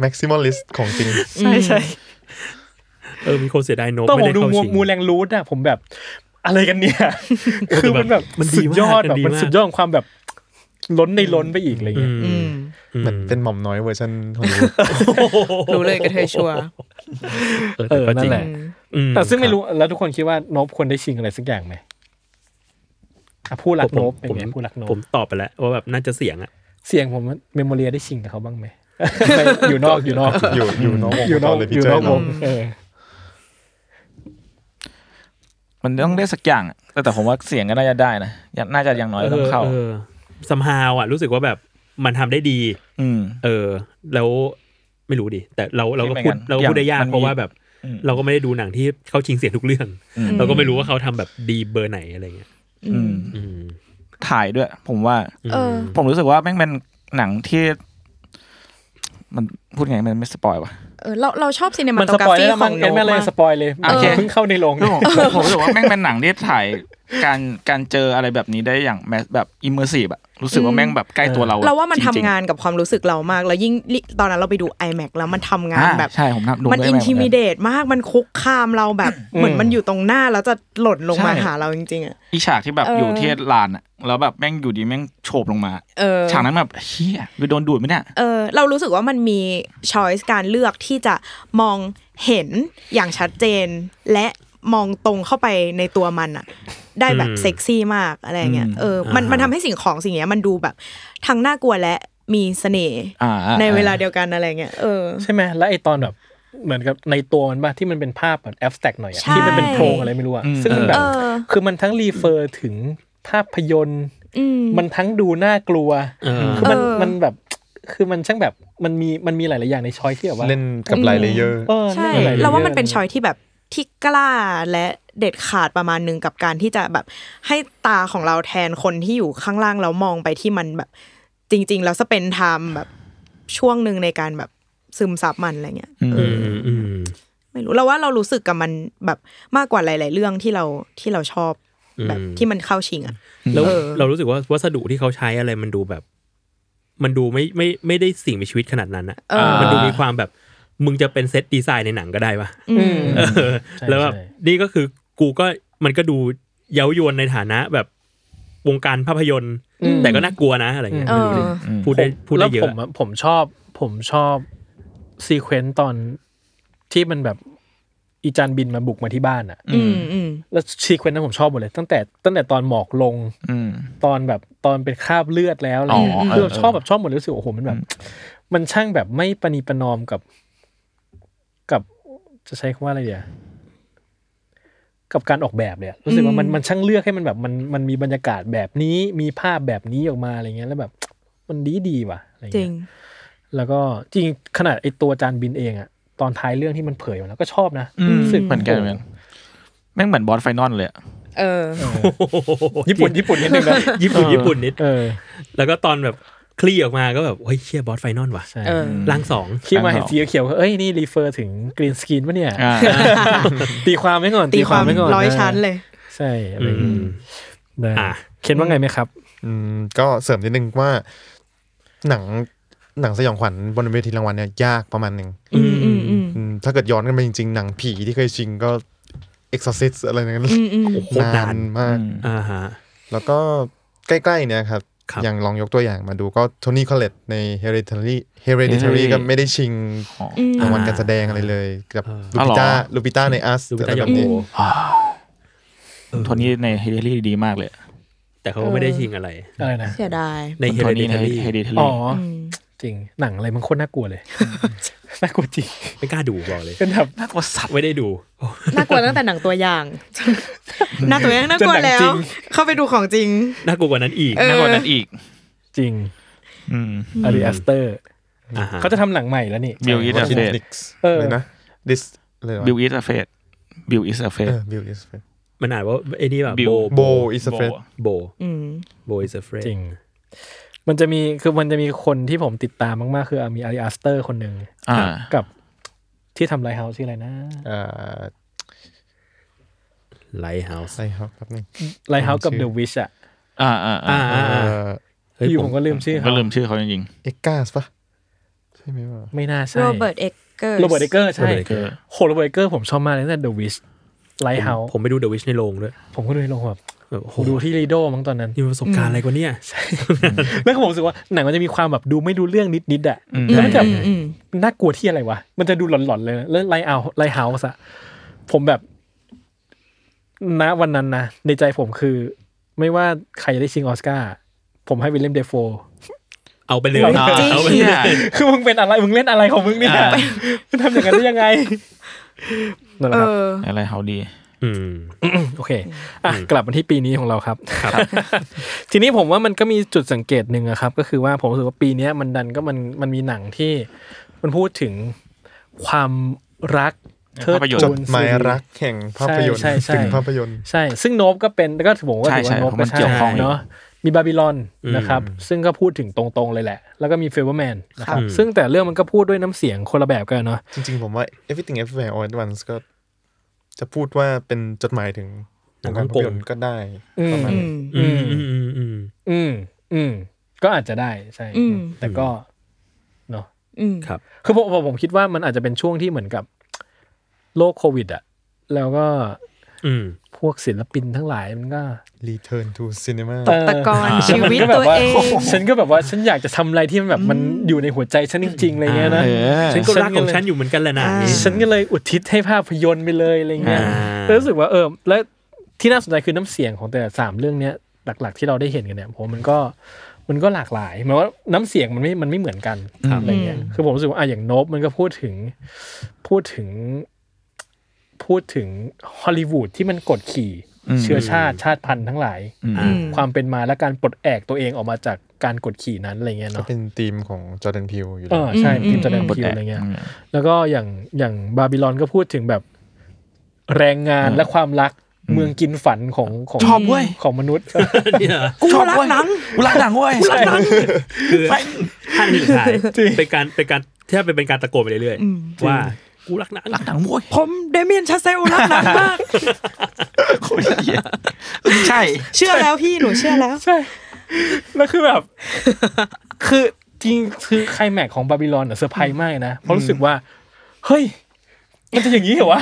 Speaker 2: maximalist ของจริง
Speaker 5: ใช่ใช่
Speaker 3: เออมีคนเสียดายโนก
Speaker 1: ต้องผ
Speaker 3: ไม่
Speaker 1: ม
Speaker 3: ได้
Speaker 1: ดู
Speaker 3: เข้า
Speaker 1: มู
Speaker 3: ชิง
Speaker 1: มูแรงรูทอะผมแบบอะไรกันเนี่ย คือมันแบบ
Speaker 3: มันดี
Speaker 1: สุดยอดแบ
Speaker 3: มาก
Speaker 1: บ
Speaker 3: มันดี
Speaker 1: มัน
Speaker 3: มาก
Speaker 1: สุดยอดของความแบบล้นในล้นไปอีกอะไร
Speaker 3: อื
Speaker 1: เงี้ย
Speaker 3: ม
Speaker 5: อืม
Speaker 3: อืม
Speaker 2: เหมือนเป็นหม่อมน้อยเวอร์ชันของ
Speaker 5: รู้เลยกระเทยชัวร์
Speaker 3: เออ
Speaker 1: เอ
Speaker 3: แต่
Speaker 1: อ
Speaker 3: ก็จ
Speaker 1: นั่
Speaker 3: ริ
Speaker 1: น
Speaker 3: ง
Speaker 1: แหละ
Speaker 5: อืม
Speaker 3: อื
Speaker 1: แต่ซึ่งไม่
Speaker 3: คบ
Speaker 1: รู้แล้วทุกคนคิดว่าโนบควรได้ชิงอะไรสักอย่างไหมอ่ะผู้รักโนบเป็นไง
Speaker 3: ผม
Speaker 1: ผู้รักโนบ
Speaker 3: ผมตอบไปแล้วว่าแบบน่าจะเสียงอะ
Speaker 1: เสียงผมเมมโมเรียได้ชิงกับเขาบ้างไหม ไปอยู่นอกอยู่นอก
Speaker 2: อยู่อยู่นอกวง
Speaker 1: อยู่น
Speaker 2: ต
Speaker 1: อ
Speaker 2: อก นเลย
Speaker 1: อ
Speaker 2: พี่
Speaker 1: ยู่
Speaker 2: เจ
Speaker 1: น
Speaker 2: ย
Speaker 1: อกว
Speaker 2: เนาะ
Speaker 1: งเออ
Speaker 4: มันต้องได้สักอย่างอะแต่แต่ผมว่าเสียงก็น่าจะได้นะอย่างน่าจะอย่างน้อยก็ต้องเข้า
Speaker 3: ออซัมฮาวอ่ะ รู้สึกว่าแบบมันทำได้ดี
Speaker 4: อืม
Speaker 3: เออ แล้วไม่รู้ดิ แต่เราเราก็
Speaker 4: ไม่เห
Speaker 3: พู
Speaker 4: มือ
Speaker 3: ด
Speaker 4: นกัน
Speaker 3: เราก็พูดได้ยาก
Speaker 4: อย่างมันมี
Speaker 3: เพราะว่าแบบ
Speaker 4: อืม
Speaker 3: เราก็ไม่ได้ดูหนังที่เข้าชิงเสียงทุกเรื่อง
Speaker 4: อืม
Speaker 3: เราก็ไม่รู้ว่าเขาทำแบบดีเบอร์ไหนอะไรเงี้ย
Speaker 4: อืม
Speaker 3: อืม
Speaker 4: ถ่ายด้วย ผมว่า
Speaker 3: ม
Speaker 5: เออ
Speaker 4: ผมรู้สึกว่าแม่งเป็นหนังที่ มันพูดไงมันไม่สปอยวะ
Speaker 5: เออเราเราชอบซีเนมา
Speaker 1: มัน
Speaker 5: โต
Speaker 1: ส
Speaker 5: กรา
Speaker 1: ปอย
Speaker 5: ฟี
Speaker 1: แล้ว
Speaker 5: ข
Speaker 1: มั
Speaker 5: อน งโน
Speaker 1: เอ็นแม่เลย
Speaker 5: มาก
Speaker 1: สปอยเลย
Speaker 4: โอเค
Speaker 1: เพิ่งเข้าในโรง
Speaker 4: คือผมผมผมรู้สึกว่าแม่งเป็นหนังที่ถ่ายการการเจออะไรแบบนี้ได้อย่างแมสแบบอิมเมอร์ซีฟอะรู้สึกว่าแม่งแบบใกล้ตัวเราอะ
Speaker 5: เราว่ามัน
Speaker 4: จ
Speaker 5: ทำ
Speaker 4: ริๆ
Speaker 5: งานกับความรู้สึกเรามาก แล้วยิ่งลิตอนนั้นเราไปดู iMac แล้วมันทำงาน
Speaker 4: อ่
Speaker 5: แบบ
Speaker 4: ใช่ผมนับดู
Speaker 5: มัน
Speaker 4: ด้วย
Speaker 5: อิน
Speaker 4: แง
Speaker 5: ทิมิเดตมากมันคุกคามเราแบบ เหมือนมันอยู่ตรงหน้าแล้วจะหล่นลงมา
Speaker 4: ใช่
Speaker 5: หาเราจริงๆอ่ะ
Speaker 4: อีฉากที่แบบ
Speaker 5: เออ
Speaker 4: อ
Speaker 5: อ
Speaker 4: ยู่ที่ลานอะแล้วแบบแม่งอยู่ดีแม่งโฉบลงมา
Speaker 5: เออ
Speaker 4: ฉากนั้นแบบเฮียไปโดนดูดไหมเนี่ย
Speaker 5: เออเรารู้สึกว่ามันมีช้อยส์การเลือกที่จะมองเห็นอย่างชัดเจน และมองตรงเข้าไปในตัวมันอะได้แบบเซ็กซี่มากอะไรเงี้ย
Speaker 4: อืม
Speaker 5: เออมันมันทำให้สิ่งของสิ่งเนี้ยมันดูแบบทั้งน่ากลัวและมีเสน่ห์
Speaker 4: อ่า
Speaker 5: ในเวลาเดียวกันอะไรเงี้ยเออ
Speaker 1: ใช่ไหมแล้วไอตอนแบบเหมือนกับในตัวมันบ้าที่มันเป็นภาพแบบแอฟแท็กหน่อยอะ
Speaker 5: ใช่
Speaker 1: ที่มันเป็นโครงอะไรไม่รู้อะซึ่งมันแบ
Speaker 5: เอบ อ
Speaker 1: คือมันทั้งรีเฟอร์ถึงภาพยนตร์
Speaker 5: อืม
Speaker 1: มันทั้งดูน่ากลัว
Speaker 3: เออ
Speaker 1: คือมัน
Speaker 5: เออ
Speaker 1: มันแบบคือมันช่างแบบมันมีมันมีหลาย ๆ อย่างในช้อยที่แบบว่า
Speaker 2: เล่นกับลายเลเยอร์
Speaker 1: เออ
Speaker 5: ใช่
Speaker 1: ล่หลยๆ
Speaker 5: เราว่ามัน
Speaker 1: ย่ง
Speaker 5: เป็นชอยที่แบบที่กล้าและเด็ดขาดประมาณหนึ่งกับการที่จะแบบให้ตาของเราแทนคนที่อยู่ข้างล่างแล้วมองไปที่มันแบบ จริง ๆ แล้วสเปนไทม์แบบช่วงหนึ่งในการแบบซึมซับมันอะไรเงี้ย
Speaker 4: อืม
Speaker 5: เออ
Speaker 3: อืมอืม
Speaker 5: ไม่รู้เราว่าเรารู้สึกกับมันแบบมากกว่าหลาย ๆ เรื่องที่เราที่เราชอบแบบที่มันเข้าชิงอ่ะ
Speaker 3: แล้ว
Speaker 5: เออ
Speaker 3: เรารู้สึกว่าวัสดุที่เขาใช้อะไรมันดูแบบ มันดูไม่ไม่ไม่ได้สิ่งมีชีวิตขนาดนั้นอะ
Speaker 5: เออ
Speaker 3: มันดูมีความแบบ มึงจะเป็นเซตดีไซน์ในหนังก็ได้ปะ
Speaker 5: อืม
Speaker 3: เออ
Speaker 1: ใช่
Speaker 3: (laughs) แล้วแบบ
Speaker 1: ใช่
Speaker 3: นี่ก็คือกูก็มันก็ดูเย้ายวนในฐานะแบบวงการภาพยนตร์ แต่ก็น่ากลัวนะอะไรเงี้ย
Speaker 5: เอ
Speaker 3: ไม่
Speaker 5: อ
Speaker 3: รู้ดิพูดได้
Speaker 1: ผม
Speaker 3: พูดได้เย
Speaker 1: แล้วผ
Speaker 3: อะ
Speaker 1: มอะผมชอบผมชอบซีเควนต์ตอนที่มันแบบอีจันบินมาบุกมาที่บ้านอะ
Speaker 5: อืมอืม
Speaker 1: แล้วซีเควนต์นั้นผมชอบหมดเลย ตั้งแต่ตั้งแต่ตอนหมอกลง
Speaker 4: อืม
Speaker 1: ตอนแบบตอนเป็นคราบเลือดแล้วอะไรเงี้ย
Speaker 4: อ๋อ
Speaker 1: คือ
Speaker 4: เออเออ
Speaker 1: ชอบแบบชอบหมดเลยรู้สึกโอ้โหมันแบบ มันช่างแบบไม่ประนีประนอมกับ กับจะใช้คำว่าอะไรเดียวกับการออกแบบเนี่ยรู้สึกว่ามันมันช่างเลือกให้มันแบบมันมันมีบรรยากาศแบบนี้มีภาพแบบนี้ออกมาอะไรเงี้ยแล้วแบบ มันดีดีว่ะอะไร
Speaker 5: จ
Speaker 1: เงี้
Speaker 5: ริ
Speaker 1: ย
Speaker 5: ง
Speaker 1: แล้วก็จริงขนาดไอตัวจานบินเองอะตอนท้ายเรื่องที่มันเผยมาแล้วก็ชอบนะ
Speaker 4: อืม
Speaker 1: รู้สึก
Speaker 4: เหมือนกันเหมือนกันแม่งเหมือนบอสไฟนอลเลยอะ
Speaker 5: เออ
Speaker 1: ญี่ปุ่นญี่ปุ่นนิดนึงนะ
Speaker 3: ญี่ปุ่น
Speaker 4: เออ
Speaker 3: ญี่ปุ่นนิด
Speaker 1: เออ
Speaker 3: แล้วก็ตอนแบบคลี่ออกมาก็แบบเฮ้ยเชี่ยบอสไฟนอลว่ะ
Speaker 1: ใช่
Speaker 5: เออ
Speaker 3: ร่างสอง
Speaker 1: คิดมาเห็นสีเขียวๆก็เอ้ยนี่รีเฟอร์ถึงกรีนสกรีนปะเนี่ย
Speaker 4: อ่า
Speaker 1: ตีความไว้ก่อน
Speaker 5: ตีความ
Speaker 1: ไว้ก่อน
Speaker 5: ร้อย
Speaker 1: ะ
Speaker 5: ชั้นเลย
Speaker 1: ใช่อะไร
Speaker 3: อื
Speaker 1: อย่างงี้
Speaker 3: ม
Speaker 1: ได้
Speaker 3: อ่ะ
Speaker 1: เขียนว่าไงไหมครับ
Speaker 2: อืมก็เสริมนิดนึงว่า หนังหนังสยองขวัญบนเวทีรางวัลเนี่ยยากประมาณหนึ่ง
Speaker 5: อืมอืมอืม
Speaker 2: อืมถ้าเกิดย้อนกันไปจริงๆ หนังผีที่เคยชิงก็ Exorcist อะไรนั้น
Speaker 5: อืมอืม
Speaker 3: โอ้โหโคตรนา
Speaker 2: น
Speaker 3: น
Speaker 2: มาก
Speaker 3: อ่าฮะ
Speaker 2: แล้วก็ใกล้ๆเนี่ยครับ
Speaker 3: ครับ
Speaker 2: อย่างลองยกตัวอย่างมาดูก็โทนี่คอลเลตใน Hereditary Hereditary ก็ไม่ได้ชิงรางวัลการแสดงอะไรเลยกับลูปิต้า
Speaker 4: อ๋อเหรอ
Speaker 2: ลูปิต้าในอัส
Speaker 3: ลูปิตา
Speaker 2: แบ
Speaker 3: ยา
Speaker 2: บ
Speaker 3: โม
Speaker 2: นี้
Speaker 4: โทนี่ในเฮดิลี่ดีมากเลยอะ
Speaker 3: แต่เขาก็ไม่ได้ชิงอะไร
Speaker 1: อะไรนะ
Speaker 5: เสียดาย
Speaker 3: ในเฮ
Speaker 4: โท
Speaker 3: เล
Speaker 4: นี่
Speaker 3: นิทา
Speaker 4: ใน
Speaker 3: รี
Speaker 4: เฮดิ
Speaker 1: อ๋
Speaker 4: ลี่
Speaker 1: ออ
Speaker 5: อืม
Speaker 1: จริงหนังอะไรมันโคตรน่ากลัวเลย น่ากลัวจริง
Speaker 3: ไม่กล้าดูบอกเลย
Speaker 1: เป็นแบบ
Speaker 4: น่ากลัวสัตว์
Speaker 3: ไม่ได้ดู
Speaker 5: น่ากลัวตั้งแต่หนังตัวอย่าง ห (laughs) นังตัวอย่างน่ากลัวแล้ว เข้าไปดูของจริง
Speaker 3: น่ากลัวกว่านั้นอีก
Speaker 5: เออ
Speaker 4: น่ากลัวนั้นอีก
Speaker 1: จริง
Speaker 4: อืม
Speaker 1: อาริแอสเตอร์
Speaker 3: อ่าฮะ
Speaker 1: เขาจะทำหนังใหม่แล้วนี่
Speaker 4: บิลอิทเฟส
Speaker 2: Watching Nick
Speaker 1: เออ
Speaker 2: เลยนะ This เลย
Speaker 4: บิลอิทเฟส บิวอิสเฟส
Speaker 2: บิลอิสเฟ
Speaker 3: มันอ่านว่าไอ้นี่แบบ
Speaker 4: บิว
Speaker 3: โบ
Speaker 2: Bo is a friend
Speaker 3: โบ
Speaker 5: อืม
Speaker 3: โบอิสเฟร
Speaker 1: จริง มันจะมีคือมันจะมีคนที่ผมติดตามมาก ๆ คือมีอาริอัสเตอร์คนหนึ่ง
Speaker 4: อ่า
Speaker 1: กับที่ทำไรเฮาชื่ออะไรนะ
Speaker 2: อ่า
Speaker 3: ไลท์เฮาส์
Speaker 2: ใช่ครับแป๊บนึง
Speaker 1: ไรเฮากับเดอะวิชอ่ะ
Speaker 4: อ่าอ่าอ่า
Speaker 3: อ่าอ่า
Speaker 2: เอ่
Speaker 3: อ่า
Speaker 2: อ
Speaker 3: เฮ้ย
Speaker 1: อยู่
Speaker 3: ผ
Speaker 1: ผม มก็ลืมชื่อ
Speaker 4: ก็
Speaker 1: เขา
Speaker 4: ลืมชื่อเขาจริง
Speaker 2: เอ็กกาสปะใช่ไหมวะ
Speaker 1: ไม่น่าใช่
Speaker 5: โรเบิร์ตเอ็กเกอร์
Speaker 1: โรเบิร์ตเดเกอร์
Speaker 4: ๆ
Speaker 1: ใช่โหโรเบิร์ตเดเกอร์ผมชอบมากเลยตั้งแต่เดอะวิชไร
Speaker 3: ผม
Speaker 1: เฮา
Speaker 3: ผมไปดูเดอะวิชในโรงด้วย
Speaker 1: ผมก็ดูในโรงแบบ
Speaker 3: แบบโอ้โห
Speaker 1: ดูที่ลีโดมั้งตอนนั้น
Speaker 3: นี่มันประสบการณ์อะไรกว่าเนี่ย
Speaker 1: แล้วก็ผมรู้สึกว่าหนังมันจะมีความแบบดูไม่รู้เรื่องนิดๆอ่ะ
Speaker 4: อืม
Speaker 1: แล้วมันจะ
Speaker 5: อืมอืม
Speaker 1: มันน่ากลัวที่อะไรวะ มันจะดูหลอนๆเลยนะแล้วไลเอาไลเฮาส์อะผมแบบณวันนั้นนะในใจผมคือ ไม่ว่าใครจะได้ชิงออสการ์ผมให้วิลเลมเดฟโฟ
Speaker 3: เอาไปเลย
Speaker 1: จริง
Speaker 3: เอาไป
Speaker 4: เชี่
Speaker 3: เลย ย
Speaker 1: (laughs) คือมึงเป็นอะไร มึงเล่นอะไรของมึงเนี่ยมึงทำอย่างนั้นได้ยังไงนั่นแหละครับ
Speaker 5: เออ
Speaker 4: อะไรเฮาดี
Speaker 3: อืม
Speaker 1: โอเคอ่ะกลับมาที่ปีนี้ของเราครับ
Speaker 3: ครับ
Speaker 1: (laughs) ทีนี้ผมว่ามันก็มีจุดสังเกตหนึ่งอะครับ ก็คือว่าผมรู้สึกว่าปีเนี้ยมันดันก็มันมันมีหนังที่มันพูดถึงความรักเทิด
Speaker 4: ภาพยนตร์
Speaker 2: จ
Speaker 1: ทู
Speaker 2: ด
Speaker 1: น
Speaker 2: หมายรักแห่งภาพยนตร์
Speaker 1: ใช่ใช่ใช่
Speaker 2: ถึงภาพยนตร์
Speaker 1: ใช่ ซึ่งโนบก็เป็นก็ถือผมก็
Speaker 4: ใช่
Speaker 1: ถือ
Speaker 4: ใช่
Speaker 1: ว่าโนบ
Speaker 4: ผม
Speaker 1: ก็
Speaker 4: มัน
Speaker 1: ใช่
Speaker 4: เกี่ยวข้องอยู่
Speaker 1: เนาะมีบาบิลอน
Speaker 3: อืม
Speaker 1: นะครับ ซึ่งก็พูดถึงตรงๆเลยแหละ แล้วก็มีเฟเวอร์แมนนะครับ
Speaker 3: อืม
Speaker 1: ซึ่งแต่เรื่องมันก็พูดด้วยน้ำเสียงคนละแบบกันเนาะ
Speaker 2: จริงๆ ผมว่า everything everywhere all at once ก็ จะพูดว่าเป็นจดหมายถึง
Speaker 3: หนัง
Speaker 2: ว
Speaker 3: ฮ่
Speaker 2: ง
Speaker 3: อง
Speaker 2: การ
Speaker 3: ก
Speaker 2: ภาพ
Speaker 3: ง
Speaker 2: ยนตร์ก็ได้
Speaker 1: อืม
Speaker 2: ประาณ
Speaker 5: อืม
Speaker 3: อืมอืมอืมอืม
Speaker 1: อืม อืม ก็อาจจะได้ใช่
Speaker 5: อืม
Speaker 1: แต่ก็
Speaker 5: อืม
Speaker 3: ครับ
Speaker 1: คือผมผมผมคิดว่ามันอาจจะเป็นช่วงที่เหมือนกับโลกโควิดอะแล้วก็
Speaker 3: อืม
Speaker 1: พวกศิลปินทั้งหลายมันก็
Speaker 2: return to cinema
Speaker 1: เออ
Speaker 5: ตะกอน
Speaker 1: อ่า
Speaker 5: ชีวิต
Speaker 1: มันก็แบบ
Speaker 5: ตัวเอง
Speaker 1: าฉันก็แบบว่าฉันอยากจะทำอะไรที่มันแบบมันอยู่ในหัวใจฉันจริงๆอะไรเงี้ยนะ
Speaker 4: เออ
Speaker 3: ฉันก็
Speaker 1: ฉัน
Speaker 3: รักของ
Speaker 1: เลย
Speaker 3: ฉันอยู่เหมือนกันแหละนะ
Speaker 5: อ่า
Speaker 3: อย่างงี้
Speaker 1: ฉันก็เลยอุทิศให้ภาพยนตร์ไปเลยอะไรเงี้ย
Speaker 4: อ่า
Speaker 1: แล้วรู้สึกว่าเออและที่น่าสนใจคือน้ำเสียงของแต่ละสามเรื่องเนี้ยหลัก ๆ ที่เราได้เห็นกันเนี่ยผมว่ามันก็มันก็หลากหลายหมายว่าน้ำเสียงมันไม่มันไม่เหมือนกัน
Speaker 3: ครับ
Speaker 1: อะไรเงี้ยคือผมรู้สึกว่าอ่ะอย่างโนบมันก็พูดถึงพูดถึง พูดถึงฮอลลีวูดที่มันกดขี่
Speaker 4: อืม
Speaker 1: เชื้อชาติชาติพันธุ์ทั้งหลาย
Speaker 4: อืม
Speaker 3: อ่า
Speaker 5: ม
Speaker 1: ความเป็นมาและการปลดแอกตัวเองออกมาจากการกดขี่นั้นอะไรเงี้ย
Speaker 2: ก็
Speaker 1: เนาะ
Speaker 2: เป็นธีมของจอร์แดนพิวอยู่
Speaker 1: เอ
Speaker 2: แล้ว
Speaker 1: อใช่
Speaker 5: อืม
Speaker 1: ทีมจอแดนพิวอะไรเงี้ย แล้วก็อย่างอย่างบาบิลอนก็พูดถึงแบบแรงงาน
Speaker 4: อ่า
Speaker 1: และความรัก
Speaker 4: อืม
Speaker 1: เมืองกินฝันของของ
Speaker 4: ชอบเว้ย
Speaker 1: ของมนุษย์
Speaker 3: เนี่ย
Speaker 4: กูรักหนังกูรักหนังเว้ย
Speaker 3: กูรักหนัง คือห้านาทีสุดท้ายเป็นการเป็นการแทบเป็นการตะโกนไปเรื่อย
Speaker 5: อืม
Speaker 3: ๆว่ากูรักนะ
Speaker 4: รักหนังเว้ย
Speaker 5: ผมเดเมียนชาเซลรักหนังมาก
Speaker 4: โคตรเหี้ยใช่
Speaker 5: (laughs) เชื่อแล้วพี่หนูเชื่อแล้ว
Speaker 1: ใช่ แล้วคือแบบ คือจริงคือไคลแม็กซ์ของบาบิลอนอะเซอร์ไพรส์มากเลยนะ เพราะรู้สึกว่า เฮ้ย มันจะอย่างนี้เหรอวะ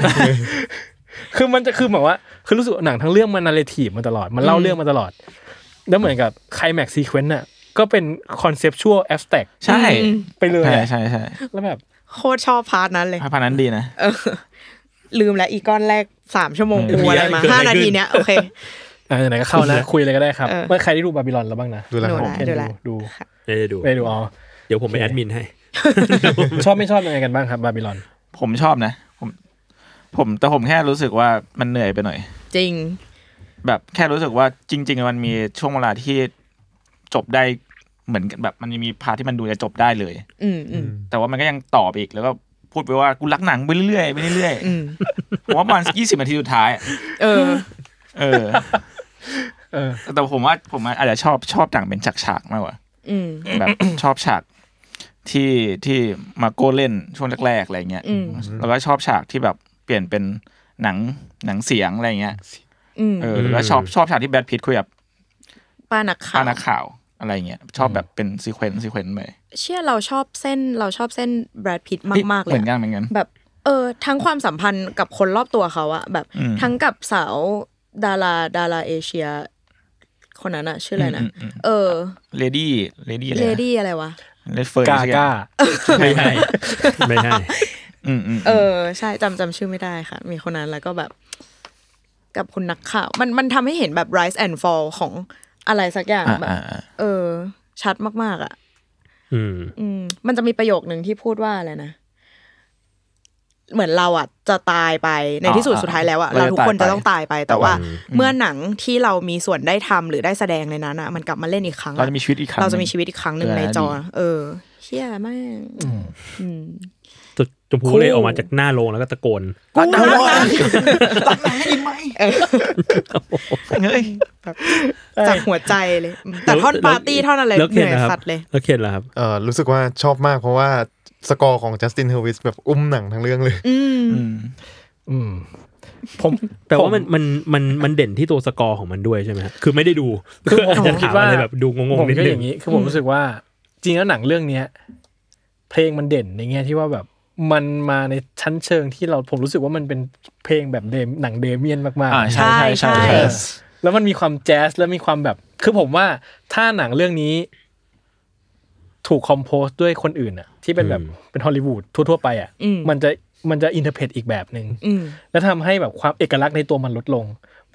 Speaker 1: คือมันจะคือแบบว่า คือรู้สึกว่าหนังทั้งเรื่องมันนาเรทีฟมาตลอด มันเล่าเรื่องมาตลอด แล้วเหมือนกับไคลแม็กซีเควนต์น่ะก็เป็นคอนเซปชวลแอสแต็ก
Speaker 4: ใช่
Speaker 5: อืม
Speaker 1: ไปเลย
Speaker 4: ใช่
Speaker 1: อะ
Speaker 4: ใช่ใช่
Speaker 1: แล้วแบบ
Speaker 5: โคตรชอบพาร์ทนั้นเลย
Speaker 4: ภาพนั้นดีนะ
Speaker 5: เออ ลืมแล้วอีกก้อนแรกสามชั่วโมง
Speaker 4: เออ
Speaker 5: กูอะไรมาห้านาทีเนี้ยโอเค
Speaker 1: อ่าไหนๆก็เข้าแล้วคุยอะไรก็ได้ครับ
Speaker 5: เออ
Speaker 1: เมื่อใครที่ดูบาบิลอนแล้วบ้างนะ
Speaker 2: ดูแล้ว
Speaker 5: ดู
Speaker 2: ครับ
Speaker 5: แล้ว
Speaker 1: เคนดู
Speaker 3: เดี๋ยวจะดู
Speaker 1: ไปดูอ๋อ
Speaker 3: เดี๋ยวผมไปแอดมินให้
Speaker 1: ชอบไม่ชอบยังไงกันบ้างครับบาบิลอน
Speaker 4: ผมชอบนะ ผม ผมแต่ผมแค่รู้สึกว่ามันเหนื่อยไปหน่อย
Speaker 5: จริง
Speaker 4: แบบแค่รู้สึกว่าจริง ๆ มันมีช่วงเวลาที่จบได้เหมือนกันแบบมันมีพาร์ทที่มันดูจะจบได้เลย
Speaker 5: อืมอืม
Speaker 4: แต่ว่ามันก็ยังตอบอีกแล้วก็พูดไปว่ากูรักหนังไปเรื่อยๆไปเรื่อย
Speaker 5: อืม
Speaker 4: ๆผมว่าประมันยี่สิบนาทีสุดท้ายอะ
Speaker 5: เออ
Speaker 4: เออ
Speaker 1: เออ
Speaker 4: แต่ผมว่าผมอาจจะชอบชอบหนังเป็นฉากๆมากกว่า
Speaker 5: อืม
Speaker 4: แบบ (coughs) ชอบฉากที่ที่มาโก้เล่นช่วงแรกๆอะไรเงี้ย
Speaker 5: อืม
Speaker 4: แล้วก็ชอบฉากที่แบบเปลี่ยนเป็นหนังหนังเสียงอะไรเงี้ย
Speaker 5: อืม
Speaker 4: เออแล้วก็ชอบชอบฉากที่แบทพิทคุยกับ
Speaker 5: ป้านักข่า
Speaker 4: ข้าว นักข่าวอะไรเงี้ยชอบแบบเป็นซีเควนซ์ซีเควนซ์ไป
Speaker 5: เชื่อเราชอบเส้นเราชอบเส้นแบรดพิตมากๆเล
Speaker 4: เหมื
Speaker 5: ย
Speaker 4: อนกั
Speaker 5: อะ
Speaker 4: นเหมือนกัน
Speaker 5: แบบเออ ทั้งความสัมพันธ์กับคนรอบตัวเขาอะแบบ
Speaker 4: อืม
Speaker 5: ทั้งกับสาวดาราดาราเอเชีย คนนั้นอะชื่ออะไรนะเออ
Speaker 4: เลดี้เลดี้อะไร
Speaker 5: เลดี้อะไรวะ
Speaker 4: เลดเฟิร์น
Speaker 1: กาก้า
Speaker 3: ไม่ให้ ไม่ให้
Speaker 4: อืมอืม
Speaker 5: เออใช่จำจำชื่อไม่ได้ค่ะ มีคนนั้นแล้วก็แบบ กับคุณนักข่าว มันมันทำให้เห็นแบบ rise and fall ของอะไรสักอย่าง
Speaker 4: อ่า
Speaker 5: แบบ
Speaker 4: อ่าอ่า
Speaker 5: เออ ชัดมากๆอะ
Speaker 3: อืม
Speaker 5: อืมมันจะมีประโยคหนึ่งที่พูดว่าอะไรนะ เหมือนเราอ่ะจะตายไปในที่สุดสุดท้ายแล้วอ่ะเราทุกคนจะต้องตายไปแต่ว่า เมื่อหนังที่เรามีส่วนได้ทำหรือได้แสดงในนั้นอ่ะมันกลับมาเล่นอีกครั้งอะ
Speaker 4: เราจะมีชีวิตอีกครั้ง
Speaker 5: เราจะมีชีวิตอีกครั้งหนึ่ง
Speaker 4: เออ
Speaker 5: ในจอ
Speaker 4: ดี
Speaker 5: เออเฮี้ยมากอืม
Speaker 3: ชมพูเลยออกมาจากหน้าโรงแล้วก็ตะโกน
Speaker 4: รักนางรักนางรักนางได้ยินไหม
Speaker 5: เออ
Speaker 4: เฮ้ย
Speaker 5: จากหัวใจเลย แต่ท่อนปาร์ตี้เท่านั้นเลย
Speaker 3: แล้ว
Speaker 5: เห
Speaker 3: เข็น
Speaker 5: นื่อย
Speaker 3: นะครับ
Speaker 5: สัตว์เลย
Speaker 3: แล้วเข็นเหรอครับ
Speaker 2: เออรู้สึกว่าชอบมากเพราะว่าสกอร์ของจัสตินเฮอร์วิสแบบอุ้มหนังทั้งเรื่องเลย
Speaker 5: อืม
Speaker 4: อืม
Speaker 1: อืม ผม
Speaker 3: แต่ว่า
Speaker 1: ผ
Speaker 3: มันมันมันมันเด่นที่ตัวสกอร์ของมันด้วยใช่ไหมฮะคือไม่ได้ดู
Speaker 1: คือผม
Speaker 3: อาจจะ
Speaker 1: คิด
Speaker 3: ถาม
Speaker 1: ว่า
Speaker 3: อะไรแบบดูงง
Speaker 1: ผม
Speaker 3: ๆนิด
Speaker 1: ก็
Speaker 3: นึ
Speaker 1: อง ย่างนี้คือผมรู้สึกว่า จริงแล้วหนังเรื่องเนี้ย เพลงมันเด่นในแง่ที่ว่าแบบมันมาในชั้นเชิงที่เราผมรู้สึกว่ามันเป็นเพลงแบบเดมหนังเดเมียนมาก
Speaker 4: อ่าใช่ใช่ใช่
Speaker 5: ใช่
Speaker 4: ใช่
Speaker 1: เออแล้วมันมีความแจ๊สแล้วมีความแบบ คือผมว่าถ้าหนังเรื่องนี้ ถูกคอมโพสด้วยคนอื่นอะที่เป็นแบบเป็นฮอลลีวูดทั่วๆไปอะ
Speaker 5: อืม
Speaker 1: มันจะมันจะอินเทอร์เพตอีกแบบหนึ่ง
Speaker 5: อืม
Speaker 1: แล้วทำให้แบบความเอกลักษณ์ในตัวมันลดลง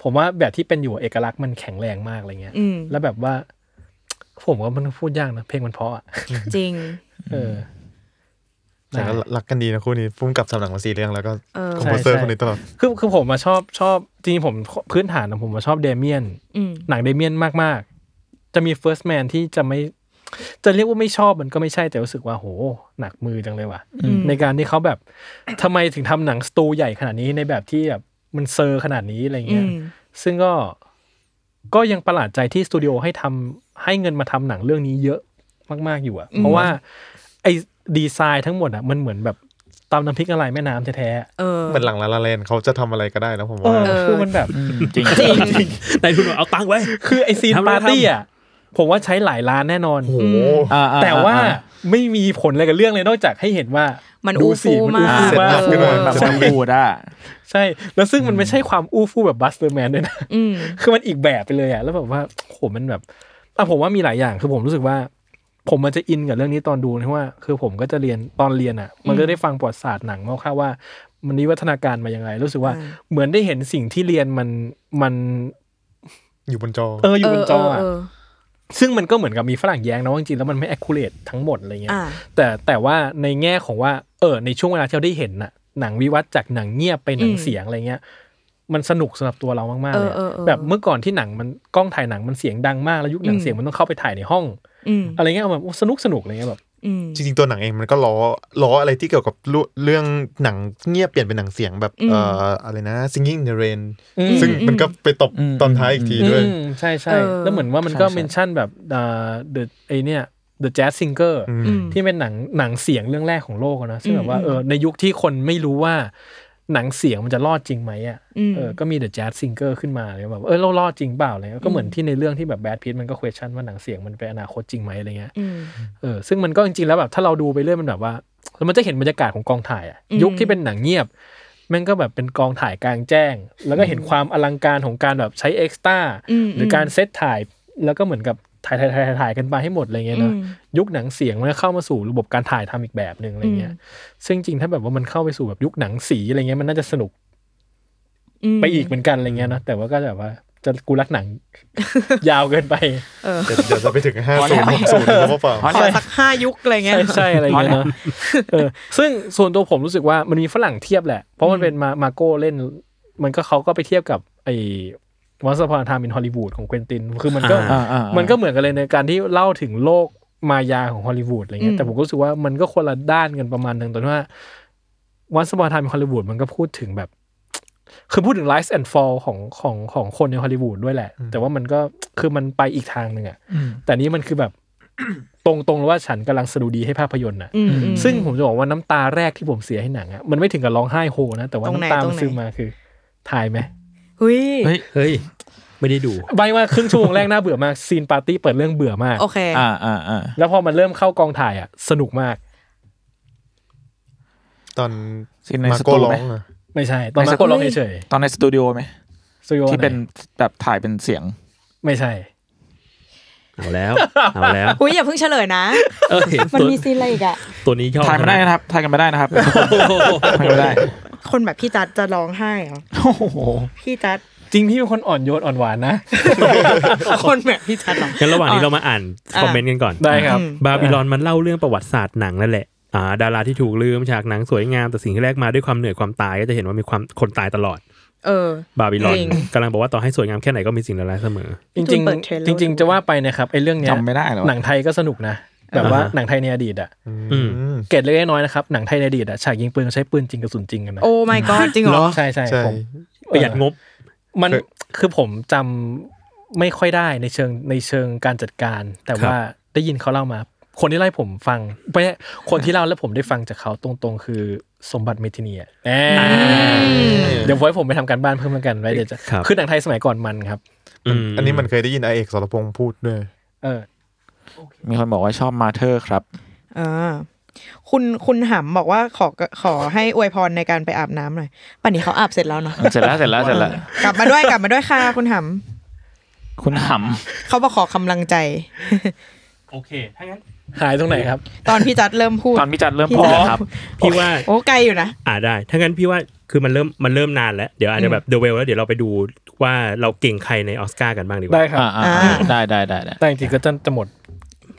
Speaker 1: ผมว่าแบบที่เป็นอยู่เอกลักษณ์มันแข็งแรงมากอะไรเงี้ย
Speaker 5: อืม
Speaker 1: แล้วแบบว่า ผมว่ามันพูดยากนะเพลงมันเพราะอ่ะ
Speaker 5: จริง
Speaker 1: เออ
Speaker 2: แต่ก็รักกันดีนะคู่นี้พุ่มกับสำหนังมาสี่เรื่องแล้วก็
Speaker 5: เออ
Speaker 2: คอมโพเซอร์
Speaker 1: ใช่
Speaker 2: คนนี้ตลอด
Speaker 1: คือคือผมมาชอบชอบจริงๆผมพื้นฐานของผมมาชอบเดเมียน
Speaker 5: อืม
Speaker 1: หนังเดเมียนมาก ๆ จะมี First Man ที่จะไม่ จะเรียกว่าไม่ชอบมันก็ไม่ใช่แต่รู้สึกว่าโห หนักมือจังเลยว่ะ
Speaker 5: อืม
Speaker 1: ในการที่เขาแบบทำไมถึงทำหนังสตูใหญ่ขนาดนี้ในแบบที่แบบมันเซอร์ขนาดนี้อะไร
Speaker 5: อื
Speaker 1: เงี้ย
Speaker 5: ม
Speaker 1: ซึ่งก็ก็ยังประหลาดใจที่สตูดิโอให้ทำให้เงินมาทำหนังเรื่องนี้เยอะมาก ๆ อยู่อะ
Speaker 5: อืม
Speaker 1: เพราะว่าไอ้ดีไซน์ทั้งหมดอะมันเหมือนแบบตามน้ำพริกอะไรแม่น้ำแท้
Speaker 5: เออ
Speaker 2: เหมือนหลังลาลาแลนด์เขาจะทำอะไรก็ได้นะผม
Speaker 1: ๆ
Speaker 2: ว่า
Speaker 1: เออคือมันแบบ
Speaker 4: จริง
Speaker 3: นายทุนบอกเอาตังค์ไว้
Speaker 1: คือไอซีน
Speaker 3: ทำอะไร
Speaker 1: ปาร์ตี้อะผมว่าใช้หลายล้านแน่นอน
Speaker 2: โอ้โห
Speaker 4: อ่อ่
Speaker 1: แต่ว่า
Speaker 4: อ่
Speaker 1: ไม่มีผลอะไรกับเรื่องเลยนอกจากให้เห็นว่า
Speaker 5: มัน
Speaker 1: ดู
Speaker 5: อู้
Speaker 1: สิ
Speaker 5: ฟู
Speaker 1: มัน
Speaker 5: มาก
Speaker 1: อู้ฟูมาก
Speaker 2: เสร็จแล้ว
Speaker 4: แบบ
Speaker 1: ใช่
Speaker 4: มันบูดอ่ะ
Speaker 1: ใช่ แล้วซึ่งมันไม่ใช่ความอู้ฟู่แบบบัสเตอร์แมนด้วยนะ
Speaker 5: อืม
Speaker 1: คือมันอีกแบบไปเลยอะแล้วแบบว่าโหมันแบบอ่ะผมว่ามีหลายอย่างคือผมรู้สึกว่า ผมมันจะอินกับเรื่องนี้ตอนดูนะว่า คือผมก็จะเรียนตอนเรียนอะมันก็ได้ฟังประวัติศาสตร์หนังมาค่าวๆว่า มันวิวัฒนาการมายังไง รู้สึกว่า
Speaker 5: อ่า
Speaker 1: เหมือนได้เห็นสิ่งที่เรียนมันมัน
Speaker 2: อยู่บนจอ
Speaker 1: เอออยู่บนจอ
Speaker 5: เ
Speaker 1: อะซึ่งมันก็เหมือนกับมีฝรั่งแย้งนะว่าจริงๆแล้วมันไม่ accurate ทั้งหมดอะไรเงี้ย
Speaker 5: อ่า
Speaker 1: แต่แต่ว่าในแง่ของว่า เออ ในช่วงเวลาที่เราได้เห็นน่ะ หนังวิวัฒน์จากหนังเงียบไปหนัง
Speaker 5: อืม
Speaker 1: เสียงอะไรเงี้ย มันสนุกสำหรับตัวเรามากๆเลยอะ
Speaker 5: เออเออเออ
Speaker 1: แบบเมื่อก่อนที่หนังมันกล้องถ่ายหนังมันเสียงดังมากแล้วยุคหนัง
Speaker 5: อืม
Speaker 1: เสียงมันต้องเข้าไปถ่ายในห้อง
Speaker 5: อืม
Speaker 1: อะไรเงี้ยแบบโอ้สนุกสนุกอะไรเงี้ยแบบ
Speaker 5: อืม
Speaker 2: จริงๆ ตัวหนังเองมันก็ล้อล้ออะไรที่เกี่ยวกับเรื่องเรื่องหนังเงียบเปลี่ยนเป็นหนังเสียงแบบ
Speaker 5: อืม
Speaker 2: เอ่ออะไรนะ Singing in the Rain
Speaker 1: อืม
Speaker 2: ซึ่งมันก็ไปตบ
Speaker 4: อืม
Speaker 2: ตอนท้ายอีกทีด้วย
Speaker 1: อืมใช่ใช่
Speaker 5: เออ
Speaker 1: แล้วเหมือนว่ามันก็
Speaker 4: ใช่ใช่
Speaker 1: เมนชั่นแบบเอ่อ the ไอเนี่ย the jazz singer
Speaker 2: อืม
Speaker 5: อืม
Speaker 1: ที่เป็นหนังหนังเสียงเรื่องแรกของโลกอะเนอะซึ่งแบบว่า
Speaker 5: อืม
Speaker 1: เออในยุคที่คนไม่รู้ว่า หนังเสียงมันจะรอดจริงไหมอะ
Speaker 5: อืม
Speaker 1: เออ ก็มี The Jazz Singer ขึ้นมาเลยแบบเออเรารอดจริงเปล่าอะไรเงี้ยก็เหมือนที่ในเรื่องที่แบบแบดพีทมันก็ question ว่าหนังเสียงมันเป็นอนาคตจริงไหมอะไรเงี้ย
Speaker 5: อืม
Speaker 1: เออ ซึ่งมันก็จริงๆแล้วแบบถ้าเราดูไปเรื่อยมันแบบว่าแล้วมันจะเห็นบรรยากาศของกองถ่ายอะ
Speaker 5: อืม
Speaker 1: ยุคที่เป็นหนังเงียบ แม่งก็แบบเป็นกองถ่ายกลางแจ้ง แล้วก็เห็นความอลังการของการแบบใช้เอ็กซ์ต้า
Speaker 5: อืม
Speaker 1: หรือการเซตถ่าย แล้วก็เหมือนกับถ่ายถ่ายถ่ายถ่ายกันไปให้หมดอะไรเงี้ยเนอะ
Speaker 5: อืม
Speaker 1: ยุคหนังเสียงมันก็เข้ามาสู่ระบบการถ่ายทำอีกแบบหนึ่งอะไรเงี้ย ซึ่งจริงถ้าแบบว่ามันเข้าไปสู่แบบยุคหนังสีอะไรเงี้ยมันน่าจะสนุก
Speaker 5: ม
Speaker 1: ไปอีกเหมือนกันอะไรเงี้ยนะแต่ว่าก็แบบว่าจะกูรักหนัง (laughs) ยาวเกินไป
Speaker 5: เออ
Speaker 2: เดี๋ยวเดี๋ยวจะไปถึง
Speaker 4: พอ
Speaker 2: 50 60เพ
Speaker 4: แล้ว
Speaker 2: ราะว่าเปล่า
Speaker 4: เพราะ
Speaker 5: ขอ
Speaker 4: อะไร
Speaker 5: สักห้ายุคอะไรเงี้ย
Speaker 1: ใช่ใช่อะไรเงี้ยเนาะเออซึ่งส่วนตัวผมรู้สึกว่ามันมีฝรั่งเทียบแหละ เพราะมันเป็นมามาโก้เล่น มันก็เขาก็ไปเทียบกับไอ้วัสพานทามินฮอลลีวูดของเควินติน คือมันก็
Speaker 3: อ่า
Speaker 1: มันก็เหมือนกันเลยในการที่เล่าถึงโลกมายาของฮอลลีวูดอะไรเงี้ย
Speaker 5: อืม
Speaker 1: แต่ผมก็รู้สึกว่ามันก็คนละด้านกันประมาณหนึ่งตอนว่าวันสปอร์ทามฮอลลีวูดมันก็พูดถึงแบบ คือพูดถึง rise and fall ของของของคนในฮอลลีวูดด้วยแหละ
Speaker 2: อืม
Speaker 1: แต่ว่ามันก็คือมันไปอีกทางหนึ่งอะแต่นี้มันคือแบบ (coughs) ตรงๆเลยว่าฉันกำลังสะดุดีให้ภาพยนตร์นะ
Speaker 5: อืมอืม
Speaker 1: ซึ่งผมจะบอกว่าน้ำตาแรกที่ผมเสียให้หนังอะมันไม่ถึงกับร้องไห้โฮนะแต่ว่า
Speaker 5: ตรงไหน
Speaker 1: น้ำตา
Speaker 5: ตร
Speaker 1: มั
Speaker 5: ง
Speaker 1: น
Speaker 5: ไหน
Speaker 1: ซึมมาคือถ่ายไหม
Speaker 5: เฮ้ย
Speaker 4: เฮ้ย
Speaker 3: เฮ้ย ไม่ได้ดู
Speaker 1: ใบว่าครึ่งชั่วโมงแรกน่าเบื่อมากซีนปาร์ตี้เปิดเรื่องเบื่อมาก
Speaker 5: โอเค
Speaker 4: อ่าอ่าอ่า
Speaker 1: แล้วพอมันเริ่มเข้ากองถ่ายอ่ะ สนุกมาก
Speaker 2: ตอน
Speaker 4: ซีนใน
Speaker 2: มา
Speaker 4: ส
Speaker 2: โก้
Speaker 4: ตู
Speaker 2: ร้อ
Speaker 4: ไหม
Speaker 2: งอะ
Speaker 1: ไม่ใช่ ตอนนั้น
Speaker 4: ไม่ใช่
Speaker 1: ก็ร้องเฉย
Speaker 4: ตอนในสตูดิโอไหม
Speaker 1: ๆสตูดิโอ
Speaker 4: ที่
Speaker 1: ไหน
Speaker 4: เป็นแบบถ่ายเป็นเสียง
Speaker 1: ไม่ใช่
Speaker 3: เอาแล้วเอาแล้ว
Speaker 5: อุ้ยอย่าเพิ่งเฉลยนะ
Speaker 3: เอ้ย
Speaker 5: (laughs) มัน
Speaker 3: ตัว
Speaker 5: มีซีนอะไรอีกอะ
Speaker 3: ตัวนี้ชอบ
Speaker 4: ถ่ายมาได้นะครับถ่ายกันมาได้นะครับถ่ายกันมาได้
Speaker 5: คนแบบพี่จัดจะร้องไห้เหรอ
Speaker 4: โอ้โห
Speaker 5: พี่จัด
Speaker 1: จริงพี่เป็นคนอ่อนโยนอ่อนหวานนะ
Speaker 5: คนแบบพี่จัดเหรอ
Speaker 3: (laughs) งั้นระหว่างนี้เรามาอ่าน
Speaker 5: อ่ะ
Speaker 3: คอมเมนต์กันก่อน
Speaker 1: ได้ครับ
Speaker 5: อืม
Speaker 3: บาบิลอนมันเล่าเรื่องประวัติศาสตร์หนังนั่นแหละ อ่า ดาราที่ถูกลืมฉากหนังสวยงาม แต่สิ่งที่แรกมาด้วยความเหนื่อยความตายก็จะเห็นว่ามีความคนตายตลอด
Speaker 5: เออ
Speaker 3: บาบิลอน
Speaker 5: จริง
Speaker 3: กำลังบอกว่าต่อให้สวยงามแค่ไหนก็มีสิ่งเลวร้ายเสมอ
Speaker 1: จริง
Speaker 5: เปิดเทรลเลอร์
Speaker 1: ๆจริง ๆ จะว่าไปนะครับไอ้เรื่องเนี้ย
Speaker 4: จำไม่ได้หรอ
Speaker 1: หนังไทยก็สนุกนะ แบบว่า
Speaker 3: อ่าฮะ
Speaker 1: หนังไทยในอดีตอ่ะ
Speaker 3: อืม
Speaker 2: อืม
Speaker 1: เกตเล็กๆน้อยๆนะครับหนังไทยในอดีตอ่ะฉากยิงปืนใช้ปืนจริงกับสุนจริงกันนะ
Speaker 5: โอ้ my god จริงเหรอ
Speaker 1: ใช่ใช่
Speaker 2: ใช่
Speaker 1: ผม
Speaker 3: ประหยัดงบ
Speaker 1: มัน
Speaker 2: คือ
Speaker 1: คือผมจำไม่ค่อยได้ในเชิงในเชิงการจัดการ แต่ว่าได้ยินเขาเล่ามา คนที่เล่าให้ผมฟังไม่ใช่คนที่เล่าแล้วผมได้ฟังจากเขาตรงๆ คือสมบัติเมทิเนียแหม่เดี๋ยวไว้ผมไปทำการบ้านเพิ่มแล้วกันไว้เดี๋ยวจะ
Speaker 3: ครับ
Speaker 1: คือหนังไทยสมัยก่อนมันครับ
Speaker 3: อืม
Speaker 2: อันนี้มันเคยได้ยินไอเอกสรพงษ์พูดด้วย
Speaker 1: เออ
Speaker 4: มีคนบอกว่าชอบมาเธอร์ครับ
Speaker 5: อ่าคุณคุณหำบอกว่าขอขอให้อวยพรในการไปอาบน้ำหน่อยป่านนี้เขาอาบเสร็จแล้วเนาะ
Speaker 4: เสร็จแล้วเสร็จแล้วเสร็จแล้ว
Speaker 5: กลับมาด้วยกลับมาด้วยค่ะคุณห
Speaker 4: คุณห
Speaker 5: ำเขาบอกขอกำลังใจ
Speaker 3: โอเค ถ้างั้น
Speaker 1: หายตรงไหนครับ
Speaker 5: ตอนพี่จัดเริ่มพูด
Speaker 4: ำตอนพี่จัดเริ่มพูดนะครับ
Speaker 3: พี่ว่า
Speaker 5: โอ้ไกลอยู่นะ
Speaker 3: อ่าได้ ถ้างั้นพี่ว่าคือมันเริ่มมันเริ่มนานแล้ว เดี๋ยวอาจจะแบบเดอะเวลแล้วเดี๋ยวเราไปดูว่าเราเก่งใครในออสการ์กันบ้างดีกว่า
Speaker 1: ได้ครับ
Speaker 4: อ่าอ่าอ่าได้ได้ได้ได้
Speaker 1: แต่จริงๆก็จะจะหมด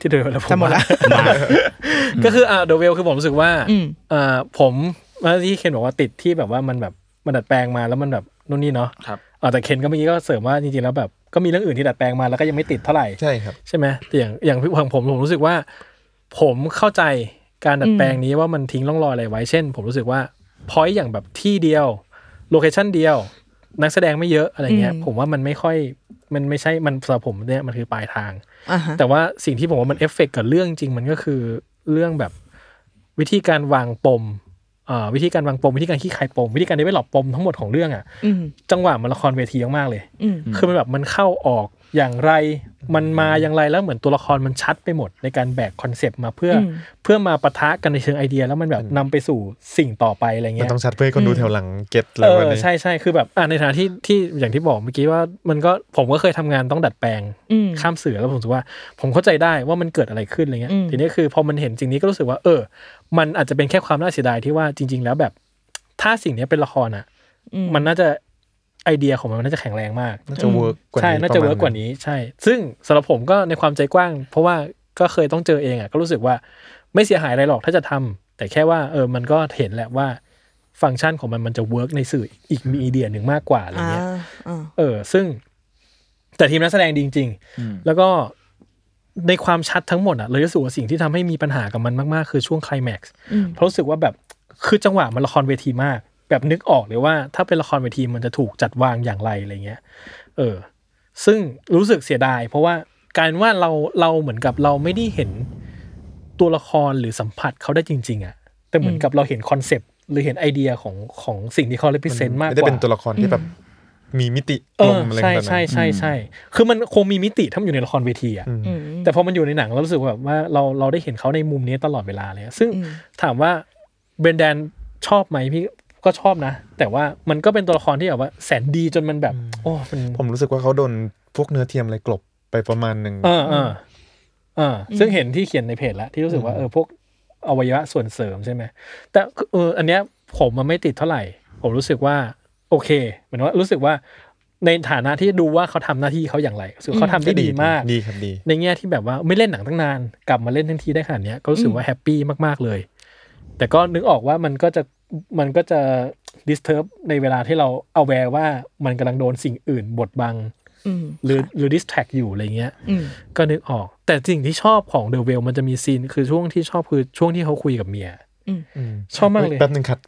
Speaker 1: ที่เดิมแล้วผม
Speaker 5: จะหม
Speaker 1: (laughs)
Speaker 5: ด
Speaker 3: (laughs)
Speaker 5: ละ
Speaker 1: ว่าก็คืออ่าเดอะเวลคือผมรู้สึกว่า
Speaker 5: อืม
Speaker 1: เอ่อผมเมื่อที่เคนบอกว่าติดที่แบบว่ามันแบบมันดัดแปลงมาแล้วมันแบบนู่นนี่เนาะ
Speaker 4: ครับ
Speaker 1: เออแต่เคนก็เมื่อกี้ก็เสริมว่าจริงๆแล้วแบบก็มีเรื่องอื่นที่ดัดแปลงมาแล้วก็ยังไม่ติดเท่าไหร่
Speaker 2: ใช่ครับ
Speaker 1: ใช่ไหมแต่อย่างอย่างพี่ของผมผมรู้สึกว่า ผมเข้าใจการดัดแปลงนี้ว่ามันทิ้งร่องรอยอะไรไว้ เช่น ผมรู้สึกว่าพอยอย่างแบบที่เดียวโลเคชั่นเดียว นักแสดงไม่เยอะอะไรเงี้ย
Speaker 5: อืม
Speaker 1: ผมว่ามันไม่ค่อยมันไม่ใช่มันสำหรับผมเนี่ยมันคือปลายทาง
Speaker 5: อ่าฮะ
Speaker 1: แต่ว่าสิ่งที่ผมว่ามันเอฟเฟกต์กับเรื่องจริงมันก็คือเรื่องแบบวิธีการวางปมเอ่อวิธีการวางปม วิธีการขี้คายปม วิธีการเดเวลลอปปมทั้งหมดของเรื่องอ่ะ
Speaker 5: อืม
Speaker 1: จังหวะมันละครเวทีมากๆเลย
Speaker 5: อืม
Speaker 1: คือมันแบบมันเข้าออกอย่างไร มันมาอย่างไรแล้วเหมือนตัวละครมันชัดไปหมดในการแบกคอนเซปต์มาเพื่ออ
Speaker 5: ม
Speaker 1: เพื่อมาปะทะกันในเชิงไอเดีย แล้วมันแบบนำไปสู่สิ่งต่อไปอะไร
Speaker 2: มัน
Speaker 1: เงี้ย
Speaker 2: ต้องชัดเพื่อให้คนดูแถวหลังเก็ตเล
Speaker 1: เอย อ
Speaker 2: วันนี้
Speaker 1: ใช่ใช่คือแบบอ่ะในฐานะที่ที่อย่างที่บอกเมื่อกี้ว่ามันก็ผมก็เคยทำงานต้องดัดแปลง
Speaker 5: อืม
Speaker 1: ข้ามสื่อแล้วผมรู้สึกว่า ผมเข้าใจได้ว่ามันเกิดอะไรขึ้นอะไรเงี้ย
Speaker 5: อืม
Speaker 1: ทีนี้คือพอมันเห็นสิ่งนี้ก็รู้สึกว่า เออ มันอาจจะเป็นแค่ความน่าเสียดายที่ว่าจริง ๆ แล้วแบบ ถ้าสิ่งเนี้ยเป็นละครอ่ะ
Speaker 5: อืม
Speaker 1: มันน่าจะไอเดียของมันมันน่าจะแข็งแรงมาก
Speaker 2: น่าจะเวิร์กกว่านี้
Speaker 1: ใช่ น่าจะ
Speaker 2: ปมณ
Speaker 1: เวิร์กกว่านี้ ใช่ ซึ่งสำหรับผมก็ในความใจกว้าง เพราะว่าก็เคยต้องเจอเองอ่ะ ก็รู้สึกว่าไม่เสียหายอะไรหรอกถ้าจะทำ แต่แค่ว่าเออ มันก็เห็นแหละว่าฟังก์ชันของมันมันจะเวิร์กในสื่ออีกมีเดียหนึ่งมากกว่าอะไร
Speaker 5: อ่า
Speaker 1: เงี้ย
Speaker 5: อ่า
Speaker 1: เออ ซึ่ง แต่ทีมนักแสดงดีจริง
Speaker 4: อืม
Speaker 1: ๆ แล้วก็ในความชัดทั้งหมดอ่ะ เลยรู้สึกว่าสิ่งที่ทำให้มีปัญหากับมันมากๆ คือช่วงไคลแม็กซ์
Speaker 5: อืม
Speaker 1: เพราะรู้สึกว่าแบบคือจังหวะมันละครเวทีมาก แบบนึกออกเลยว่าถ้าเป็นละครเวทีมันจะถูกจัดวางอย่างไรอะไรเงี้ย เออ ซึ่งรู้สึกเสียดาย เพราะว่าการว่าเราเราเหมือนกับเราไม่ได้เห็นตัวละครหรือสัมผัสเขาได้จริง ๆอะ่ะแต่เหมือนกับเราเห็นคอนเซปต์หรือเห็นไอเดียของของสิ่งที่เขาเลพิ
Speaker 2: มัน
Speaker 1: เซนต์มากก
Speaker 2: ไม่ได้
Speaker 1: ว่า
Speaker 2: เป็นตัวละครที่แบบมีมิติ
Speaker 1: เอ
Speaker 2: ล
Speaker 1: อ
Speaker 2: มอะไร
Speaker 1: ใช่
Speaker 2: แบบนั้น
Speaker 1: ใช่ใช่ใช่คือมันคงมีมิติถ้ามันอยู่ในละครเวทีอ่ะ
Speaker 2: อืม
Speaker 5: อืม
Speaker 1: แต่พอมันอยู่ในหนังเรารู้สึกว่าแบบว่าเราเราได้เห็นเขาในมุมนี้ตลอดเวลาเลยอะซึ่ง
Speaker 5: อืม
Speaker 1: ถามว่าเบรนแดนชอบไหมพี่ก็ชอบนะ แต่ว่ามันก็เป็นตัวละครที่แบบว่าแสนดีจนมันแบบ
Speaker 2: อืม
Speaker 1: โอ้มัน
Speaker 2: ผมรู้สึกว่าเขาโดนพวกเนื้อเทียมอะไรกลบไปประมาณหนึ่ง
Speaker 1: เออเออเออซึ่งเห็นที่เขียนในเพจแล้วที่รู้สึกว่าเออพวกอวัยวะส่วนเสริมใช่ไหมแต่เอออันเนี้ยผมมันไม่ติดเท่าไหร่ ผมรู้สึกว่า โอเคเหมือนว่ารู้สึกว่าในฐานะที่ดูว่าเขาทำหน้าที่เขาอย่างไรรู้สึกว่าเขาทำได้ดีมาก
Speaker 2: ดีครับดี
Speaker 1: ในแง่ที่แบบว่าไม่เล่นหนังตั้งนาน กลับมาเล่นทันทีได้ขนาดเนี้ยก็รู้สึกว่าแฮปปี้มาก ๆ เลย แต่ก็นึกออกว่ามันก็จะมันก็จะ disturb ในเวลาที่เราเอาแวร์ว่ามันกำลังโดนสิ่งอื่นบดบัง
Speaker 5: อืม
Speaker 1: หรือหรือ distract อยู่อะไรเงี้ย
Speaker 5: อืม
Speaker 1: ก็นึกออก แต่สิ่งที่ชอบของเดอะเวลมันจะมีซีน คือช่วงที่ชอบคือช่วงที่เขาคุยกับเมีย ชอบมากเลย
Speaker 2: แป๊บหนึ่งครับ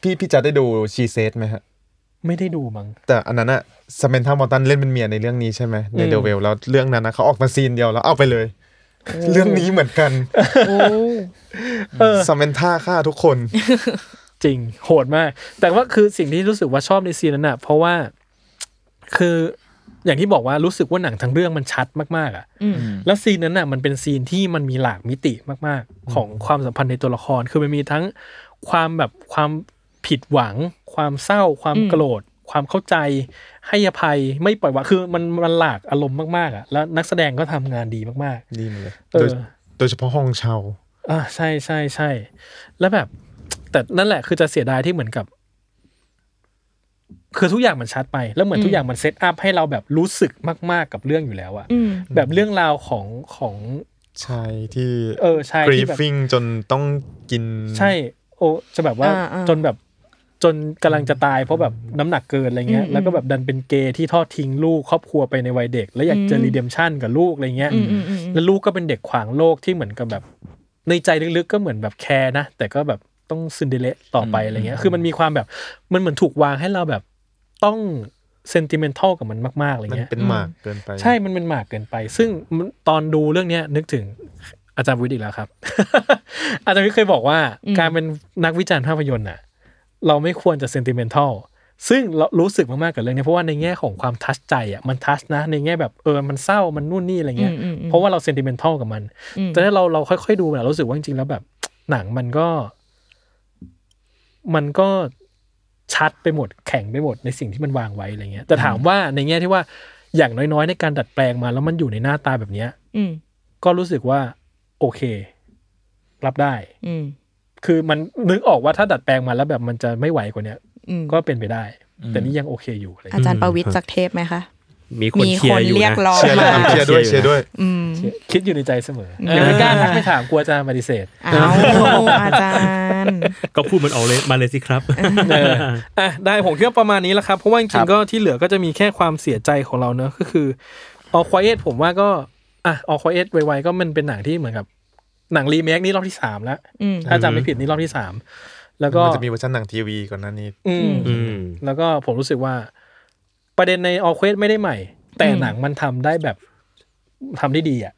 Speaker 2: พี่พี่จะได้ดูชีเซ d ไหมฮะ
Speaker 1: ไม่ได้ดูมั้ง
Speaker 2: แต่อันนั้นอะสเปนทามอตันเล่นเป็นเมียในเรื่องนี้ใช่ไหมใน
Speaker 1: อืม
Speaker 2: เดเวลแล้วเรื่องนั้นนะเขาออกมาซีนเดียวแล้วเอาไปเลย เรื่องนี้เหมือนกัน
Speaker 5: โอ้
Speaker 1: เออ
Speaker 2: สเปนท่าฆ่าทุกคน
Speaker 1: จริงโหดมาก แต่ว่าคือสิ่งที่รู้สึกว่าชอบในซีนนั้นอ่ะ เพราะว่าคืออย่างที่บอกว่ารู้สึกว่าหนังทั้งเรื่องมันชัดมากๆอ่ะ
Speaker 5: อืม
Speaker 1: แล้วซีนนั้นน่ะมันเป็นซีนที่มันมีหลากมิติมากๆ ของความสัมพันธ์ในตัวละคร คือมันมีทั้งความแบบความผิดหวัง ความเศร้า ความโกรธ ความเข้าใจ ให้อภัยไม่ปล่อยวางคือมันมันหลากอารมณ์มากๆอ่ะแล้วนักแสดงก็ทำงานดีมาก
Speaker 2: ดีหมดเลย
Speaker 1: เออ
Speaker 2: โดยโดยเฉพาะฮองเชา
Speaker 1: ๆอ่าใช่ใช่ใช่แล้วแบบ แต่นั่นแหละคือจะเสียดายที่เหมือนกับ คือทุกอย่างมันชัดไป แล้วเหมือนทุกอย่างมันเซตอัพให้เราแบบรู้สึกมากๆกับเรื่องอยู่แล้วอะ
Speaker 5: อืม
Speaker 1: แบบเรื่องราวของของ
Speaker 2: ชายที่
Speaker 1: เออชาย
Speaker 2: กรี
Speaker 1: ที่แบบ
Speaker 2: ฟิงจนต้องกิน
Speaker 1: ใช่ โอจะแบบว่า
Speaker 5: อ่าอ่า
Speaker 1: จนแบบ จนกำลังจะตายเพราะแบบน้ำหนักเกินอะไรเงี้ย
Speaker 5: อืม
Speaker 1: แล้วก็แบบดันเป็นเกย์ที่ทอดทิ้งลูกครอบครัวไปในวัยเด็ก แล้วอยากเจอ
Speaker 5: อืม
Speaker 1: รีเดมชั่นกับลูกอะไรเงี้ย
Speaker 5: อืมอืมอืม
Speaker 1: แล้วลูกก็เป็นเด็กขวางโลกที่เหมือนกับแบบ ในใจลึกๆก็เหมือนแบบแคร์นะ แต่ก็แบบต้องซินเดอเรลล่าต่อไปอะไรเงี้ย คือมันมีความแบบมันเหมือนถูกวางให้เราแบบต้องเซนติเมนทัลกับมันมากๆอะไร
Speaker 2: มัน
Speaker 1: เงี้ย
Speaker 2: เป็นหมากเกินไป
Speaker 1: ใช่ มันเป็นหมากเกินไป ซึ่งมันตอนดูเรื่องเนี้ยนึกถึง (laughs) อาจารย์วิทย์อีกแล้วครับ อาจารย์วิทย์เคยบอกว่า
Speaker 5: อืม
Speaker 1: การเป็นนักวิจารณ์ภาพยนตร์น่ะ เราไม่ควรจะเซนติเมนทัล ซึ่งเรารู้สึกมาก ๆ กับเรื่องเนี้ยเพราะว่าในแง่ของความทัชใจอ่ะ มันทัชนะ ในแง่แบบเออ มันเศร้า มันนู่นนี่อะไรเงี้ย
Speaker 5: อืมอืมอืม
Speaker 1: เพราะว่าเราเซนติเมนทัลกับมัน
Speaker 5: อืม
Speaker 1: แต่ถ้าเราเราค่อย ๆ ดูนะรู้สึกว่าจริง ๆ แล้วแบบ หนังมันก็ มันก็ชัดไปหมดแข็งไปหมดในสิ่งที่มันวางไว้อะไรเงี้ย แต่ถามว่าในแง่ที่ว่าอย่างน้อยๆ ในการดัดแปลงมา แล้วมันอยู่ในหน้าตาแบบเนี้ย
Speaker 5: อืม
Speaker 1: ก็รู้สึกว่า โอเค รับได้
Speaker 5: อืม
Speaker 1: คือมันนึกออกว่าถ้าดัดแปลงมาแล้วแบบมันจะไม่ไหวกว่าเนี้ย
Speaker 5: อืม
Speaker 1: ก็เป็นไปได้ แต่นี่ยังโอเคอยู่อะไร
Speaker 5: อา
Speaker 1: เงี้ย
Speaker 5: จารย์ประวิตรสักเทปไหมคะ
Speaker 3: มีคน
Speaker 5: มี
Speaker 3: เชี
Speaker 5: ค
Speaker 3: ย
Speaker 5: น
Speaker 3: ร์อยู่
Speaker 5: เรียก
Speaker 3: นะ
Speaker 5: ร้อง
Speaker 2: เชียร์ด้วย
Speaker 5: มา
Speaker 2: เชียร์ด้วยเชียร์ด้วย
Speaker 5: อืม
Speaker 1: คิดอยู่ในใจเสมอแต่ไม่กล้าทักไปถามกลัวอาจารย์ปฏิเสธ
Speaker 5: เอาอาจารย์
Speaker 3: ก็พูดมันออกเลยมาเลยสิครับ
Speaker 1: เอออ่ะได้ผมคิดว่าประมาณนี้แหละครับ เพราะว่าจ
Speaker 4: ค
Speaker 1: ริ
Speaker 4: รั
Speaker 1: ง
Speaker 4: บ
Speaker 1: ๆก็ที่เหลือก็จะมีแค่ความเสียใจของเราเนอะก็คือออควายเอผมว่าก็อ่ะออควายเอไวๆก็มันเป็นหนังที่เหมือนกับ หนังรีเมคนี่รอบที่สามแล้ว
Speaker 5: อืม
Speaker 1: ถ้าจำไม่ผิดนี่รอบที่สามแล้วก็
Speaker 2: มันจะมีเวอร์ชันหนังทีวีก่อนหน้านี้
Speaker 1: อืม
Speaker 3: อืม
Speaker 1: แล้วก็ผมรู้สึกว่า ประเด็นในออควายไม่ได้ใหม่ แต่
Speaker 5: อืม
Speaker 1: หนังมันทำได้แบบทำได้ดีอ่ะ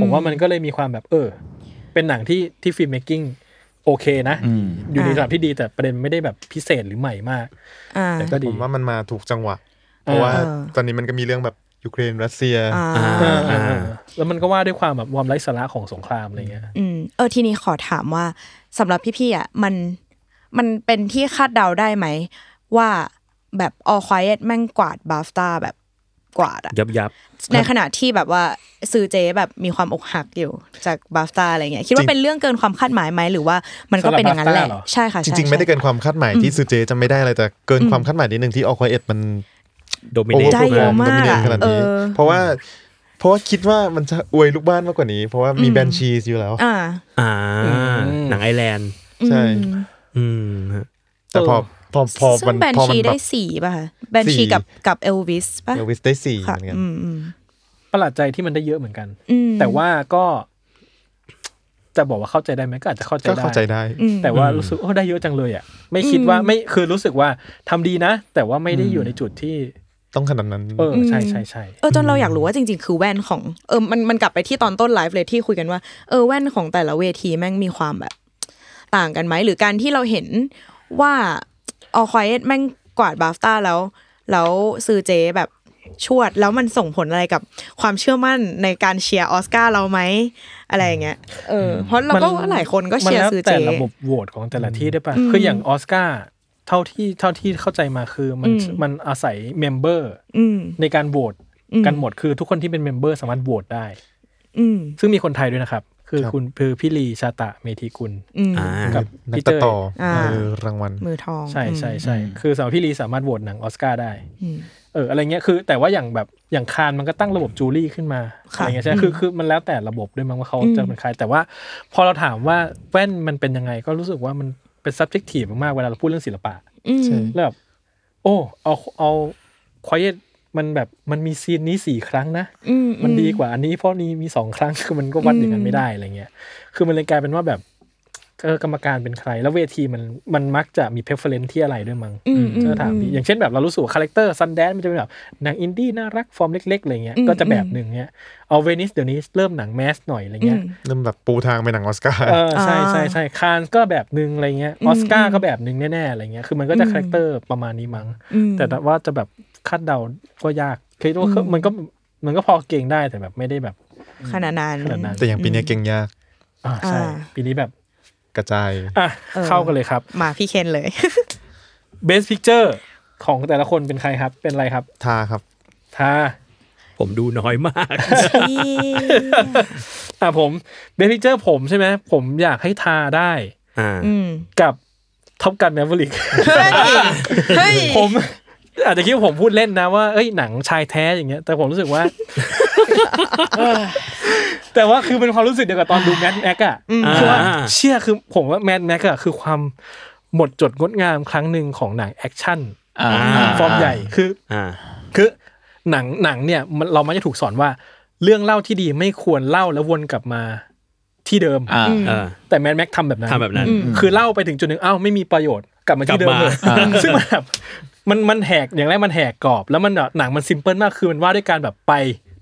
Speaker 1: ผมว่ามันก็เลยมีความแบบเออ เป็นหนังที่ที่ฟิล์มเมคกิ้งโอเคนะ
Speaker 4: อืม
Speaker 1: อยู่ใน
Speaker 5: อ่า
Speaker 1: ระดับที่ดีแต่ประเด็นไม่ได้แบบพิเศษหรือใหม่มาก
Speaker 5: อ่า
Speaker 1: แต่ก็ดี
Speaker 2: ผมว่ามันมาถูกจังหวะ เพราะว่า
Speaker 5: เออ
Speaker 2: ตอนนี้มันก็มีเรื่องแบบยูเครนรัสเซีย
Speaker 5: อ่า
Speaker 3: อ่า
Speaker 1: เออเออแล้วมันก็ว่าด้วยความแบบความไร้สาระของสงครามอะไรเงี้ย
Speaker 5: อืมเออทีนี้ขอถามว่าสำหรับพี่ๆอ่ะมันมันเป็นที่คาดเดาได้ไหม ว่าแบบ all quiet แม่งกวาดบาฟตาแบบกวาดอะ
Speaker 3: ยับยับ
Speaker 5: ในขณะที่แบบว่าซื้อเจแบบมีความอกหักอยู่จากบาฟตาอะไรเงี้ยคิดว่าเป็นเรื่องเกินความคาดหมายไหมหรือว่ามันก็เป็นอย่างนั้นแหละ
Speaker 1: สำหรับ BAFTA
Speaker 5: ใช่ค่ะ
Speaker 2: จ
Speaker 5: ใช่
Speaker 2: ริง ๆ ไม่ได้
Speaker 5: ใช่
Speaker 2: เกินความคาดหมายที่ซูเจจะไม่ได้อะไรแต่เกินความคาดหมายนิดนึงที่ออควาเอ็ดมัน
Speaker 3: โดมิ
Speaker 2: โอ้
Speaker 3: เน
Speaker 2: โห
Speaker 3: ต
Speaker 5: ใจ เยอะมาก
Speaker 2: โดมิเนตขนาด
Speaker 5: เอ
Speaker 2: นี้
Speaker 5: อ
Speaker 2: เพราะว่า เพราะว่าคิดว่ามันจะอวยลูกบ้านมากกว่านี้ เพราะว่ามีแบนชีสอยู่แล้ว
Speaker 5: อ่า
Speaker 3: อ่า
Speaker 1: อืม
Speaker 3: หนังไอแลนด์
Speaker 2: ใช่
Speaker 5: อืม
Speaker 3: อืมฮะ
Speaker 2: แต่พอพอพอ
Speaker 5: ซึ่
Speaker 2: มั
Speaker 5: ง
Speaker 2: น
Speaker 5: แบน
Speaker 2: พอมั
Speaker 5: ชี
Speaker 2: นแบ
Speaker 5: ได้
Speaker 2: บ
Speaker 5: สี่ป่ะคะแบน
Speaker 2: สี่
Speaker 5: ชีกับกับเอลวิสป่ะ
Speaker 2: เอลวิสได้สี่เห
Speaker 5: ค่ะ
Speaker 2: มือนกัน
Speaker 5: อืมอืม
Speaker 1: ประหลาดใจที่มันได้เยอะเหมือนกัน
Speaker 5: อืม
Speaker 1: แต่ว่าก็ จะบอกว่าเข้าใจได้ไหมก็อาจจะเข้าใจ
Speaker 2: ก็
Speaker 1: ได้
Speaker 2: เข้าใจได้
Speaker 1: แต่ว่ารู้สึกโอ้ได้เยอะจังเลยอ่ะ ไม่คิดว่าไม่คือรู้สึกว่าทำดีนะ แต่ว่าไม่ได้อยู่ในจุดที่
Speaker 2: ต้องขนาดนั้น
Speaker 1: เออ ใช่ใช่ใช่
Speaker 5: เออจนเราอยากรู้ว่าจริงๆ คือแว่นของเออมันมันกลับไปที่ตอนต้นไลฟ์เลยที่คุยกันว่าเออแว่นของแต่ละเวทีแม่งมีความแบบ ต่างกันไหมหรือการที่เราเห็นว่าออคอยเอแม่งกวาดบาฟต้าแล้ว แล้วซื้อเจแบบชวด แล้วมันส่งผลอะไรกับความเชื่อมั่นในการเชียร์ออสการ์เราไหมอะไรอย่างเงี้ยเออเพราะเราก็ว่าหลายคนก็เชีย
Speaker 1: มัน
Speaker 5: ร์
Speaker 1: แล้ว
Speaker 5: ซื้อเจ
Speaker 1: แต่ระบบโหวตของแต่ละที่ด้วยป่ะ
Speaker 5: อืม
Speaker 1: คืออย่างออสการ์เท่าที่เท่าที่เข้าใจมาคือมัน
Speaker 5: อืม
Speaker 1: มันอาศัยเมมเบอร์
Speaker 5: อืม
Speaker 1: ในการโหวต
Speaker 5: อืม
Speaker 1: กันหมดคือทุกคนที่เป็นเมมเบอร์สามารถโหวตได้
Speaker 5: อืม
Speaker 1: ซึ่งมีคนไทยด้วยนะครับ คือ
Speaker 2: ครับ
Speaker 1: คุณคือพี่ลีชาตะเมธีกุล
Speaker 5: อืม
Speaker 3: อ่า
Speaker 1: กับ
Speaker 2: นัก
Speaker 1: พี่
Speaker 2: ตัด
Speaker 1: เต้ย
Speaker 2: ต่ออา เออรางวัล
Speaker 5: มือทอง
Speaker 1: ใช่ใช่ใช่
Speaker 4: อืม
Speaker 1: คือสำหรับพี่ลีสามารถโหวตหนังออสการ์ได้
Speaker 5: อืม
Speaker 1: เอออะไรเงี้ยคือ แต่ว่าอย่างแบบอย่างคานมันก็ตั้งระบบจูรี่ขึ้นมา
Speaker 5: ค่ะ
Speaker 1: อะไรเงี้ยใช่ไหม
Speaker 5: อืม
Speaker 1: คือคือมันแล้วแต่ระบบด้วยมั้งว่าเขา
Speaker 5: อืม
Speaker 1: จะเป็นใครแต่ว่า พอเราถามว่าแว่นมันเป็นยังไงก็รู้สึกว่ามันเป็น subjective มากๆเวลาเราพูดเรื่องศิลปะ
Speaker 5: อืม
Speaker 2: ใช่
Speaker 1: แล้วแบบโอ้เอาเอาควายมันแบบมันมีซีนนี้สี่ครั้งนะ
Speaker 5: อืม
Speaker 1: มันดีกว่าอันนี้เพราะนี้มีสองครั้ง (laughs) คือมันก็วัดอย่างนั้นไม่ได้อะไรเงี้ย คือมันเลยกลายเป็นว่าแบบเออกรรมการเป็นใคร แล้วเวทีมันมันมักจะมีเพอร์เฟรนที่อะไรด้วยมั้ง
Speaker 5: อืมอืม
Speaker 1: ถ้าถามพี่อย่างเช่นแบบเรารู้สึกว่าคาแรคเตอร์ซันแดนมันจะเป็นแบบหนังอินดี้น่ารักฟอร์มเล็กๆอะไรเงี้ย
Speaker 5: อืม
Speaker 1: ก็จะแบบหนึ่งเนี้ยเอาเวนิสเดี๋ยวนี้เริ่มหนังแมสหน่อยอะไร
Speaker 5: อื
Speaker 1: เงี้ย
Speaker 5: ม
Speaker 2: เริ่มแบบปูทางไปหนังออสการ์
Speaker 1: เออใช่
Speaker 5: อ่า
Speaker 1: ใช่ใช่คานก็แบบหนึ่งอะไรเงี้ย
Speaker 5: อื
Speaker 1: อ
Speaker 5: ม
Speaker 1: อสการ์
Speaker 5: อืม
Speaker 1: ก็แบบหนึ่งแน่ๆอะไรเงี้ยคือมันก็จะ
Speaker 5: อืม
Speaker 1: คาแรคเตอร์ประมาณนี้มั้ง
Speaker 5: อืม
Speaker 1: แต่ว่าจะแบบคาดเดาก็ยากคิดว่า
Speaker 5: อืม
Speaker 1: มันก็มันก็พอเก่งได้แต่แบบไม่ได้แบบ
Speaker 5: ขนาดนั้น
Speaker 1: ขนาดนั้น
Speaker 2: แต่อย่างปีนี้เก่งยาก
Speaker 1: อ่าใช่
Speaker 5: อ่า
Speaker 1: ปีนี้แบบ
Speaker 2: กระจาย
Speaker 1: อ่ะเข้ากันเลยครับ
Speaker 5: มาพี่เคนเลย
Speaker 1: Best Picture ของแต่ละคนเป็นใครครับ เป็นอะไรครับ
Speaker 2: ทาครับ
Speaker 1: ทา
Speaker 3: ผมดูน้อยมาก
Speaker 1: อ่ะผม Best Picture ผมใช่ไหมผมอยากให้ทาได้
Speaker 3: อ่า
Speaker 5: อืม
Speaker 1: กับท็อปกันแมฟลิก
Speaker 5: เฮ้ยเฮ้ย
Speaker 1: ผม อาจจะคิดว่าผมพูดเล่นนะว่าเอ้ยหนังชายแท้อย่างเงี้ย แต่ผมรู้สึกว่า (laughs) เอ้ยแต่ว่าคือเป็นความรู้สึกเดียวกับตอนดูแม d แม็กอะ
Speaker 3: อ่า
Speaker 1: คือว่าเชื่อคือผมว่าแม d แม็กอะคือความ หมดจดงดงามครั้งหนึ่งของหนังแอคชั่น
Speaker 4: อ่า
Speaker 3: อ่า
Speaker 1: ฟอร์มใหญ่คือ
Speaker 3: อ่า
Speaker 1: คือหนังหนังเนี่ยมันเรามักจะถูกสอนว่า เรื่องเล่าที่ดีไม่ควรเล่าแล้ววนกลับมาที่เดิม
Speaker 4: อ่า
Speaker 3: เออ
Speaker 1: แต่แมนแม็กทำแบบนั้น
Speaker 3: ทำแบบนั้น
Speaker 5: อืม
Speaker 1: คือเล่าไปถึงจุดหนึ่งอ้าวไม่มีประโยชน์กลับมาที่เดิมเลย
Speaker 4: กลับมาอ่า
Speaker 1: (laughs) ซึ่งมันแบบมันมันแหกอย่างแรกมันแหกกรอบ แล้วมันแบบหนังมันซิมเพิลมากคือมันว่าด้วยการแบบไป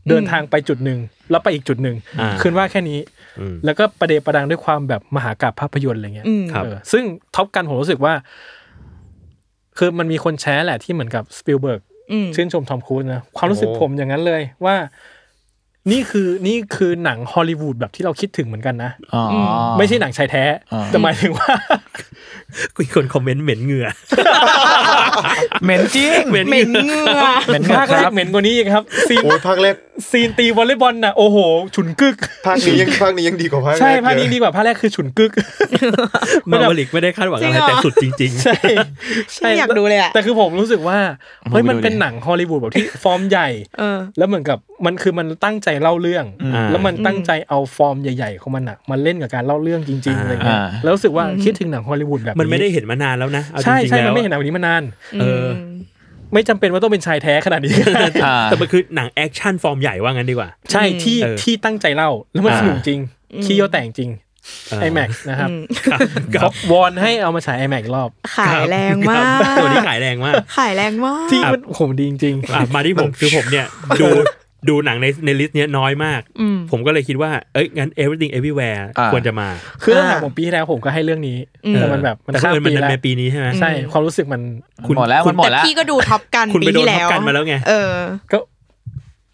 Speaker 1: เดินทางไปจุดหนึ่งแล้วไปอีกจุดหนึ่ง
Speaker 3: อ่า
Speaker 1: คืนว่าแค่นี้
Speaker 3: อืม
Speaker 1: แล้วก็ประเดประดังด้วยความแบบมหากาพย์ภาพยนตร์อะไรเงี้ย
Speaker 5: อืม
Speaker 3: ครับ
Speaker 1: เออซึ่งท็อปกันผมรู้สึกว่า คือมันมีคนแชร์แหละที่เหมือนกับสปิลเบิร์ก
Speaker 5: อืม
Speaker 1: ชื่นชมทอมครูซนะความรู้สึก
Speaker 2: โอ้
Speaker 1: ผมอย่างนั้นเลยว่า นี่คือนี่คือหนังฮอลลีวูดแบบที่เราคิดถึงเหมือนกันนะ
Speaker 4: อ๋ออ
Speaker 1: ไม่ใช่หนังชายแท้
Speaker 4: อ่า
Speaker 1: แต่หมายถึงว่า
Speaker 3: คุยคนคอมเมนต์เหม็นเหงื่อ
Speaker 4: เหม็นจริง
Speaker 3: เหม็น
Speaker 5: เหม็นเหงื่อ
Speaker 4: เหม็นมาก
Speaker 1: ภาค
Speaker 4: ค
Speaker 1: แรก
Speaker 4: รับ
Speaker 1: เหม็นกว่านี้อีกครับ ซีน
Speaker 2: โอ้ยภาคแรก
Speaker 1: ซีนตีวอลเลย์บอลน่ะโอ้โห ฉุนกึก
Speaker 2: ภาคนี้ยังภาคนี้ยังดีกว่าภาคแรก
Speaker 1: ใช่ภาคนี้
Speaker 2: เยอะ
Speaker 1: ดีกว่าภาคแรกคือฉุนกึก (laughs)
Speaker 3: มาบริกไม่ได้คาดหวังอะ
Speaker 5: จริง
Speaker 3: ไร
Speaker 5: เหรอ
Speaker 3: แต่สุดจริง
Speaker 1: ใช่ใช่
Speaker 5: ไม่อยากดูเลยอะ
Speaker 1: แต่คือผมรู้สึกว่าเฮ้ยมันเป็น
Speaker 4: ดูดิ
Speaker 1: หนังฮอลลีวูดแบบที่ฟอร์มใหญ่
Speaker 5: เออ
Speaker 1: แล้วเหมือนกับมันคือมันตั้งใจเล่าเรื่อง
Speaker 3: อ่า
Speaker 1: แล้วมันตั้งใจเอาฟอร์มใหญ่ๆของมันอะมาเล่นกับการเล่าเรื่องจริงๆ
Speaker 3: อ่า
Speaker 1: อะไรเงี้ย
Speaker 4: อ่า
Speaker 1: แล้วรู้สึกว่าคิดถึงหนังฮอลลีวูดแบบ
Speaker 3: ๆ มันไม่ได้เห็นมานานแล้วนะเอาจ
Speaker 1: ใช่
Speaker 3: ริง
Speaker 1: ใช่
Speaker 3: ๆแล้
Speaker 1: มัน
Speaker 3: ว
Speaker 1: ไม่เห็นหนังแบบนี้มานาน
Speaker 3: เออ
Speaker 1: ไม่จำเป็นว่าต้องเป็นชายแท้ขนาดนี้ (laughs)
Speaker 4: อ่า
Speaker 3: แต่มันคือหนังแอคชั่นฟอร์มใหญ่ว่างั้นดีกว่า
Speaker 1: ใช่ที่
Speaker 3: เออ
Speaker 1: ที่ตั้งใจเล่าแล้วมัน
Speaker 3: อ่า
Speaker 1: สนุกจริงขี้โยแต่งจริงไอแม็กนะครับขอวอนให้เอามาฉายไอแม็กรอบ
Speaker 5: ขายแรงมาก
Speaker 3: ครับวันนี้ขายแรงมาก
Speaker 5: ขายแรงมาก
Speaker 1: ที่มันโหดีจริง
Speaker 3: อ่ะมาที่ผมคือผมเนี่ย
Speaker 1: (laughs)
Speaker 3: ดูดูหนังในในลิสต์เนี้ยน้อยมาก
Speaker 5: อืม
Speaker 3: ผมก็เลยคิดว่า เอ้ยงั้น everything everywhere
Speaker 4: อ่า
Speaker 3: ควรจะมา
Speaker 1: ๆ คือตั้งแต่ผมปีที่แล้วผมก็ให้เรื่องนี้
Speaker 5: อืม
Speaker 1: แต่มันแบบมัน
Speaker 3: แต่
Speaker 1: ข้าม
Speaker 3: เออมัน
Speaker 1: ปีแล้ว
Speaker 3: ในปีนี้ใช่ไหม
Speaker 1: ใช่ความรู้สึกมัน
Speaker 3: คุณ
Speaker 4: หมดแล้วมันหม
Speaker 5: แต่
Speaker 4: ดแล้ว
Speaker 5: พี่ก็ดูท็อปกัน
Speaker 3: คุณ
Speaker 5: ปี
Speaker 3: ไปโด
Speaker 5: ที่
Speaker 3: น
Speaker 5: แล้ว
Speaker 3: ทับกันมาแล้วไง
Speaker 5: เออ
Speaker 1: ก็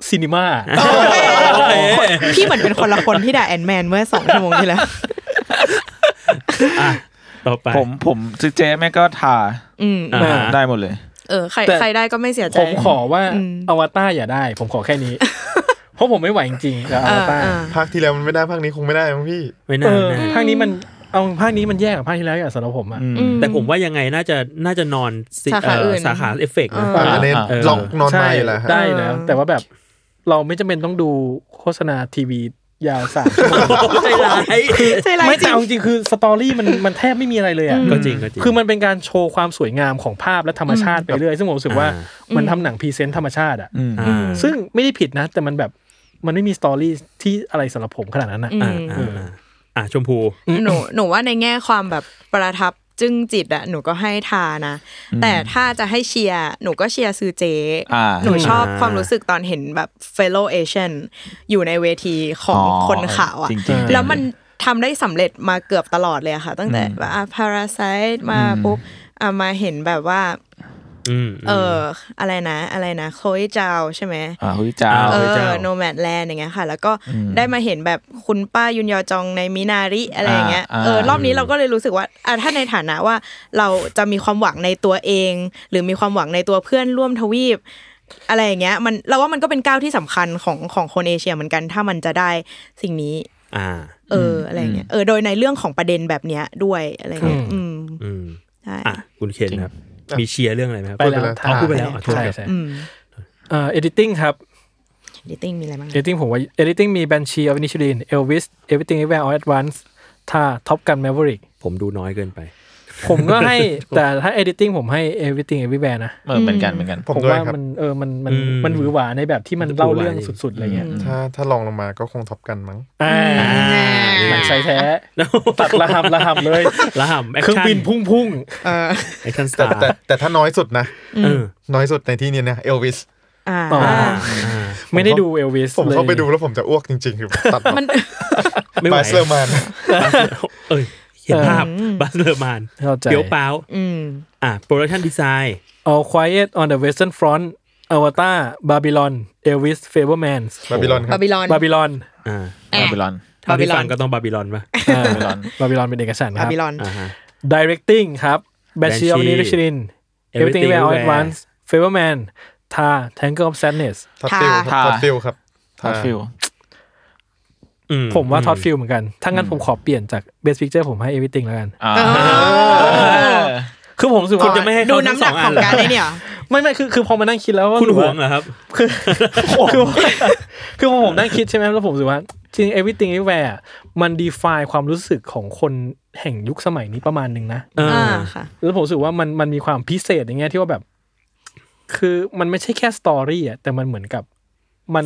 Speaker 1: ซีนีมา
Speaker 5: พี่เหมือนเป็นคนละคนที่ด่าแอนแมนเมื่อสองชั่วโมงที่แล้ว
Speaker 3: อ่ะต่อไป
Speaker 4: ผมผมซื้อเจ๊แม่งก็ทา
Speaker 5: อืม
Speaker 3: อ่าฮะ
Speaker 4: ได้หมดเลย
Speaker 5: เออ ใคร
Speaker 1: แต่
Speaker 5: ใครได้ก็ไม่เสียใจ
Speaker 1: ผมขอว่า
Speaker 5: อืม
Speaker 1: อวตารอย่าได้ ผมขอแค่นี้
Speaker 3: (laughs)
Speaker 1: เพราะผมไม่ไหวจริงๆกับอ
Speaker 5: เอ
Speaker 1: ว
Speaker 5: อ
Speaker 1: ตาร
Speaker 5: เออ
Speaker 2: ภาคที่แล้วมันไม่ได้ภาคนี้คงไม่ได้มั้งพี่
Speaker 3: ไม่
Speaker 1: เอ
Speaker 3: น่า
Speaker 1: อ
Speaker 3: น่า
Speaker 1: ภาคนี้มันเอาภาคนี้มันแย่กว่าภาคที่แล้วอย่างสำหรับผมอะ
Speaker 5: อืม
Speaker 3: แต่ผมว่ายังไงน่าจะน่าจะนอนสิ
Speaker 5: สาขา
Speaker 3: เ
Speaker 5: อื่น
Speaker 3: สาขาเอฟเฟกต์นะ
Speaker 2: อ่าอันนี้
Speaker 4: อ่า
Speaker 2: ลองนอน
Speaker 1: ใช่
Speaker 2: มาอยู่แล้วฮะ
Speaker 1: ได้นะ
Speaker 5: เออ
Speaker 1: แต่ว่าแบบเราไม่จำเป็นต้องดูโฆษณาทีวียาวสามชั่วโมง
Speaker 3: ใจร้าย
Speaker 5: ใช่ไราย
Speaker 1: ไม่
Speaker 5: จ
Speaker 1: แต่
Speaker 5: ริง
Speaker 1: เอาจริงๆคือสตอรี่มันมันแทบไม่มีอะไรเลยอ่ะ
Speaker 3: ก็จริงก็จริง
Speaker 1: คือมันเป็นการโชว์ความสวยงามของภาพและธรรมชาติไปเรื่อยซึ่งผมรู้สึกว่า
Speaker 3: อ่
Speaker 1: มันทำหนังพรีเซนต์ธรรมชาติอ่ะ
Speaker 4: อืม
Speaker 3: อ่า
Speaker 1: ซึ่งไม่ได้ผิดนะ แต่มันแบบมันไม่มีสตอรี่ที่อะไรสำหรับผมขนาดนั้นอ่ะ
Speaker 5: อืม
Speaker 3: อ่าอ่าอ่าอ่ะชมพู
Speaker 5: หนูหนูว่าในแง่ความแบบประทับจึ้งจิตอะหนูก็ให้ทานะ แต่ถ้าจะให้เชียร์หนูก็เชียร์ซือเจ
Speaker 4: อ่า
Speaker 5: หนูชอบความรู้สึกตอนเห็นแบบ fellow Asian อยู่ในเวทีของคนขาวอะ
Speaker 4: จริงๆ
Speaker 5: แล้วมันทำได้สำเร็จมาเกือบตลอดเลยอะค่ะ ตั้งแต่ว่าพาราไซต์มาปุ๊บอ่ะมาเห็นแบบว่า
Speaker 3: อืม
Speaker 5: เอออะไรนะ อะไรนะโคยจาวใช่ไหม
Speaker 4: อ่าเฮ้ยจ้า
Speaker 5: เอ
Speaker 3: โคยจาว
Speaker 5: อโนแมดแลนด์อย่างเงี้ยค่ะ แล้วก็ได้มาเห็นแบบคุณป้ายุนยอจองในมินาริอะไรอย่างเงี้ย
Speaker 4: อ่าอ่า
Speaker 5: เออรอบนี้เราก็เลยรู้สึกว่าอ่ะถ้าในฐานะว่าเราจะมีความหวังในตัวเอง หรือมีความหวังในตัวเพื่อนร่วมทวีป อะไรอย่างเงี้ยมันเราว่ามันก็เป็นก้าวที่สำคัญของของคนเอเชียเหมือนกันถ้ามันจะได้สิ่งนี้
Speaker 3: อ่า
Speaker 5: เอออะไรเงี้ยเออโดยในเรื่องของประเด็นแบบเนี้ยด้วยอะไรเงี้ยอืม
Speaker 3: อืม
Speaker 5: ใช่
Speaker 3: อ่ะคุณเคนครับ
Speaker 2: อ่ะ
Speaker 3: มีเชียร์เรื่องอะไรไหมครับ
Speaker 1: ไปแล้ว
Speaker 3: อ๋อพูดไปแล้วอ่ะโทษ
Speaker 1: ใช่
Speaker 3: ครับ
Speaker 1: ใช่
Speaker 5: อืม
Speaker 1: เอ่อ editing ครับ
Speaker 5: ดิติ้งมีอะไรบ้างนะ
Speaker 1: editing ผมว่า editing มี Banshee of Inisherin Elvis Everything Everywhere All at Once ถ้า Top Gun Maverick
Speaker 3: ผมดูน้อยเกินไป
Speaker 1: ผมก็ให้ แต่ถ้า editing ผมให้ everything everywhere นะ
Speaker 4: เออเหมือนกันเหมือนกัน
Speaker 2: ผม
Speaker 1: ผม
Speaker 2: ด้วย
Speaker 1: ว่า
Speaker 2: ครับ
Speaker 1: มันเออมันมัน
Speaker 3: อืม
Speaker 1: มันหวือหวาในแบบที่มัน
Speaker 3: มันจะ
Speaker 1: เล่า
Speaker 3: หวือหวา
Speaker 1: เรื่อง
Speaker 3: ดิ
Speaker 1: สุดๆอะไรเงี้ย
Speaker 2: ถ้าถ้าลองลงมาก็คงท็อปกันมั้ง
Speaker 1: อ่าหนังชายแท้ตัดระหำระหำเลย
Speaker 3: ละห่ำแอค
Speaker 1: เครื่อง
Speaker 3: ชั่
Speaker 1: บิน
Speaker 3: น
Speaker 1: พุ่งพุ่ง
Speaker 5: เออ
Speaker 3: แอคชั่นส
Speaker 2: แต่
Speaker 3: ตาร์
Speaker 2: แต่แต่ถ้าน้อยสุดนะ
Speaker 3: เออ
Speaker 2: น้อยสุดในที่นี้นะเอลวิส
Speaker 5: อ่า
Speaker 1: ๆต่ออไม่ได้ดูเอลวิส
Speaker 2: ผม
Speaker 1: เลย
Speaker 2: เข้าไปดูแล้วผมจะอ้วกจริงๆคือตัด
Speaker 5: มัน
Speaker 3: ไม่ไหว
Speaker 2: บาสเลอร์แมน
Speaker 3: เอ้ยเห็นภาพบัสเลอร์มาน
Speaker 1: เข้าใจ
Speaker 3: เดี๋ยวเปล่า
Speaker 5: อืม
Speaker 3: อ่ะโปรดักชั่นดีไซน์
Speaker 1: All Quiet on the Western Front Avatar Babylon Elvis Fableman
Speaker 2: บาบิลอนครับ
Speaker 5: า
Speaker 2: บ
Speaker 5: บิลอน
Speaker 1: Babylon
Speaker 3: อ่า
Speaker 4: บาบิลอน
Speaker 3: ถ้าที่
Speaker 5: Babylon
Speaker 3: ฟังก็ต้องบาบิลอนป่ะ
Speaker 4: Babylon
Speaker 1: Babylon เป็นเอกฉันท์ค
Speaker 5: บา
Speaker 1: รับ
Speaker 5: บิลอน
Speaker 3: อ่าฮะ
Speaker 1: Directing ครับ Banshee of
Speaker 3: Banshee
Speaker 1: Inisherin Everything
Speaker 3: Everything
Speaker 1: Everywhere All at
Speaker 3: Everywhere
Speaker 1: Once Fableman ทา Tangle of Sadness
Speaker 2: ทัดฟิลครับ
Speaker 4: ทา
Speaker 2: ทัดฟิลครับ
Speaker 4: ทาฟิล
Speaker 3: อื
Speaker 1: ผมว่าท็อตฟิลเหมือนกัน ถ้างั้นผมขอเปลี่ยนจาก Best Picture ผมให้ Everything แล้วกัน
Speaker 4: อ่า
Speaker 5: เออ
Speaker 1: คือผมรู้สึก
Speaker 3: คุณ
Speaker 1: ว่า
Speaker 3: จะไม่ให้
Speaker 5: ดู
Speaker 3: เขาทั้
Speaker 5: น้ำ
Speaker 3: ง
Speaker 5: ห
Speaker 3: ส
Speaker 5: นั
Speaker 3: อก ง
Speaker 5: ข
Speaker 3: อั
Speaker 5: อน ง
Speaker 3: เหรอ
Speaker 5: การได้เนี่ย
Speaker 1: ไม่ไม่คือคือพอมานั่งคิดแล้วก็
Speaker 3: คุณ
Speaker 1: รู้
Speaker 3: ห่
Speaker 1: สึก
Speaker 3: ว
Speaker 1: ว่า
Speaker 3: งเหรอครับ
Speaker 1: คือ
Speaker 3: (laughs)
Speaker 1: (laughs) คือคือพอผมนั่งคิดใช่ไหมแล้วผมรู้สึกว่าจริง everything everywhere อะมัน define ความรู้สึกของคนแห่งยุคสมัยนี้ประมาณหนึ่งนะ
Speaker 3: เออ
Speaker 5: อ่า
Speaker 3: อ
Speaker 5: ค่ะ
Speaker 1: แล้วผมรู้สึกว่ามันมันมีความพิเศษอย่างเงี้ยที่ว่าแบบ คือมันไม่ใช่แค่สตอรี่อะแต่มันเหมือนกับ มัน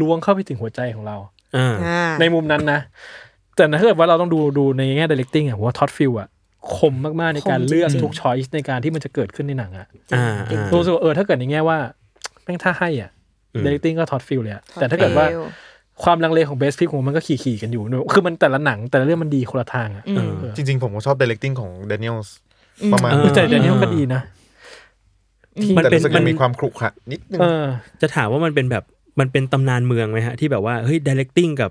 Speaker 1: ล้วงเข้าไปถึงหัวใจของเรา
Speaker 3: อ่า
Speaker 5: อ่า
Speaker 1: ในมุมนั้นนะ แต่ถ้าเกิดว่าเราต้องดูดูในแง่ directing อะผมว่าท็อตฟิลอะคมมากๆในการ
Speaker 5: คมจริงๆ
Speaker 1: เลือกทุก choice ในการที่มันจะเกิดขึ้นในหนังอะ
Speaker 3: อ่าอ่า
Speaker 1: รู้สึกว่าเออถ้าเกิดในแง่ว่าแม่งถ้าให้อ่ะ
Speaker 3: อืม
Speaker 1: เดลิติ้งก็ท็อตฟิลเลยอะแต่ถ้าเกิดว่าความลังเลของเบสพิกของมันก็ขี่ๆกันอยู่ด้วยคือมันแต่ละหนังแต่ละเรื่องมันดีคนละทางอ่ะ
Speaker 5: อืม
Speaker 1: เออ
Speaker 2: จริงๆ ผมก็ชอบ directing ของ Daniels
Speaker 5: อืม
Speaker 2: ประมาณ
Speaker 3: เออ
Speaker 1: แต่เดนนี่ก็ดีนะ
Speaker 3: มัน
Speaker 2: แต่
Speaker 3: เป็น
Speaker 2: รู้สึก
Speaker 3: มั
Speaker 2: มัน นมีความขรุขระนิดนึง
Speaker 1: เออ
Speaker 3: จะถามว่ามันเป็นแบบมันเป็นตำนานเมืองไหมฮะ ที่แบบว่าเฮ้ยดิเรกติ้งกับ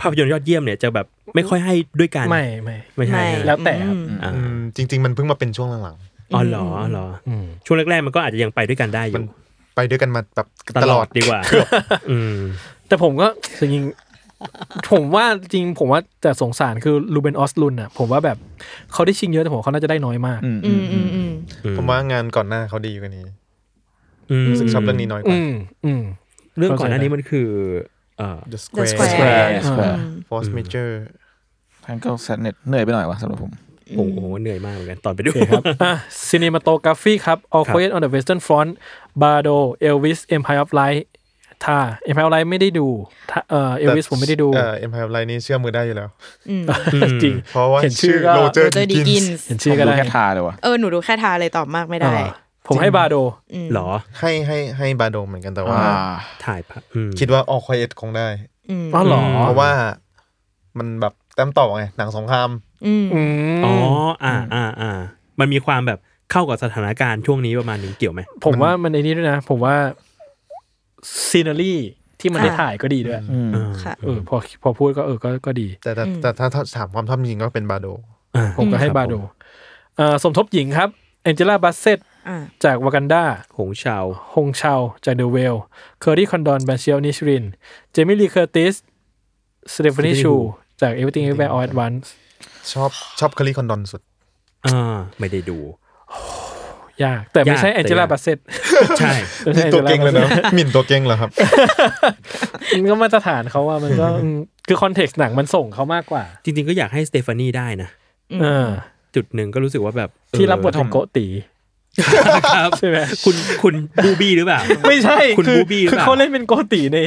Speaker 3: ภาพยนตร์ยอดเยี่ยมเนี่ยจะแบบไม่ค่อยให้ด้วยกัน
Speaker 1: ไม่ไม่
Speaker 3: ไม่ใช่
Speaker 5: ไม่
Speaker 3: ฮะ
Speaker 1: แล้วแต่ครับ
Speaker 3: อ่า
Speaker 2: อืมจริง ๆ มันเพิ่งมาเป็นช่วงหลัง
Speaker 3: อ๋อเหรออ๋อเหรออช่วงแรกๆมันก็อาจจะยังไปด้วยกันได้อ
Speaker 2: ๆ มัน
Speaker 3: ยู่
Speaker 2: ไปด้วยกันมาแบบตลอด
Speaker 3: ดีกว่าอืม
Speaker 1: แต่ผมก็จริงๆผมว่าจริงผมว่าแต่สงสารคือลูเบนออสลุนอ่ะ ผมว่าแบบเขาได้ชิงเยอะแต่ผมว่าเขาน่าจะได้น้อยมาก
Speaker 4: อืม
Speaker 5: อืมอืมอืม
Speaker 2: ผมว่างานก่อนหน้าเขาดีกว่านี้
Speaker 3: อืม
Speaker 2: รู้สึกชอบเรื่องนี้น้อยกว่า
Speaker 1: อืมอืม
Speaker 3: เรื่องก่อนหน้านี้มันคือเอ่อ
Speaker 2: The
Speaker 5: The
Speaker 2: Square
Speaker 5: Square
Speaker 4: แควร์แคว
Speaker 5: อื
Speaker 4: ร์
Speaker 5: ม
Speaker 2: Force Major
Speaker 4: แพงก็แซนเน็ตเหนื่อยไปหน่อยวะสำหรับผม
Speaker 3: โอ้โหเหนื่อยมากเหมือนกันตอนไปดู
Speaker 1: โอเคครับ อ่ะ cinematography ครับ All
Speaker 3: ครับ
Speaker 1: Quiet on the Western Front Bardo Elvis Empire of Light ท่า Empire of Light ไม่ได้ดูท่าเอ่อ Elvis
Speaker 2: แต่
Speaker 1: ผมไม่ได้ดู
Speaker 2: เอ่อ Empire Line นี่เชื่อมือได้อยู่แล้ว
Speaker 5: อืม
Speaker 1: จริง
Speaker 2: เพราะว่า
Speaker 1: เห็นชื่อก็
Speaker 2: โรเจอ
Speaker 5: โร
Speaker 2: ร์
Speaker 5: เจอร์ดี
Speaker 2: ดิ
Speaker 5: กิ
Speaker 2: กิน
Speaker 5: น
Speaker 2: ส์
Speaker 5: ส์
Speaker 1: เห็นชื่อก็
Speaker 4: ดู
Speaker 1: ได้
Speaker 4: แค่ทาเลยวะ
Speaker 5: เออหนูดูแค่ทาเลยตอบมากไม่ได้
Speaker 1: อ่าผมให้ Bardo
Speaker 3: เหรอ
Speaker 2: ให้ให้ให้บาโดมเหมือนกันแต่ว่า
Speaker 4: อ่า
Speaker 3: ถ่ายปะอืม
Speaker 2: คิดว่าออกคอยเอ็ดคงได้
Speaker 5: อืม
Speaker 1: อ๋อเหรอ
Speaker 2: เพราะว่ามันแบบแต้มต่อไงหนังสงคราม
Speaker 5: อืม
Speaker 1: อืม
Speaker 3: อ๋อ อ่า อ่า อ่า มันมีความแบบเข้ากับสถานการณ์ช่วงนี้ประมาณหนึงเกี่ยวไหม
Speaker 1: ผมว่ามันในนี้ด้วยนะ ผมว่า scenery ที่มันได้ถ่ายก็ดีด้วย
Speaker 4: อืม
Speaker 5: ค่ะ
Speaker 1: เออพอพอพูดก็เออก็ก็ดี
Speaker 2: แต่แต่แต่ถ้าถ้าถามความชอบจริงก็เป็นบาโด
Speaker 1: ผมก็ให้
Speaker 3: ครับ
Speaker 1: Bardo เอ่อสมทบหญิงครับ Angela Bassett
Speaker 5: อ่า
Speaker 1: จาก Wakanda
Speaker 3: หงชาว
Speaker 1: ฮงเชาจากเดอะเวล เคอร์รี่คอนดอนแบนเชียลนิชริน เจมี่ลีเคอร์ติส สเตฟานี
Speaker 3: Stephanie
Speaker 1: ชู
Speaker 3: Chu
Speaker 1: จาก Everything Everywhere All at Once
Speaker 2: ชอบ
Speaker 5: (gasps)
Speaker 2: ชอบคาริคอนดอนสุด
Speaker 3: อ่า ไม่ได้ดู
Speaker 1: ยาก แต่ไม่ใช่
Speaker 3: ยาก
Speaker 1: แองเจล่า
Speaker 3: แต่ยาก
Speaker 1: บัสเซต
Speaker 3: ใช่
Speaker 2: นี่ตัวเก่งเลยนะ (laughs) หมิ่นตัวเก่งเหรอครับ
Speaker 1: มันก็มาตรฐานเขาว่ามันก็ (laughs) อืมคือคอนเท็กซ์หนังมันส่งเขามากกว่า
Speaker 3: จริง ๆ ก็อยากให้สเตฟานีได้นะ
Speaker 1: เออ
Speaker 3: จุดหนึ่งก็รู้สึกว่าแบบเออ
Speaker 1: ที่รับบทเป็นโกตี
Speaker 3: ครับ
Speaker 1: ใช่ไหม
Speaker 3: คุณคุณบูบี้หรือเปล่า
Speaker 1: ไม่ใช่
Speaker 3: คุณ
Speaker 1: อ
Speaker 3: Booby หรือ
Speaker 1: คือ
Speaker 3: เปล่า
Speaker 1: เขาเล่นเป็นโกตีใน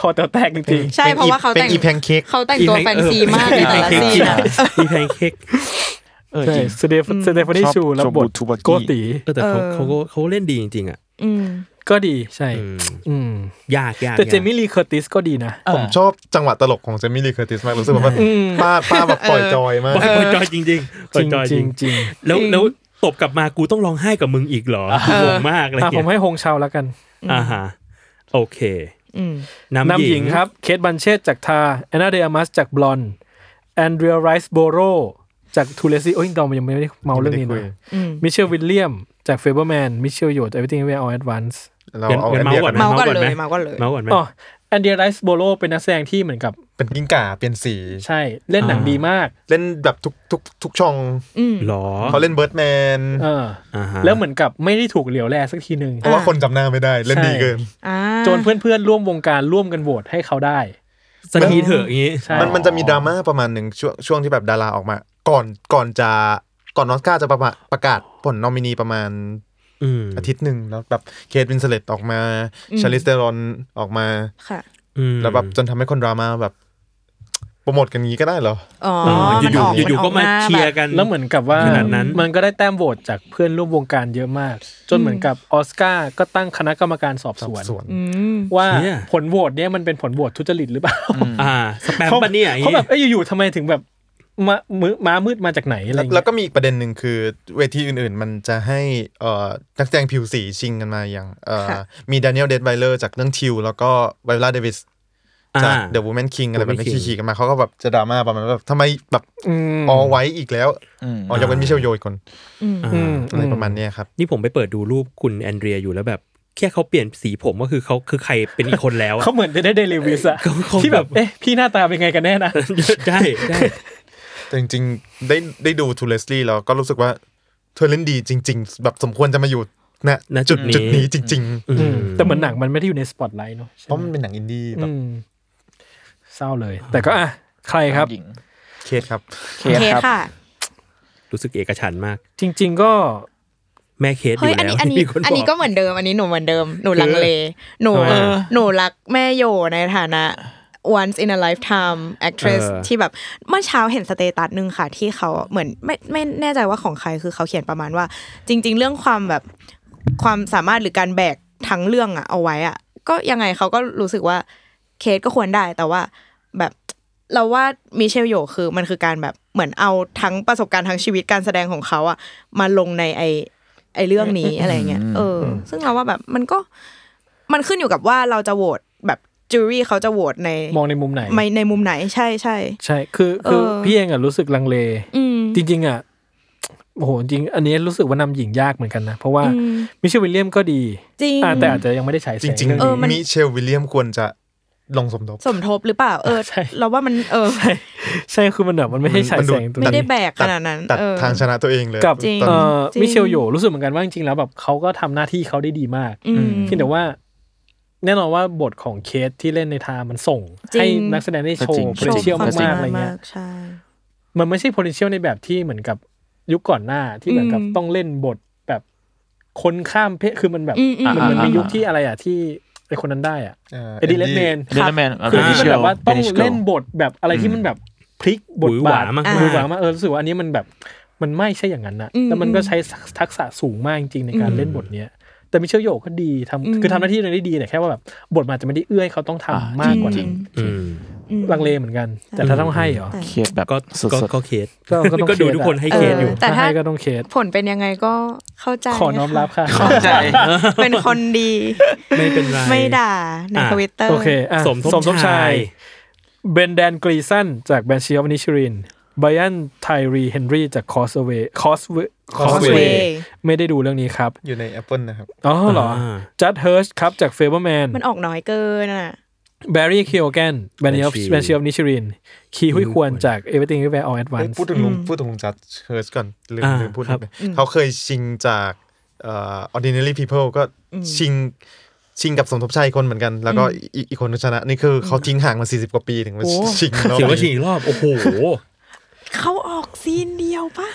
Speaker 1: คอแตวแตกจริง
Speaker 5: ใช่ เพราะว่าเขา
Speaker 2: เป็น
Speaker 5: แต่ง
Speaker 2: อีแพนเค้ก
Speaker 5: เขาแต่งตัวแฟนซีมากในแต่ละซีนอะ
Speaker 3: มีแพนเค้ก
Speaker 4: เอ
Speaker 1: ๆ
Speaker 4: อ
Speaker 1: ใช่
Speaker 4: จริง
Speaker 1: สเตฟสเตฟานี
Speaker 4: ชอบ
Speaker 1: ชูรับบท
Speaker 4: ชอบบูทูบากิ
Speaker 1: โกตี
Speaker 3: เออแต่เขา
Speaker 5: เออ
Speaker 3: เขาก็เขาเล่นดีจริง ๆ อ่ะ
Speaker 5: อืม
Speaker 1: ก็ดีใช่
Speaker 3: อืม
Speaker 1: อืม
Speaker 3: ยากยาก
Speaker 1: แต่เจ
Speaker 3: ยาก
Speaker 1: มี่ลีเคอร์ติสก็ดีนะ
Speaker 2: ผมชอบจังหวะตลกของเจมี่ลีเคอร์ติสมาก รู้สึกว่ามันป้าป้าแบบปล่อยจอยมาก
Speaker 3: ปล่อยปล่อยจอยจริงๆป
Speaker 1: จ
Speaker 3: ล่อ
Speaker 1: ริง
Speaker 3: ยจอย
Speaker 1: จ
Speaker 3: จ
Speaker 1: ริ
Speaker 3: ริ
Speaker 1: ง
Speaker 3: ง
Speaker 1: จริง
Speaker 3: แล้วแล้วตบกลับมากูต้องร้องไห้กับมึงอีกเหรอกูงงมากเลย
Speaker 1: อ่ะผ
Speaker 3: เนี่ย
Speaker 1: มให้ฮงเชาแล้วกัน
Speaker 3: อ่าฮะโอเค
Speaker 5: อืม
Speaker 1: นำหญิงครับ เคทบันเชตจากทาแอนนาเดอมัสจากบลอนแอนเดรียไรส์โบโรจากทูเลซีโอ้ยดอมยังไม่ได้เมาเรื่องนี้
Speaker 2: ยังไม่
Speaker 1: นะ
Speaker 2: ได้คุ
Speaker 5: อืม
Speaker 1: มิเชลวิลเลียมจากเฟเบอร์แมนมิเชลโยดจาก Everything Everywhere All at Once
Speaker 2: เรา
Speaker 3: งั้น
Speaker 2: เอา
Speaker 3: งั้
Speaker 2: ไอน
Speaker 3: เมา
Speaker 2: เดีย
Speaker 3: ส์ก่
Speaker 2: กั
Speaker 3: อน
Speaker 2: น
Speaker 3: ไหม
Speaker 5: เมาส์ก่อนเลยเมาส์
Speaker 3: ไห
Speaker 5: ก่อนเลย
Speaker 3: เมาส์ก่อนไหม
Speaker 1: อ๋อแอนเดรียไรส์โบโรเป็นนักแสดงที่เหมือนกับ
Speaker 2: เป็นกิ้งก่าเปลี่ยนสี
Speaker 1: ใช่เล่นหนัง
Speaker 3: อ่า
Speaker 1: ดีมาก
Speaker 2: เล่นแบบทุกทุกทุกช่อง
Speaker 5: อืม
Speaker 3: หรอ
Speaker 2: เขาเล่นเบิร์ดแมน
Speaker 1: เออ
Speaker 3: อ่าฮะ
Speaker 1: แล้วเหมือนกับไม่ได้ถูกเหลียวแลสักทีหนึ่ง
Speaker 2: เพราะว่าคนจำหน้าไม่ได้เล่นดีเกิน
Speaker 5: อ่า
Speaker 1: จนเพื่อนๆ ร่วมวงการร่วมกันโหวตให้เขาได้
Speaker 3: สักทีเถอะอย่างงี้
Speaker 1: ใช่
Speaker 2: มันมันจะมีดราม่าประมาณหนึ่งช่วงช่วงที่แบบดาราออกมา ก่อนก่อนจะก่อนออสการ์จะประมาประกาศผลนอมินีประมาณ
Speaker 3: อืม
Speaker 2: อาทิตย์หนึ่งแล้วแบบเคทวินสเลตออกมาชาลิสเตอรอนออกมา
Speaker 5: ค่ะ
Speaker 3: อืม
Speaker 2: แล้วแบบจนทำให้คนดราม่าแบบโปรโมทกันงี้ก็ได้เหรอ
Speaker 5: อ๋อ
Speaker 3: อ๋ออ
Speaker 5: มัน
Speaker 3: ยู่
Speaker 5: ออก
Speaker 3: ๆอยู่
Speaker 5: น
Speaker 3: ๆ
Speaker 5: อ
Speaker 3: ก็มา
Speaker 5: หน้
Speaker 3: เชียร์
Speaker 5: แบบ
Speaker 3: กัน
Speaker 1: แล้วเหมือนกับว่า
Speaker 3: ขนาดนั้น
Speaker 1: มันก็ได้แต้มโหวตจากเพื่อนร่วมวงการเยอะมาก จนเหมือนกับออสการ์ก็ตั้งคณะกรรมการสอบสวน
Speaker 2: สวน
Speaker 5: อืม
Speaker 1: ว่า
Speaker 3: เชี่ย
Speaker 1: ผลโหวตเนี่ยมันเป็นผลโหวตทุจริตหรือเปล่า
Speaker 3: อ่าสแปม
Speaker 1: เขา
Speaker 3: ปะเนี่ยอย่าง
Speaker 1: เขา
Speaker 3: งี้
Speaker 1: แบบเอ้ยอยู่ๆทำไมถึงแบบมามือม้ามืดมาจากไหนอะไร
Speaker 2: แล้ว
Speaker 1: เงี้
Speaker 2: แล้ว
Speaker 1: ย
Speaker 2: ก็มีอีกประเด็นหนึ่งคือเวทีอื่นๆ มันจะให้เอ่อนักแสดงผิวสีชิงกันมาอย่างเอ่อ
Speaker 5: ค่ะ
Speaker 2: มีด a น i เอลเดดไบเลอร์จากเรื่องทิวแล้วก็ไวลาเดวิสจาก The
Speaker 3: ว
Speaker 2: Woman King อะไรแบบนี้
Speaker 3: Woman King
Speaker 2: ขี่ๆกันมาเขาก็แบบจะดราม่าประมาณว่าแบบทำไมแบบ
Speaker 1: อืม
Speaker 2: ออไว้อีกแล้ว
Speaker 4: อืม
Speaker 2: อ๋อยกเป็นมิเชลโยอีกคน
Speaker 5: อืม
Speaker 1: อืม
Speaker 2: อะไรประมาณเนี้ยครับ
Speaker 3: นี่ผมไปเปิดดูรูปคุณแอนเดรียอยู่แล้วแบบ แค่เขาเปลี่ยนสีผมก็คือเขาคือใครเป็นอีกคนแล้วอะ
Speaker 1: เขาเหมือนจะได้เดลิวิสอะ
Speaker 3: เขาเขา
Speaker 1: ที่แบบ
Speaker 3: แบบ
Speaker 1: เอ๊ะพี่หน้าตาเป็นไงกันแน่นะ
Speaker 3: (laughs) ใช่ใช่
Speaker 2: แต่จริงๆ ได้ได้ดูทูเลสลี่แล้วก็รู้สึกว่าเธอเล่นดีจริง ๆ แบบสมควรจะมาอยู่ ณ
Speaker 3: ณจุ
Speaker 2: จุ
Speaker 3: ด
Speaker 2: ด
Speaker 3: นี้
Speaker 2: จุดนี้จริงๆ
Speaker 3: อื
Speaker 1: อื
Speaker 3: ม
Speaker 1: มแต่เหมือนหนังมันไม่ได้อยู่ในสปอตไลท์เนาะใช่
Speaker 2: เพราะ
Speaker 1: ไหม
Speaker 2: มันเป็นหนังอินดี้แบ
Speaker 1: อื
Speaker 2: บ
Speaker 1: มเศร้าเลย แต่ก็อ่ะใครครับ
Speaker 4: หญิง
Speaker 2: เคสครับ
Speaker 4: เค
Speaker 5: โอเค
Speaker 4: สครับ
Speaker 5: ค่ะ
Speaker 3: รู้สึกเอกฉันท์มาก
Speaker 1: จริง ๆ ก็
Speaker 3: แม่เคสอ
Speaker 5: เฮ้ย
Speaker 3: ยู่
Speaker 5: อัน
Speaker 3: แล้ว
Speaker 5: นี้อัน
Speaker 3: มี
Speaker 5: นี้
Speaker 3: คนบ
Speaker 5: อัน
Speaker 3: อ
Speaker 5: นี้
Speaker 3: ก
Speaker 5: ก็เหมือนเดิมอันนี้หนูเหมือนเดิมหนูลังเลหนู
Speaker 3: ทำไมอ่ะ
Speaker 5: หนูรักแม่โยในฐานะ once in a lifetime actress
Speaker 3: เออ
Speaker 5: ที่แบบเมื่อเช้าเห็นสเตตัสหนึ่งค่ะ ที่เขาเหมือนไม่ไม่แน่ใจว่าของใครคือเขาเขียนประมาณว่า จริง ๆ เรื่องความแบบความสามารถหรือการแบกทั้งเรื่องอะเอาไว้อะก็ยังไงเขาก็รู้สึกว่าเคสก็ควรได้แต่ว่าแบบเราว่ามิเชลโยคือมันคือการแบบเหมือนเอาทั้งประสบการณ์ทั้งชีวิตการแสดงของเขาอะมาลงในไอ ไอ้เรื่องนี้ อะไรเงี้ย เออ ซึ่งเราว่าแบบมันก็มันขึ้นอยู่กับว่าเราจะโหวตแบบจูรี่เขาจะโหวตใน
Speaker 1: มองในมุมไหน
Speaker 5: ไม่ในมุมไหนใช่ใช่
Speaker 1: ใช่คือคือ
Speaker 5: เออ
Speaker 1: พี่เองอะรู้สึกลังเล
Speaker 5: อืม
Speaker 1: จริง ๆอะโอ้โหจริง อันนี้รู้สึกว่านำหญิงยากเหมือนกันนะ เพราะว่า
Speaker 5: อืม
Speaker 1: มิเชลวิลเลียมก็ดี
Speaker 5: จริง
Speaker 1: อ่ะแต่อาจจะยังไม่ได้ฉายแส
Speaker 2: จ
Speaker 1: ง
Speaker 2: ริง
Speaker 1: เรื่อง
Speaker 5: เออ
Speaker 1: นี้
Speaker 5: มัน
Speaker 2: ๆ มิเชลวิลเลียมควรจะลงสมทบ
Speaker 5: สมทบหรือเปล่า เออ
Speaker 1: ใช่
Speaker 5: เราว่ามันเออ
Speaker 1: ใช่ใช่คือมันแบบมันไม่ใช่ฉายแสงตรง
Speaker 5: ไม่ได้
Speaker 1: นี้
Speaker 5: แบกขนาดนั้น
Speaker 2: ตัด
Speaker 5: เออ
Speaker 2: ทางชนะตัวเองเลย
Speaker 1: กับ
Speaker 5: จริง
Speaker 2: ตอน
Speaker 1: เอ่
Speaker 2: นี้
Speaker 1: อ
Speaker 5: จริง
Speaker 1: มิเชลโยรู้สึกเหมือนกันว่าจริงๆแล้วแบบเขาก็ทำหน้าที่เขาได้ดีมาก
Speaker 5: อืม
Speaker 1: เพียงแต่ว่า แน่นอนว่าบทของเคสที่เล่นในทามันส่ง
Speaker 5: จริง
Speaker 1: ให้นักแสดงได้โชว์
Speaker 5: ชม
Speaker 1: potential
Speaker 5: ความสา
Speaker 1: าร กๆ
Speaker 5: มถ
Speaker 1: อะไรเงี้ย
Speaker 5: มากใช่
Speaker 1: มันไม่ใช่ potential ในแบบที่เหมือนกับยุคก่อนหน้าที่เหมือนกับ
Speaker 5: อืม
Speaker 1: ต้องเล่นบทแบบคนข้ามเพศคือมันแบบ
Speaker 5: อืมอืม
Speaker 1: มันมันเป็นยุคที่อะไรอ่ะที่ไอคนนั้นได้อ่ะ
Speaker 2: อ่า
Speaker 1: เอดีเลดแมน
Speaker 4: เดนแมน
Speaker 1: คือที่มัน
Speaker 4: แบ
Speaker 1: แบบ บ
Speaker 4: ว่า
Speaker 1: ว่า
Speaker 4: ต้
Speaker 1: ต้
Speaker 4: อ
Speaker 1: อง ง
Speaker 4: เล่
Speaker 1: เล่
Speaker 4: น
Speaker 1: นบทแบบอะไรที่มันแบบพลิกบท
Speaker 3: หวือ
Speaker 1: บาว
Speaker 3: หา
Speaker 1: ท
Speaker 3: มาก
Speaker 1: หวือหวามากเออรู้สึกว่าอันนี้มันแบบมันไม่ใช่อย่างนั้นนะ
Speaker 5: อืม
Speaker 1: แล้วมันก็ใช้ทักษะสูงมากจริงๆในการเล่นบทเนี้ย แต่มิเชลโยก็ดีทำ
Speaker 5: อืม
Speaker 1: คือทำหน้าที่ตรงนี้ได้ดีแต่แค่ว่าแบบบทมันอาจจะไม่ได้เอื้อให้เขาต้องทำ
Speaker 4: อ่าม
Speaker 1: มากกว่า
Speaker 4: จริ
Speaker 1: นั้
Speaker 4: ง
Speaker 1: น
Speaker 3: อืม
Speaker 5: อืม
Speaker 1: ลังเลเหมือนกัน แต่ถ้าต้องให้เหรอ
Speaker 5: แต่
Speaker 4: เคสแบบ
Speaker 3: ก็
Speaker 4: สุ
Speaker 3: ก็
Speaker 4: ด
Speaker 3: ก็เคส
Speaker 1: ก็ก็ต้อง
Speaker 3: ก็ดู
Speaker 1: เคสอะ
Speaker 3: ทุกคนให้เคสอยู่
Speaker 5: เออ แต่ถ้า
Speaker 1: ให้ก็ต้องเคส
Speaker 5: ผลเป็นยังไงก็เข้าใจ
Speaker 1: ขอน้อมรับค่ะ
Speaker 4: ๆเข้าใจ
Speaker 5: เป็นคนดี
Speaker 3: ไม่เป็นไร
Speaker 5: ไม่ด่าใน
Speaker 3: อ่ะ
Speaker 5: ทวิตเตอร์
Speaker 1: โอเคอ่ะ
Speaker 3: สมทบชาย
Speaker 1: เบนแดนกรีซันจากแบนชีออฟนิชรินไบอันไทรีเฮนรี่จากคอสเวคอสเว
Speaker 2: Causeway
Speaker 1: ไม่ได้ดูเรื่องนี้ครับ
Speaker 2: อยู่ใน Apple นะครับ
Speaker 1: อ๋อเหรอ
Speaker 3: อ่า
Speaker 1: จัดเฮิร์ชครับจากเฟเบอร์แมน
Speaker 5: มันออกน้อยเกินอ่ะ
Speaker 1: แบร์รี่คิโอแกนแบนชีออฟ
Speaker 3: Banshee
Speaker 1: แบนชีออฟนิชรินคีฮุยควรจากเอเวอร์ติงเวอร์ออลแอดวาน
Speaker 2: เอ้ย
Speaker 1: ซ์
Speaker 2: พูดถึงลุงพูดถึงลุงจัดเฮิร์สก่อนลืม
Speaker 3: อ่า
Speaker 2: ลืมพูด
Speaker 3: ครับ
Speaker 2: นิดนึงเขาเคยชิงจากเอ่อ ordinary people ก็ชิงชิงกับสมทบชัยคนเหมือนกัน แล้วก็อีกอีกคนชนะ นี่คือเขาทิ้งห่างมา 40 กว่าปีถึงมา
Speaker 5: โอ้
Speaker 2: ชิงแล้ว
Speaker 3: เสียงว่าฉีกอีกรอบ โอ้โห
Speaker 1: (laughs)
Speaker 5: เขาออกซีนเดียวปะ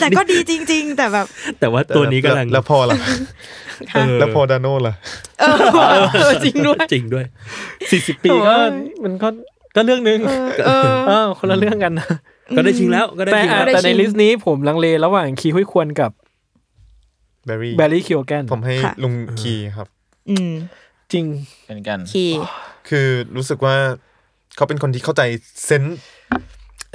Speaker 5: แต่ก็ดีจริง ๆ แต่แบบ
Speaker 3: แต่ว่าตัวนี้กำลัง
Speaker 2: แล้วพอล่ะ
Speaker 3: เออ
Speaker 2: แล้วพอดาโน่ล่ะ
Speaker 5: เออเออ (laughs) จริงด้วย
Speaker 3: จริงด้วย
Speaker 1: สี่สิบปีก็
Speaker 5: โอ้ย
Speaker 1: มันก็ก็เรื่องนึง
Speaker 5: เออ
Speaker 1: เออคนละเรื่องกันนะ
Speaker 3: ก็ได้ชิงแล้วก็ได้
Speaker 1: แต่
Speaker 3: ชิง
Speaker 1: อ่ะ
Speaker 3: แล้ว
Speaker 1: แต่
Speaker 5: ได้
Speaker 1: ใน
Speaker 5: ชิง
Speaker 1: ลิสต์นี้ผมลังเลระหว่างคีฮุยควรกับ
Speaker 2: Barry
Speaker 1: แบร์รี่คิโอแกน
Speaker 2: ผมให้
Speaker 5: ค่ะ
Speaker 2: ลุงคีครับ
Speaker 5: อืม
Speaker 1: จริง
Speaker 4: เป็นกัน
Speaker 5: คี
Speaker 2: คือรู้สึกว่าเขาเป็นคนที่เข้าใจเซนส์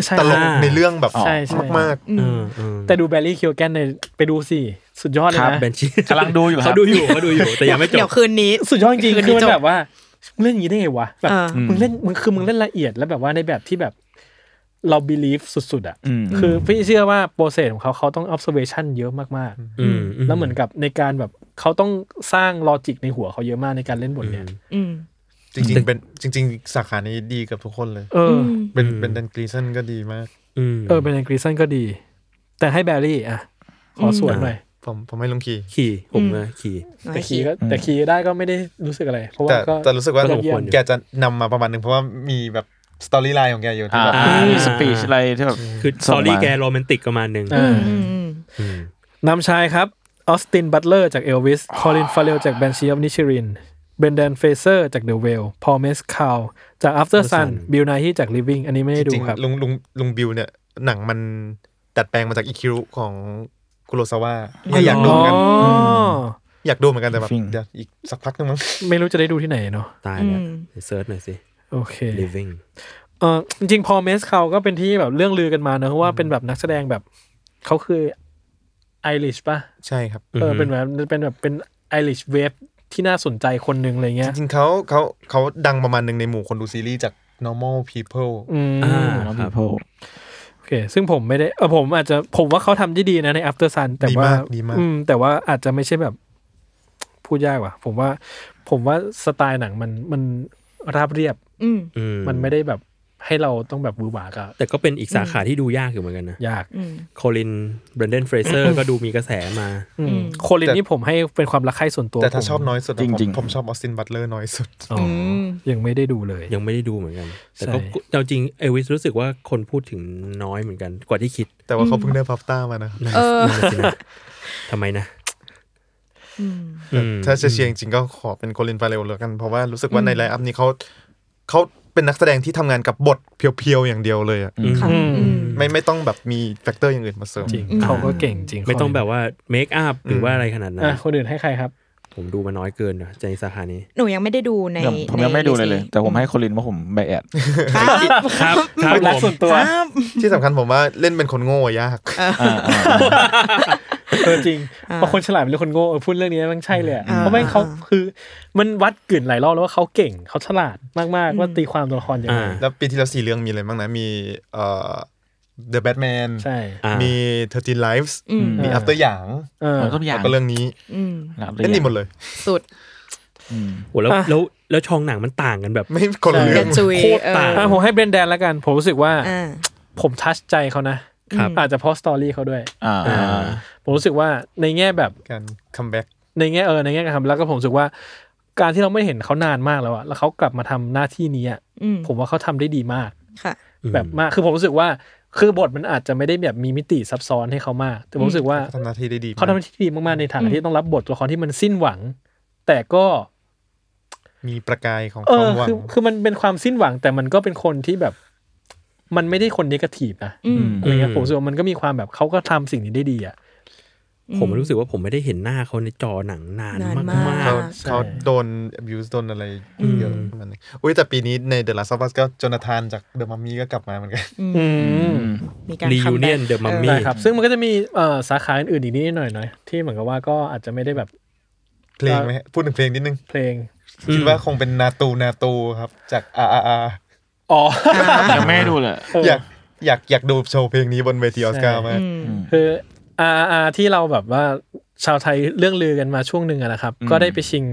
Speaker 1: ใช่
Speaker 2: ตลก
Speaker 3: อ่า
Speaker 2: ในเรื่องแบบ
Speaker 1: ใช่ใช่
Speaker 2: มาก
Speaker 3: เออเออ
Speaker 1: แต่ดูแบร์รี่คิวแกนในไปดูสิ สุดยอดเลย
Speaker 4: ครับ
Speaker 1: นะ
Speaker 3: แบนชี
Speaker 4: กำลังดูอยู่ครั
Speaker 3: เขา
Speaker 4: บ
Speaker 3: ดูอยู่เขาดูอยู่ แต่ยังไม่จ
Speaker 5: เดี๋ย
Speaker 3: บ
Speaker 5: วคืนนี้
Speaker 1: สุดยอดจริงๆ
Speaker 5: คือ
Speaker 1: คือมั
Speaker 5: จ
Speaker 1: น
Speaker 5: บ
Speaker 1: แบบว่ามึงเล่นอย่างนี้ได้ไงวะแบบ
Speaker 5: เออ
Speaker 1: มึงเล่นมึงคือมึงเล่นละเอียดแล้วแบบว่าในแบบที่แบบเราบิลีฟสุดๆอ่ะ
Speaker 4: อืม
Speaker 1: คือพี่เชื่อว่าโปรเซสของเขาเขาต้อง observation เยอะมาก
Speaker 3: อืม
Speaker 1: ๆ แล้วเหมือนกับในการแบบเขาต้องสร้างลอจิกในหัวเขาเยอะมากในการเล่นบทเนี่ย
Speaker 5: อืม
Speaker 2: จริงๆเป็นจริง ๆ สาขานี้ดีกับทุกคนเลย
Speaker 1: เอออ
Speaker 2: เป็นเป็นดันกรีซันก็ดีมาก
Speaker 3: ม
Speaker 1: เออเป็นกรีซันก็ดี แต่ให้แบร์รี่อ่ะขอส่วนหน่อย
Speaker 2: ผมผมให้ลุงคี
Speaker 3: ขี่ผมนะขี่
Speaker 1: แต่คีย์ก็แต่คีย์ได้ก็ไม่ได้รู้สึกอะไร เพราะว่า
Speaker 2: แต่
Speaker 1: ก็
Speaker 2: แต่รู้สึกว่า
Speaker 3: ก็สมควรอยู่
Speaker 2: แกจะนำมาประมาณหนึ่งเพราะว่ามีแบบสตอรี่ไลน์ของแกอยู่ที่แบบ
Speaker 3: อ่า
Speaker 4: มีสปีชอะไรที่แบบ
Speaker 3: คือส
Speaker 4: ง
Speaker 3: อ
Speaker 4: มา
Speaker 3: รี่แกโรแมนติกประมาณหนึ่ง
Speaker 1: เออ
Speaker 5: อืมอืม
Speaker 3: อืม
Speaker 1: นำชายครับ ออสติน บัตเลอร์ จากเอลวิส คอลิน ฟาเรล จากแบนชีออฟนิชริน เบนแดน เฟเซอร์ จากเดอะเวล พอลเมสคาว จากอัฟเตอร์ซัน บิลนาฮีจากลิฟวิ่ง อันนี้ไม่
Speaker 2: จ
Speaker 1: ได้ดู
Speaker 2: ริง
Speaker 1: ครับ
Speaker 2: ๆลุงลุงลุงบิวเนี่ยหนังมันดัดแปลงมาจากอีคิวของคุโรซาวะเนี่ยอยากดู
Speaker 1: อ๋
Speaker 2: เห
Speaker 1: อ
Speaker 2: มือนกันอยากดูเหมือนกันแต่แบบ
Speaker 4: ฟิง
Speaker 2: เดี๋ยวอีกสักพักนึงมั้ง
Speaker 1: ไม่รู้จะได้ดูที่ไหนเนาะ
Speaker 3: ตายแล้วเซิร์ชหน่อยสิ
Speaker 1: โอเค
Speaker 3: living
Speaker 1: เออจริงๆ พอลเมสคาวก็เป็นที่แบบเรื่องลือกันมาเนอะว่าเป็นแบบนักแสดงแบบ เขาคือไอริชป่ะ
Speaker 2: ใช่ครับ
Speaker 1: เออ เป็นแบบ เป็นแบบ เป็นไอริชเวฟที่น่าสนใจคนหนึ่งอะไรเงี้ย
Speaker 2: จริงๆเขาเขาเขาดังประมาณหนึ่งในหมู่คนดูซีรีส์จาก normal people
Speaker 1: อืม
Speaker 3: อ่า
Speaker 4: น้อง
Speaker 3: ค
Speaker 4: พี
Speaker 3: รับ
Speaker 4: โพ
Speaker 1: โอเค ซึ่งผมไม่ได้เออผมอาจจะผมว่าเขาทำได้ดีนะใน After Sun แต่ว่า
Speaker 2: ดีมากดีมาก
Speaker 1: อืม แต่ว่าอาจจะไม่ใช่แบบ พูดยากว่ะ ผมว่า ผมว่าสไตล์หนังมันมันราบเรียบ
Speaker 5: อืม
Speaker 3: อืม
Speaker 1: มันไม่ได้แบบ ให้เราต้องแบบบือหวากับ
Speaker 3: แต่ก็เป็นอีกสาขาที่ดูยากอยู่เหมือนกันนะ
Speaker 1: ยาก
Speaker 5: อืม
Speaker 3: โคลินเบรนเดนเฟรเซอร์ก็ดูมีกระแสมา
Speaker 1: อืม
Speaker 5: อืม
Speaker 1: โคลินนี่ผมให้เป็นความรักใคร่ส่วนตัว
Speaker 2: แต่ถ้า
Speaker 1: ผม
Speaker 2: ชอบน้อยสุดอะ
Speaker 4: จ
Speaker 2: ผม
Speaker 4: ริงๆ
Speaker 2: ผมชอบออสตินบัตเลอร์น้อยสุด
Speaker 1: อ๋ออ
Speaker 5: ม
Speaker 1: ยังไม่ได้ดูเลย
Speaker 3: ยังไม่ได้ดูเหมือนกัน แต่ก็
Speaker 1: ใช่
Speaker 3: เอาจริงเอวิสรู้สึกว่าคนพูดถึงน้อยเหมือนกันกว่าที่คิด
Speaker 2: แต่ว่าเขาเพิ่งได้พัฟต้ามานะ
Speaker 3: นั่น
Speaker 5: เออ
Speaker 3: นั่น
Speaker 1: (laughs)
Speaker 3: สินะทำไมนะ
Speaker 5: อืม
Speaker 3: อืม
Speaker 2: ถ้าจะเชียร์จริงๆก็ขอเป็นโคลินฟาเรลแล้วกัน เพราะว่ารู้สึกว่าในไลฟ์อัพนี้เขาเขาเป็นนักแสดงที่ทำงานกับบทเพียวๆอย่างเดียวเลยอะ
Speaker 5: ค่ะ
Speaker 1: อืม
Speaker 5: อืม
Speaker 2: ไม่ไม่ต้องแบบมีแฟกเตอร์อย่างอื่นมาเสริม
Speaker 1: จริงเขาก็เก่งจริง
Speaker 3: ไม่ต้อ
Speaker 1: ค
Speaker 3: ง
Speaker 1: น
Speaker 3: แบ
Speaker 1: นี้
Speaker 3: บว่าเมคอัพหรือว่าอะไรขนาดนั้น
Speaker 1: อ่ะคนอื่นให้ใครครับ
Speaker 3: ผมดูมาน้อยเกินนะใจสาขานี้
Speaker 5: หนูยังไม่ได้ดูใน
Speaker 4: ยังผมยังไม่
Speaker 5: ใน
Speaker 4: ดูเลยเลย
Speaker 5: ซี
Speaker 4: แต่ผมให้โคลินว่าผมไบแอด
Speaker 5: ครับ
Speaker 3: ครับครับ
Speaker 1: รัก
Speaker 3: ผ
Speaker 1: ส่ว
Speaker 3: ม (laughs)
Speaker 1: นตัว
Speaker 5: ครับ
Speaker 2: ที่สำคัญผมว่าเล่นเป็นคนโง่อะยาก
Speaker 4: อ่าอ่า
Speaker 1: เออจริงเพราะคนฉลาดเป็นคนโง่เออพูดเรื่องนี้มันใช่เลยอะ
Speaker 5: อ่
Speaker 1: เพราะไม่งเขาคือ มันวัดกึ่นหลายรอบแล้วว่าเขาเก่งเขาฉลาดมากๆว่าตีความตัวละครยังไง
Speaker 3: อ่า
Speaker 2: แล้วปีที่แล้วสี่เรื่องมีอะไรบ้างนะ มีเอ่อ The Batman
Speaker 1: ใช่
Speaker 3: อ่า
Speaker 2: มี 13 Lives
Speaker 5: อืม
Speaker 2: มี After หยาง
Speaker 1: เออ
Speaker 4: มันก็อย่าง
Speaker 2: แล้วก็เรื่องนี้
Speaker 5: อืม
Speaker 4: รับ
Speaker 2: เล่นดีหมดเลย
Speaker 5: สุด
Speaker 4: อืม
Speaker 3: โอ้แล้ว
Speaker 1: อ่ะ
Speaker 3: แล้วแล้วช่องหนังมันต่างกันแบบ
Speaker 2: ไม่คนละ
Speaker 1: ใช่
Speaker 2: เรื่
Speaker 5: ก
Speaker 2: อ
Speaker 5: ระ
Speaker 2: ง
Speaker 5: จุย
Speaker 3: โคตรต่าง
Speaker 1: อ่ะผมให้เบรนแดนแล้วกัน ผมรู้สึกว่า
Speaker 5: เอออ่า
Speaker 1: ผมทัชใจเขานะครับ อาจจะเพราะสตอรี่เขาด้วย
Speaker 4: อ่า
Speaker 3: อ่า
Speaker 1: ผมรู้สึกว่าในแง่แบบ
Speaker 2: การคัมแบ็ก
Speaker 1: ในแง่เออในแง่การทำแล้วก็ผมรู้สึกว่าการที่เราไม่เห็นเขานานมากแล้วอะแล้วเขากลับมาทำหน้าที่นี้อะ
Speaker 5: อืม
Speaker 1: ผมว่าเขาทำได้ดีมาก
Speaker 5: ค่ะ
Speaker 1: แบบมากคือผมรู้สึกว่าคือบทมันอาจจะไม่ได้แบบมีมิติซับซ้อนให้เขามาก แต่ผมรู้สึกว่า
Speaker 2: ทำหน้าที่ได้ดีมก
Speaker 1: เขาทำหน้าที่ดีมากๆในฐานะที่ต้องรับบทตัวละครที่มันสิ้นหวัง แต่ก็
Speaker 2: มีประกายของ
Speaker 1: เอ
Speaker 2: ควา
Speaker 1: อ
Speaker 2: มหวัง
Speaker 1: คือคือมันเป็นความสิ้นหวัง แต่มันก็เป็นคนที่แบบ มันไม่ได้คนนิเกทีฟนะ
Speaker 5: อืม
Speaker 1: อะไรเงี้ยผมรู้สึกว่ามันก็มีความแบบเขาก็ทำสิ่งนี้ได้ดีอะ
Speaker 3: ผมรู้สึกว่าผมไม่ได้เห็นหน้าเขาในจอหนังนาน
Speaker 5: นาน
Speaker 3: มาก
Speaker 5: มาก
Speaker 3: ๆ
Speaker 2: เขา
Speaker 1: ใช่
Speaker 2: เขาโดน abuse โดนอะไรเยอะประมันงอุ้ยแต่ปีนี้ใน The Last of Us ก็โจนาธานจาก The Mummy ก็กลับมาเหมือนกัน
Speaker 1: อืม
Speaker 5: มีการ
Speaker 3: Reunion
Speaker 5: comeback
Speaker 3: The Mummy
Speaker 5: เออ
Speaker 1: นะครับ ซึ่งมันก็จะมีเอ่อสาขาอื่นๆอีกนิดๆหน่อยๆที่เหมือนกับว่าก็อาจจะไม่ได้แบบ
Speaker 2: เพลงไหมฮะพูดถึงเพลงนิดนึง
Speaker 1: เพลง
Speaker 2: คิดว่าคงเป็นนาตูนาตูครับ จาก R R R
Speaker 1: อ๋อ
Speaker 4: ยังไม่ได้ดูเลย
Speaker 2: อยากอยากอยากดูโชว์เพลงนี้บนเวทีออสการ์มาก
Speaker 5: อืม
Speaker 1: คืออาอาที่เราแบบว่าชาวไทยเรื่องลือกันมาช่วงหนึ่งอะนะครับ
Speaker 4: อืม
Speaker 1: ก็ได้ไปชิง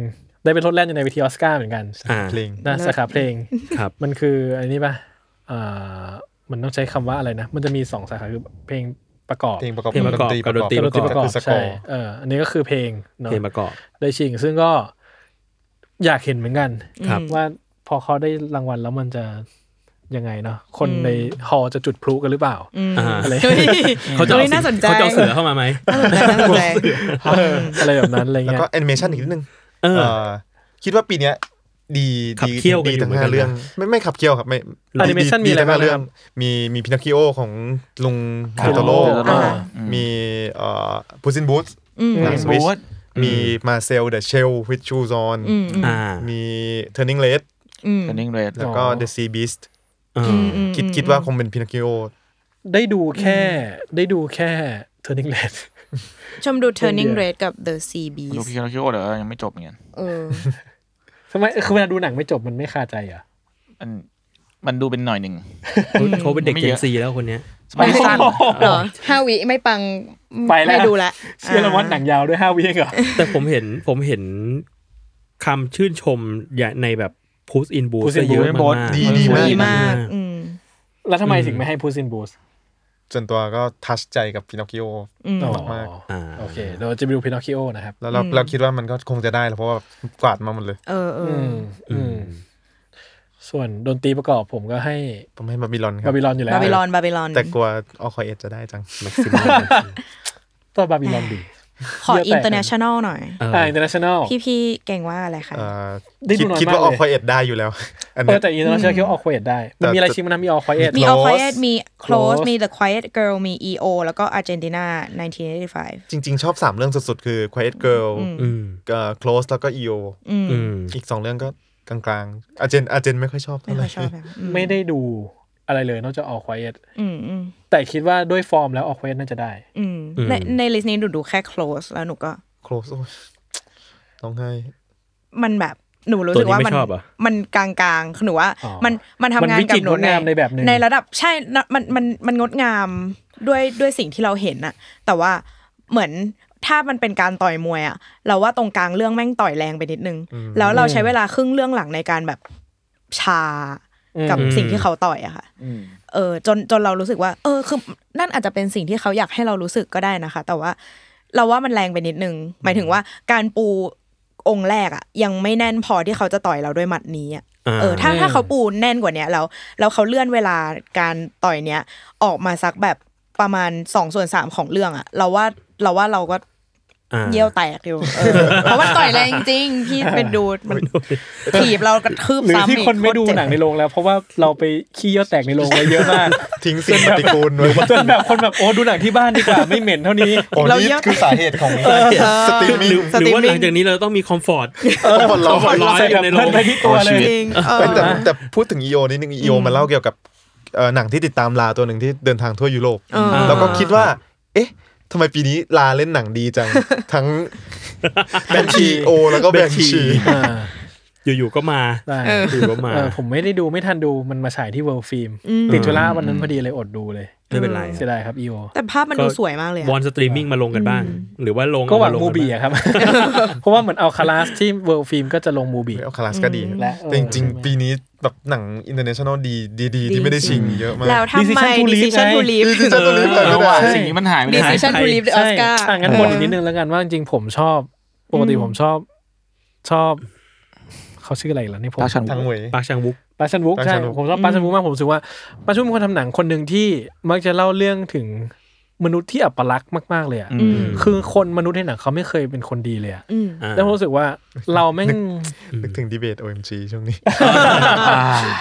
Speaker 1: ได้ไปทดแล่นอยู่ในเวทีออสการ์เหมือนกัน
Speaker 3: อ่า
Speaker 2: เพลง
Speaker 1: นะสาขาเพลง
Speaker 3: ครับ
Speaker 1: มันคืออันนี้ปะอ่ามันต้องใช้คำว่าอะไรนะ มันจะมีสองสาขาคือเพลงประกอบ
Speaker 2: เพลงประกอบ
Speaker 3: เพลงประกอบ
Speaker 2: ดนตรี
Speaker 3: กับดนตรี
Speaker 2: ประกอบก็คือสกอ
Speaker 1: ใช่
Speaker 2: ร์
Speaker 1: เอออันนี้ก็คือเพลงเนาะ
Speaker 3: เพลงประกอบ
Speaker 1: ได้ชิง ซึ่งก็อยากเห็นเหมือนกัน
Speaker 3: ครับ
Speaker 1: ว่าพอเขาได้รางวัลแล้วมันจะยังไงเนาะคน
Speaker 5: อืม
Speaker 1: ในฮอลล์จะจุดพลุกันหรือเปล่า
Speaker 5: อืม
Speaker 3: อ่า
Speaker 1: อะไร
Speaker 5: เฮ้ย
Speaker 3: เขาจะ
Speaker 5: เฮ้ย
Speaker 3: เอา
Speaker 5: น่าสนใจ
Speaker 3: เขาจะเอาเสือเข้ามาไหม
Speaker 5: น่าสนใจ
Speaker 1: เอออะไรแบบนั้นอะไร
Speaker 2: แล้ว
Speaker 1: เงี้ย
Speaker 2: ก็แอนิเมชันอีกนิดนึง
Speaker 3: เออ
Speaker 2: เอ่อคิดว่าปีเนี้ย ดี
Speaker 3: ขับ
Speaker 2: ดี
Speaker 3: เคี่ยวกัน
Speaker 2: ดี
Speaker 3: อยู่
Speaker 2: ทั้ง
Speaker 3: เหมือนกั
Speaker 2: ห้านเรื่อง ไม่ไม่ขับเคี่ยวครับไม่
Speaker 1: แอนิเมชันมี
Speaker 2: ดี
Speaker 1: อะไร
Speaker 2: ทั้ห้
Speaker 1: บ้าง
Speaker 2: เรื่อ
Speaker 1: ค
Speaker 2: ง
Speaker 1: รับ
Speaker 2: มีมีพินาคิโอของลุง
Speaker 3: ครับ
Speaker 2: โตโร่
Speaker 4: โตโร่
Speaker 2: มีเอ่อพูซินบูธ
Speaker 5: อืม
Speaker 2: หนังสวิ
Speaker 4: บู
Speaker 2: ช
Speaker 4: ธ
Speaker 2: มีมาเซลเดอะเชลวิชชูซอน
Speaker 5: อืม
Speaker 3: อ่า
Speaker 2: มีเทอร์นิงเลส
Speaker 5: อืม
Speaker 4: เทนนิงเรด
Speaker 2: แล้วก็
Speaker 1: อ๋อ
Speaker 2: เดอะซีบีสต์
Speaker 3: เออ
Speaker 5: อืมอืม
Speaker 2: คิดคิดว่าคงเป็นพินาคิโอ
Speaker 1: ได้ดูแค่ได้ดูแค่ Turning Red (laughs)
Speaker 5: ชมดู Turning Red กับ The Sea
Speaker 4: ดู
Speaker 5: Beast
Speaker 4: คิโนคิโอเดี๋ยวยังไม่จบเหมือนกัน
Speaker 5: เออ
Speaker 1: ทำไมคือเวลาดูหนังไม่จบมันไม่คาใจเหรอ
Speaker 4: มันมันดูเป็นหน่อยหนึ่ง
Speaker 3: เขาเป็นเด็ก
Speaker 4: ไม่
Speaker 3: เจ
Speaker 4: เย
Speaker 3: น
Speaker 4: อะ
Speaker 3: ซีแล้วคนเนี้ย
Speaker 5: ไม่สั้นเหร (laughs) อห้าวิไม่ปัง
Speaker 1: ไปแล้ว
Speaker 5: ไม่ดูละ
Speaker 1: เชื่อแล้วว่าหนังยาวด้วยห้าวิเองเหรอ
Speaker 3: แต่ผมเห็นผมเห็นคำชื่นชมอย่าในแบบ push in boost
Speaker 1: Puss in
Speaker 3: เยอะ
Speaker 4: Boots
Speaker 3: มากๆ
Speaker 2: ดีดีมาก
Speaker 5: ดีมากอืม
Speaker 1: แล้วทำไมถึงไม่ให้ Puss in Boots
Speaker 2: ส่วนตัวก็ทัชใจกับพินาคิโอ
Speaker 5: อืม
Speaker 1: อ๋อ
Speaker 2: มาก
Speaker 3: อ่า
Speaker 1: โอเคเราจะไปดู Pinocchio นะครับ
Speaker 2: แล้วเรา
Speaker 5: อืม
Speaker 2: เราคิดว่ามันก็คงจะได้แล้วเพราะว่ากวาดมาหมดเลย
Speaker 5: เออเออ
Speaker 1: อืมอืมส่วนดนตรีประกอบผมก็ให้
Speaker 2: ผมให้บาบิลอนครับ
Speaker 1: า
Speaker 2: บ
Speaker 1: บิลอนอยู่แล้ว
Speaker 5: บาบิลอนบาบิลอน
Speaker 2: แต่กลัวออคอยเอ็ดจะได้จัง
Speaker 3: แม็กซิมั
Speaker 1: ตัวบาบิลอนดี
Speaker 5: ขอ
Speaker 1: เยอะแตก
Speaker 5: international หน่อย
Speaker 1: อ่า international
Speaker 5: พี่พี่ๆเก่งว่าอะไรคะ
Speaker 2: เอ่อ
Speaker 1: ได้ดูน้อย
Speaker 2: คิดคิดว่า
Speaker 1: มา
Speaker 2: อกอ
Speaker 1: เลย
Speaker 2: คอยเอ็ดได้อยู่แล้ว อัน
Speaker 1: เอ
Speaker 2: เนี้
Speaker 1: อย แต่ international คิดว่า all quiet ได้ มันมีอะไรชิงมันนะมี all quiet
Speaker 5: มี
Speaker 2: Close
Speaker 5: All Quiet มี Close
Speaker 1: Close
Speaker 5: มี The Quiet Girl มี EO แล้วก็ Argentina 1985
Speaker 2: จริง ๆ ชอบสามเรื่องสุด ๆ คือ Quiet Girl
Speaker 3: อืม
Speaker 2: เอ่อ Close แล้วก็ EO
Speaker 5: อืม
Speaker 3: อืม
Speaker 2: อีกสองเรื่องก็กลางๆอาเจนอาเจนไม่ค่อยชอบ
Speaker 5: ไม่
Speaker 2: เท่าไห
Speaker 5: ค่
Speaker 2: ร่
Speaker 5: อยชอบแบบอืม
Speaker 1: ไม่ได้ดูอะไรเลยนอกจาก all quiet
Speaker 5: อืมอืม
Speaker 1: แต่คิดว่าด้วยฟอร์มแล้ว all quiet น่าจะได้
Speaker 5: อืมในในลิสต์นี้หนูดูแค่ Close แล้วหนูก็
Speaker 2: โคลสโอ้ยร้องไห้
Speaker 5: มันแบบหนูรู้
Speaker 3: ตัว
Speaker 5: สึก
Speaker 3: นี้
Speaker 5: ว่า
Speaker 3: ไม่
Speaker 5: มัน
Speaker 3: ชอบเหรอ่ะ
Speaker 5: มันกลางๆคือหนูว่า
Speaker 1: อ๋อ
Speaker 5: มันมันทำงา
Speaker 1: มั
Speaker 5: น
Speaker 1: นวิ
Speaker 5: กั
Speaker 1: จิ
Speaker 5: บ
Speaker 1: ตร
Speaker 5: หนู
Speaker 1: งดงามในแบบหนึ่ง
Speaker 5: ในระดับใช่นะมันมันมันงดงามด้วยด้วยสิ่งที่เราเห็นอะแต่ว่าเหมือนถ้ามันเป็นการต่อยมวยอะเราว่าตรงกลางเรื่องแม่งต่อยแรงไปนิดนึง แล้วเราใช้เวลาครึ่งเรื่องหลังในการแบบชา กับ
Speaker 3: อืม
Speaker 5: สิ่งที่เขาต่อยอะค่ะ
Speaker 4: อืม
Speaker 5: เออจนจนเรารู้สึกว่า เออคือนั่นอาจจะเป็นสิ่งที่เขาอยากให้เรารู้สึกก็ได้นะคะ แต่ว่าเราว่ามันแรงไปนิดนึง หมายถึงว่าการปูองค์แรกอะยังไม่แน่นพอที่เขาจะต่อยเราด้วยหมัดนี้อะเออถ้าถ้าเขาปูแน่นกว่าเนี้ยแล้วแล้วเขาเลื่อนเวลาการต่อยเนี้ยออกมาสักแบบประมาณสองส่วนสามของเรื่องอะเราว่าเราว่าเราก็
Speaker 3: อ่า
Speaker 5: เยี่ยวแตกอยู่เออเพราะว่าต่อยแรงจริงๆพี่ไปดูมันถีบเรากระทืบ
Speaker 1: หรือ
Speaker 5: ซ้ำ
Speaker 1: ที่
Speaker 5: อีก
Speaker 1: คนไม่
Speaker 5: โตร
Speaker 1: ดู
Speaker 5: เจ็บ
Speaker 1: หนังในโรงแล้ว เพราะว่าเราไปขี้เยอะแตกในโรงไว้เยอะมาก
Speaker 2: ทิ้งสิ่งปฏิกูลไว้
Speaker 1: จนแบบคนแบบโอ้ดูหนังที่บ้านดีกว่าไม่เหม็นเท่านี้
Speaker 2: โอ้
Speaker 5: เรา
Speaker 2: นี่
Speaker 5: เยอะ
Speaker 2: คือสาเหตุของสตรีม
Speaker 3: ห
Speaker 2: มิ่
Speaker 3: รือง หรือว่าหลัง
Speaker 5: streaming
Speaker 3: จากนี้เราต้องมีคอมฟอร์ต
Speaker 2: คนเรา
Speaker 3: คนเรา
Speaker 1: ใส่แบบเพิ่นไปที่ตัวเล
Speaker 4: ชี
Speaker 1: ย
Speaker 4: วิ
Speaker 5: จริงเออ
Speaker 2: แต่แต่แต่พูดถึงอีโอนิดนึงอีโอมันเล่าเกี่ยวกับเอ่อหนังที่ติดตามลาตัวหนึ่งที่เดินทางทั่วยุโรป
Speaker 5: เออ
Speaker 2: แล้วก็คิดว่า เอ๊ะทำไมปีนี้ลาเล่นหนังดีจัง ทั้งแบนชีโอ แล้วก็แบนชี
Speaker 1: อ่า
Speaker 3: อยู่ๆก็มา
Speaker 1: ได้
Speaker 3: อยู่ๆก็มา
Speaker 1: เออผมไม่ได้ดูไม่ทันดูมันมาฉายที่เวิลด์ฟิล์ม
Speaker 5: อืม
Speaker 1: ติดธุระวันนั้นพอดีเลยอดดูเลย
Speaker 3: ไม่เป็นไร
Speaker 1: เสียดายครับอีโอ
Speaker 5: แต่ภาพมันดูสวยมากเลยอะ
Speaker 3: วอนสตรีมมิ่งมาลงกันบ้าง หรือว่าลง
Speaker 1: ก็หวัง
Speaker 3: เอาาล
Speaker 1: มู
Speaker 3: กัน
Speaker 1: บีอะครับ (laughs) เพราะว่าเหมือนเอาคาราสที่เวิลด์ฟิล์มก็จะลงมูบี
Speaker 2: เอาคลาสก็ดี
Speaker 1: และเออ
Speaker 2: แต่จริง
Speaker 1: ใช่ไหม
Speaker 2: ๆ ปีนี้แบบหนังอินเตอร์เนชั่นแนลดีดีดี
Speaker 5: ดี
Speaker 2: ที่ไม่ได้
Speaker 5: จริง
Speaker 2: ชิงเยอะมาก
Speaker 5: แล้วทำไม
Speaker 1: Decision to Leave
Speaker 5: decision to
Speaker 1: ไง
Speaker 5: leave
Speaker 2: ดีที่จะตัวนี้เปิดไม่ได้
Speaker 4: สิ่งนี้มันหายไปไหน
Speaker 5: decision to leave the
Speaker 1: ใช่
Speaker 5: Oscar
Speaker 1: อ่ะงั้นบนอีกนิดนึงแล้วกันว่าจริงๆผมชอบปกติผมชอบชอบเขาชื่ออะไรล่ะนี่ผม
Speaker 4: ตาชัน
Speaker 2: ทางหวย
Speaker 3: ปาร์คชังวุก
Speaker 1: ปาชันวุก
Speaker 2: ปาชั
Speaker 1: ใช่
Speaker 2: นวุก
Speaker 1: ผมชอบปาชันวุกมากผมรู้สึกว่าปาชันวุกเป็นคนทำหนังคนหนึ่งที่มักจะเล่าเรื่องถึงมนุษย์ที่อัปลักษณ์มากๆเลยอ่ะ
Speaker 4: อืม
Speaker 1: คือคนมนุษย์ในหนังเขาไม่เคยเป็นคนดีเลยอะ
Speaker 5: อืม
Speaker 1: แล้วผมรู้สึกว่าเราแม่ง
Speaker 2: นึกถึงดีเบต OMG ช่วงนี้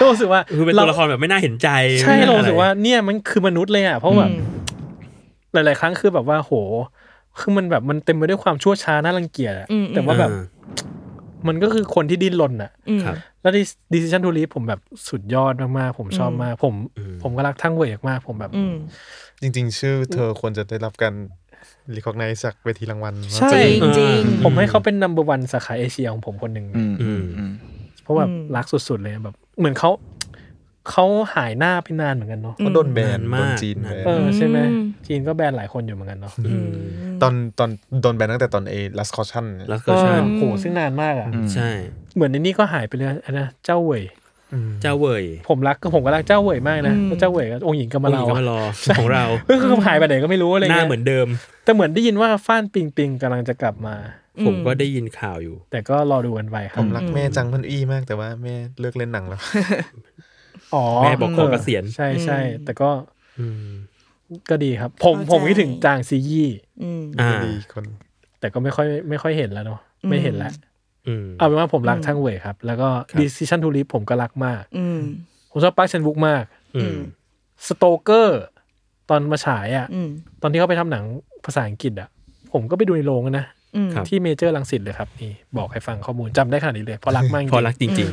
Speaker 1: ก็รู้สึกว่า
Speaker 3: คือเป็นตัวละครแบบไม่น่าเห็นใจ
Speaker 1: เราใช่
Speaker 3: ไม่
Speaker 1: เรา
Speaker 3: น่
Speaker 1: รู้สึกว่าเนี่ยมันคือมนุษย์เลยอ่ะเพราะแบบหลาย ๆ ครั้งคือแบบว่าโห คือมันแบบมันเต็มไปด้วยความชั่วช้าน่ารังเกียจอะแต่ว่าแบบมันก็คือคนที่ดิ้นรนอ่ะ
Speaker 5: อืม
Speaker 3: ครับ
Speaker 1: แล้วดิส i ชั o นทู e ี v ผมแบบสุดยอดมากๆผมชอบ
Speaker 5: อืม
Speaker 1: มากผม
Speaker 3: อืม
Speaker 1: ผมก็รักทั้งเวยมากผมแบบ
Speaker 5: อืม
Speaker 2: จริง ๆ ชื่อเธอควรจะได้รับการรีคอกไนซ์จากเวทีรางวัล
Speaker 1: ใช่
Speaker 2: ว่าจะ
Speaker 5: จริง
Speaker 1: ผมให้เขาเป็นนัมเบอร์วันสาขาเอเชียของผมคนหนึ่ง
Speaker 4: อืม
Speaker 3: อืม
Speaker 4: อืม
Speaker 1: เพราะแบบ
Speaker 5: อืม
Speaker 1: รักสุดๆเลยแบบ เหมือนเขาเขาหายหน้าไปนานเหมือนกันเนาะ
Speaker 2: เขาโดนแบน
Speaker 3: นานมาก
Speaker 2: โดนจีนแบน
Speaker 1: เออใช่ไหมจีนก็แบนหลายคนอยู่เหมือนกันเนาะ
Speaker 3: อืม
Speaker 2: ตอนตอนโดนแบนตั้งแต่ตอนเอลัสคอชันย
Speaker 3: แล้วก็
Speaker 1: ก็
Speaker 3: ใช่
Speaker 1: โอ้โหซึ่งนานมากอ่ะ
Speaker 3: ใช่
Speaker 1: เหมือนในนี่ก็หายไปเลยอันนะเจ้าเวย
Speaker 2: อืม
Speaker 3: เจ้าเว่ย
Speaker 1: ผมรักก็ผมก็รักเจ้าเวยมากนะแล้วเจ้าเวยก็องค์หญิงกำมะ
Speaker 3: ผู้ห
Speaker 1: ลา
Speaker 3: ญิง
Speaker 1: ว
Speaker 3: ก็มารอของเรา
Speaker 1: ก็คือหายไปไหนก็ไม่รู้อะไร
Speaker 3: หน้า
Speaker 1: เงี้ย
Speaker 3: เหมือนเดิม
Speaker 1: แต่เหมือนได้ยินว่าฟ้านปิงปิงกำลังจะกลับมา
Speaker 3: ผมก็ได้ยินข่าวอยู่
Speaker 1: แต่ก็รอดูกันไปค
Speaker 2: ผ
Speaker 1: รับ
Speaker 2: มรักแม่จังเพันอี้มากแต่ว่าแม่เลิกเล่นหนังแล้ว
Speaker 1: อ๋อ
Speaker 3: แม่บอกขอเกษียณ
Speaker 1: ใช่ใช่แต่ก็
Speaker 3: อืม
Speaker 1: ก็ดีครับ ผม
Speaker 5: เข้าใจ
Speaker 1: ผมคิดถึงจางซียี่
Speaker 5: อืม
Speaker 3: อ่า
Speaker 2: ดีคน
Speaker 1: แต่ก็ไม่ค่อยไม่ค่อยเห็นแล้วเนาะ
Speaker 5: อืม
Speaker 1: ไม่เห็นแล้ว
Speaker 3: อืม
Speaker 1: เอาเป็นว่าผมรักทั้งเว่ยครับ แล้วก็
Speaker 3: ครับ
Speaker 1: Decision to Leave ผมก็รักมาก
Speaker 5: อืม
Speaker 1: ผมชอบปาร์คเชนวุกมาก
Speaker 3: อืม
Speaker 1: สโตเกอร์ตอนมาฉายอะ่ะ
Speaker 5: อืม
Speaker 1: ตอนที่เขาไปทำหนังภาษาอังกฤษอะ่ะ ผมก็ไปดูในโรงนะ
Speaker 5: อืม
Speaker 3: ครับ
Speaker 1: ที่เมเจอร์ลังสิตเลยครับ นี่บอกให้ฟังข้อมูลจำได้ขนาดนี้เลยเพราะรักมากจ
Speaker 3: พอ
Speaker 1: ริง
Speaker 3: รักจริง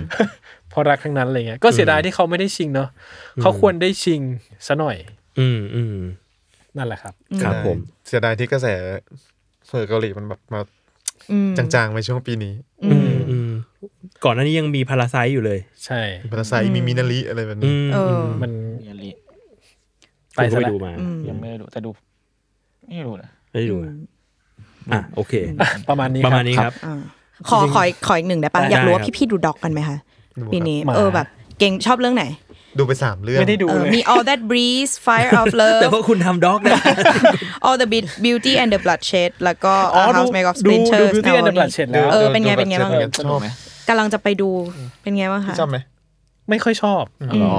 Speaker 1: เพราะรักทั้งนั้นอะไรเงี้ยก็เสียดายที่เขาไม่ได้ชิงเนาะเขาควรได้ชิงซะหน่อย
Speaker 3: ๆ อืมอืม
Speaker 1: นั่นแหละครับ
Speaker 3: ครับผม
Speaker 2: เสียดายที่กระแสเผื่อเกาหลีมันแบบมา
Speaker 5: อืม
Speaker 2: จางๆไปช่วงปีนี้
Speaker 3: อืมอืมก่อนหน้านี้ยังมีพาราไซอยู่เลย
Speaker 1: ใช่
Speaker 2: มีภาษามีมินาริอะไรแบบ
Speaker 3: อื
Speaker 2: นี้
Speaker 3: ม
Speaker 5: เออ
Speaker 1: มัน
Speaker 4: มีอะไร
Speaker 1: ไป
Speaker 3: ผมก็
Speaker 1: ซะ
Speaker 3: ไป
Speaker 1: แล้ว
Speaker 3: ดูมา
Speaker 4: ยังไม่ได้ดูแต่ดูไม่รู้นะ
Speaker 3: ไม่ได้ดูอะอ่ะโอเค
Speaker 1: ประมาณนี้
Speaker 3: ประมาณ
Speaker 1: คบ
Speaker 3: นี้ครับ
Speaker 5: อ่าขอขอขออีกหนึ่งได้ปะ
Speaker 3: ได้
Speaker 5: อยากรู้ว่า
Speaker 3: ครับ
Speaker 5: พี่ๆดูด็อกกันไหมคะปีนี้
Speaker 1: มา
Speaker 5: เออแบบเก่งชอบเรื่องไหน
Speaker 2: ดูไปสามเรื่อง
Speaker 1: ไม่ได้ดู
Speaker 5: เออ
Speaker 1: เลย
Speaker 5: มี all that breeze fire of
Speaker 3: แต่
Speaker 5: love
Speaker 3: พวกคุณทำด็อกนะ
Speaker 5: all the Be- beauty and the bloodshed แล้วก็
Speaker 1: อ๋อ
Speaker 5: Our
Speaker 1: ดู
Speaker 5: house made of
Speaker 1: ดู
Speaker 5: splinters
Speaker 1: ดู Beauty and the
Speaker 5: Naomi
Speaker 1: Bloodshed แล้ว
Speaker 5: เออ
Speaker 2: ดู
Speaker 5: เป็นไง
Speaker 2: ดู
Speaker 5: เป็นไง
Speaker 2: แบบ
Speaker 5: บ้าง
Speaker 2: เจ็ด
Speaker 4: สนุกไหม
Speaker 5: กำลังจะไปดูเป็นไงบ้างคะ
Speaker 2: ชอบไหม
Speaker 1: ไม่ค่อยชอบ
Speaker 4: หรอ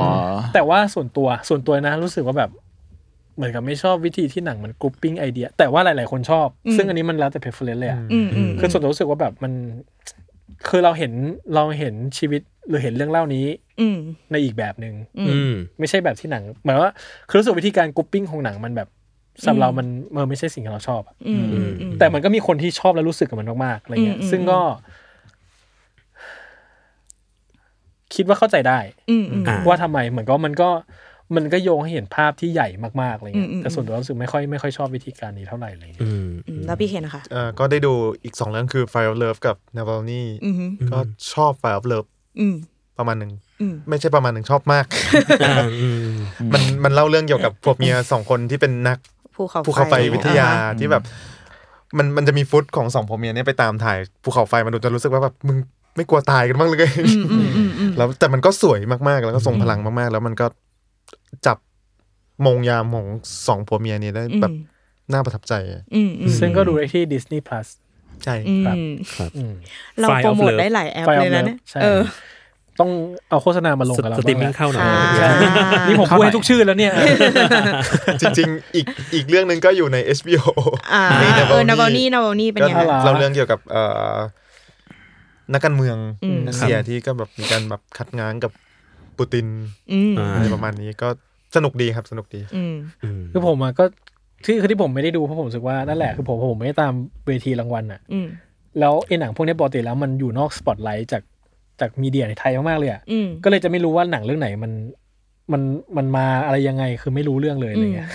Speaker 1: แต่ว่าส่วนตัวส่วนตัวนะรู้สึกว่าแบบ เหมือนกับไม่ชอบวิธีที่หนังมันกรุ๊ปปิ้งไอเดีย แต่ว่าหลาย ๆ คนชอบ
Speaker 5: อืม
Speaker 1: ซึ่งอันนี้มันแล้วแต่ preference เลยอะ
Speaker 5: อืมอืม
Speaker 1: คือส่วนตัวรู้สึกว่าแบบมัน คือเราเห็นเราเห็นชีวิตหรือเห็นเรื่องเล่านี้
Speaker 5: อืม
Speaker 1: ในอีกแบบหนึ่ง
Speaker 3: อืม
Speaker 1: ไม่ใช่แบบที่หนังหมายว่าคือรู้สึกวิธีการกรุ๊ปปิ้งของหนังมันแบบสำหรับ
Speaker 5: อืม
Speaker 1: เรามันมันไม่ใช่สิ่งที่เราชอบอะ
Speaker 5: อืมอืมอืม
Speaker 1: แต่มันก็มีคนที่ชอบและรู้สึกกับมันมาก ๆ อะไรเงี้ย
Speaker 5: อืมอืม
Speaker 1: ซึ่งก็ คิดว่าเข้าใจได้
Speaker 5: อืมอืม
Speaker 3: อ่า
Speaker 1: ว่าทำไมเหมือนก็มันก็มันก็โยงให้เห็นภาพที่ใหญ่มากๆอะไรเงี้ย
Speaker 5: อืมอืม
Speaker 1: แต่ส่วนตัวรู้สึกไม่ค่อยไม่ค่อยชอบวิธีการนี้เท่าไหร่อะไรเงี้ย
Speaker 3: อืม
Speaker 5: อืมแล้วพี่เคนนะคะ
Speaker 2: เอ่อก็ได้ดูอีกสองเรื่องคือ Fire of Love กับ n a v a l n y
Speaker 5: อืมฮึ
Speaker 2: ก็ชอบ Fire of Love
Speaker 5: อืม
Speaker 2: ประมาณหนึ่ง
Speaker 5: อืม
Speaker 2: ไม่ใช่ประมาณหนึ่งชอบมาก (laughs)
Speaker 3: อ่าอืม
Speaker 2: มันมันเล่าเรื่องเกี่ยวกับผัวเมียสองคนที่เป็นนัก
Speaker 5: ภูเขา
Speaker 2: ภูเขาไฟวิทยา
Speaker 5: อ่
Speaker 2: ที่แบบ มันมันจะมีฟุตของสองผัวเมียเนี่ยไปตามถ่ายภูเขาไฟมาดูจนรู้สึกว่าแบบมึง ไม่กลัวตายกันบ้างเลย (laughs)
Speaker 5: อืมอืมอืมอืม
Speaker 2: แล้วแต่มันก็สวยมากๆ แล้วก็ทรงพลังมากๆ แล้วมันก็จับมงยามของสองผัวเมียนี้ได้
Speaker 5: อืม
Speaker 2: แบบน่าประทับใจ
Speaker 5: อืมอืม
Speaker 1: ซึ่งก็ดูได้ที่ Disney Plus
Speaker 2: ใช่
Speaker 5: อืม
Speaker 1: ครับ อืม
Speaker 5: เรา
Speaker 3: Fire of
Speaker 5: โปรโมท
Speaker 3: Love
Speaker 5: ได้หลายแอป
Speaker 1: Fire of
Speaker 5: เลยนะ
Speaker 1: Love
Speaker 5: เนี่ย
Speaker 1: ใช่
Speaker 5: เออ
Speaker 1: ต้องเอาโฆษณามาลงกับเรา
Speaker 3: สตรีมมิ่ง
Speaker 1: บ้าง
Speaker 3: เข้าหน่อย
Speaker 5: ค่ะ
Speaker 1: นี่ผมพูดให้ทุกชื่อแล้วเนี่ย
Speaker 2: จริงๆ อีกอีกเรื่องหนึ่งก็อยู่ใน HBO
Speaker 5: อ่า
Speaker 2: ใน Navalny
Speaker 5: เออนาวานี่นาวานี่เป็น
Speaker 2: ก็
Speaker 5: ไง
Speaker 1: น่รั
Speaker 5: คะ
Speaker 2: เราเรื่องเกี่ยวกับเอ่อนักการเมือง
Speaker 5: อืม
Speaker 2: รัสเซียที่ก็แบบมีการแบบคัดง้างกับปูติน
Speaker 5: อืม
Speaker 3: อ่า
Speaker 2: อะไรประมาณนี้ก็สนุกดีครับสนุกดี
Speaker 5: อืม
Speaker 1: คือผมอะก็ที่คือที่ผมไม่ได้ดูเพราะผมรู้สึกว่านั่นแหละคือผมผมไม่ได้ตามเวทีรางวัลอะ
Speaker 5: อืม
Speaker 1: แล้วไอ้หนังพวกเนี้ยปกติแล้วมันอยู่นอกสปอตไลท์จากจากมีเดียในไทยมากๆเลยอะ
Speaker 5: อืม
Speaker 1: ก็เลยจะไม่รู้ว่าหนังเรื่องไหนมันมันมันมาอะไรยังไงคือไม่รู้เรื่องเลยอะไรเงี้ย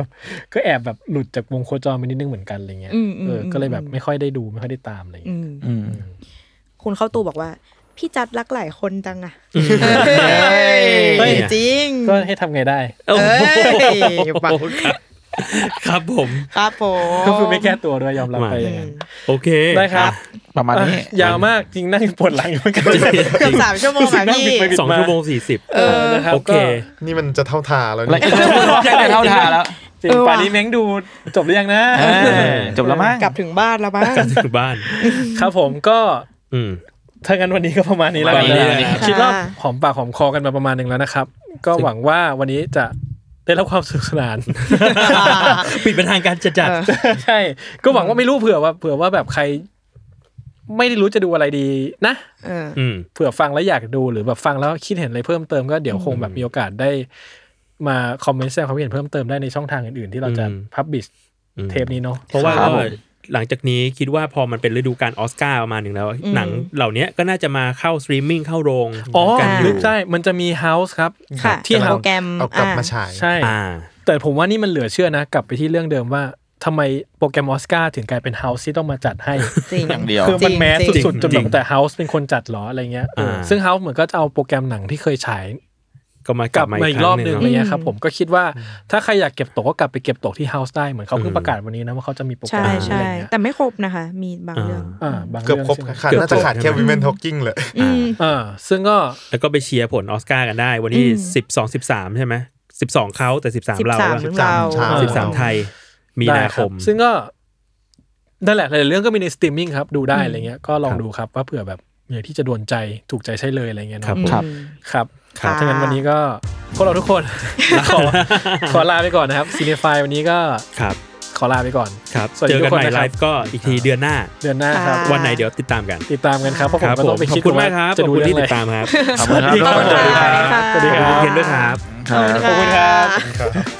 Speaker 1: (laughs) ก็แอบแบบหลุดจากวงโคจรไปนิดนึงเหมือนกันอะไรเงี้ย
Speaker 5: อืมอืม
Speaker 1: เออก็เลยแบบ
Speaker 5: อืม
Speaker 1: ไม่ค่อยได้ดูไม่ค่อยได้ตามอะไรเงี้ย
Speaker 5: อืม
Speaker 4: อืม
Speaker 5: คุณเข้าตูบอกว่า พี่จัดรักหลายคนจังอะ
Speaker 3: เฮ้
Speaker 5: เฮ้
Speaker 3: ย
Speaker 5: ยจริง
Speaker 1: ก็ให้ทำไงได้
Speaker 3: เอ้า
Speaker 5: เอ้ยปัก
Speaker 3: ครับผม
Speaker 5: ครับผม
Speaker 1: ก็คือไม่แก้ตัวด้วยยอมรับไปอย่างนั้น
Speaker 3: โอเค
Speaker 1: ได้ครับ
Speaker 4: ประมาณนี้
Speaker 1: เอ้ยยาวมากจริงนั่งปวดหลังอยู่เหมือนกัน
Speaker 5: เกือบสามชั่วโมง
Speaker 1: สิ่
Speaker 5: อะ
Speaker 1: งนั่ง
Speaker 5: พี่
Speaker 1: บิดไปบิด
Speaker 3: สองชั่วโมงสี่สิบ
Speaker 5: เออ
Speaker 1: นะครับ
Speaker 3: โอ
Speaker 1: ก
Speaker 3: เค
Speaker 1: ็
Speaker 2: นี่มันจะเท่าทาแล้ว
Speaker 4: และ
Speaker 2: นี่
Speaker 4: อีกเรื่องหนึ่งใช่เท่าทาแล้ว
Speaker 1: จริง
Speaker 5: เออว่ะ
Speaker 1: ป่านนี้เม้งดูจบหรือยังนะ
Speaker 4: เออจบแล้วมั้ง
Speaker 5: กลับถึงบ้านแล้วมั้ง
Speaker 3: กลับถึงบ้าน
Speaker 1: ครับผมก็
Speaker 3: อืม
Speaker 1: ถ้างั้นวันนี้ก็ประมาณนี้แล้วกัน
Speaker 4: ประมาณ
Speaker 1: นะ
Speaker 3: นะ
Speaker 4: นี้
Speaker 3: ครับ
Speaker 1: คิดว่า
Speaker 5: ค่ะ
Speaker 1: หอมปากหอมคอกันมาประมาณหนึ่งแล้วนะครับ ก็หวังว่าวันนี้จะได้รับความสนุกสนาน
Speaker 3: ปิดเป็นทางการจัดจัด
Speaker 5: เออ
Speaker 1: ใช่ ก็หวังว่าไม่รู้เผื่อว่าเผื่อว่าแบบใคร ไม่ได้รู้จะดูอะไรดีนะ
Speaker 5: เออ
Speaker 3: อืม
Speaker 1: เผื่อฟังแล้วอยากดูหรือแบบฟังแล้วคิดเห็นอะไรเพิ่มเติมก็เดี๋ยวคงแบบมีโอกาสได้ มาคอมเมนต์แสดงความคิดเห็นเพิ่มเติมได้ในช่องทางอื่นๆ ที่เราจะ
Speaker 3: อืม
Speaker 1: พับบิช
Speaker 3: อืม
Speaker 1: เทปนี้เนาะ
Speaker 3: เพราะว่า
Speaker 4: ครั
Speaker 3: ก็
Speaker 4: บผม
Speaker 3: หลังจากนี้คิดว่าพอมันเป็นฤดูการออสการ์ประมาณหนึ่งแล้ว
Speaker 5: อืม
Speaker 3: หนังเหล่านี้ก็น่าจะมาเข้าสตรีมมิ่งเข้าโรง
Speaker 1: อ๋อ
Speaker 3: กันอ
Speaker 1: นึ
Speaker 3: ยู่
Speaker 1: กใช่ มันจะมี House ครับ
Speaker 5: ค่ะ
Speaker 1: ที่
Speaker 5: เป็น
Speaker 1: หา
Speaker 5: โปรแกรม
Speaker 2: เอากลับ
Speaker 5: อ่ะ
Speaker 2: มาฉาย
Speaker 1: ใช่
Speaker 3: อ่า
Speaker 1: แต่ผมว่านี่มันเหลือเชื่อนะ กลับไปที่เรื่องเดิมว่าทำไมโปรแกรมออสการ์ถึงกลายเป็น House ที่ต้องมาจัดให้
Speaker 5: จริง
Speaker 4: อย่างเดียว
Speaker 1: คือมันแมส
Speaker 5: จริง
Speaker 1: สุดๆจน
Speaker 3: จ
Speaker 1: แบบ
Speaker 3: ริง
Speaker 1: แต่ House เป็นคนจัดเหรออะไรเงี้ยเออ
Speaker 3: อ่า
Speaker 1: ซึ่ง House เหมือนก็จะเอาโปรแกรมหนังที่เคยฉาย
Speaker 3: ก็มาก
Speaker 1: ก
Speaker 3: ลั
Speaker 1: ลั
Speaker 3: บบ มา
Speaker 1: มา
Speaker 3: อี
Speaker 1: อี
Speaker 3: ก
Speaker 1: กร
Speaker 3: ครั้
Speaker 1: อง บ
Speaker 3: ห
Speaker 1: ห
Speaker 3: นึ่
Speaker 1: นึ่
Speaker 3: ง
Speaker 1: งอะ
Speaker 5: ม
Speaker 1: ไรเงี้ยครับผมก็คิดว่าถ้าใครอยากเก็บตกก็กลับไปเก็บตกที่ House ได้เหมือนเขาเพิ่งประกาศวันนี้นะว่าเขาจะมีโปรแกร
Speaker 5: ใช่
Speaker 1: มอะ
Speaker 5: ใช่
Speaker 1: ไรเงี้ย
Speaker 5: แต่ไม่ครบนะคะ มีบางเรื่อง
Speaker 1: อ่าบาง
Speaker 2: เกื
Speaker 1: เรื่
Speaker 2: อ
Speaker 1: อบ ง
Speaker 2: ครบ
Speaker 1: ใช่ไหม
Speaker 2: ขาดน่าจะขาดแค่ Women Talking เลย
Speaker 5: อืม
Speaker 1: อ่าซึ่งก็
Speaker 3: แล้วก็ไปเชียร์ผลออสการ์กันได้ วันที่
Speaker 5: อืม
Speaker 3: สิบสองสิบสามใช่ไหมสิบสองเขาแต่สิบสาม
Speaker 5: สิบ
Speaker 3: เรา
Speaker 5: สาม
Speaker 2: สิบ
Speaker 5: เรา
Speaker 2: สามเช้า
Speaker 3: สิบสามไทย มีนาคม
Speaker 1: ได้รับซึ่งก็นั่นแหละหลายๆเรื่องก็มีในสตรีมมิ่งครับ ดูได้อะไรเงี้ยก็ลอง
Speaker 3: ครับ
Speaker 1: ดูครับว่าเผื่อแบบมีอะไรที่จะโดนใจถูกใจใช่เลยอะไรเงี้ยเนอะ
Speaker 3: ครับผม
Speaker 4: ครับ
Speaker 1: ครับ
Speaker 5: ครับ
Speaker 1: ถ้างั้นวันนี้ก็พวกเราทุกคน (laughs) ขอขอลาไปก่อนนะครับซีเนฟายวันนี้ก็
Speaker 3: ครับ
Speaker 1: ขอลาไปก่อน
Speaker 3: ครับ
Speaker 1: สวัสดี
Speaker 3: เจอกัน
Speaker 1: ทุกคน
Speaker 3: ใหม่
Speaker 1: นะค
Speaker 3: ไล
Speaker 1: รับ
Speaker 3: ฟ์ก็อีกทีเดือนหน้า
Speaker 1: เดือนหน้าครับ
Speaker 5: ค่ะ
Speaker 3: วันไหนเดี๋ยวติดตามกัน
Speaker 1: ติดตามกันครับเพราะผม
Speaker 3: ครับ
Speaker 1: ก็
Speaker 3: ผ
Speaker 1: ต้อ
Speaker 3: ม
Speaker 1: งไป
Speaker 3: ขอ
Speaker 1: คิด
Speaker 3: บคุณมากครับ
Speaker 1: จะ
Speaker 3: ขอบ
Speaker 1: ดู
Speaker 3: คุณ
Speaker 1: เรื่อง
Speaker 3: ที่
Speaker 1: อะ
Speaker 3: ติ
Speaker 1: ไร
Speaker 3: ดตามครับ
Speaker 4: ขอบคุณครับ
Speaker 3: ขอบคุณครับ
Speaker 5: ขอบคุณครับ
Speaker 3: สวัสดีครับ
Speaker 5: ขอบคุณครับ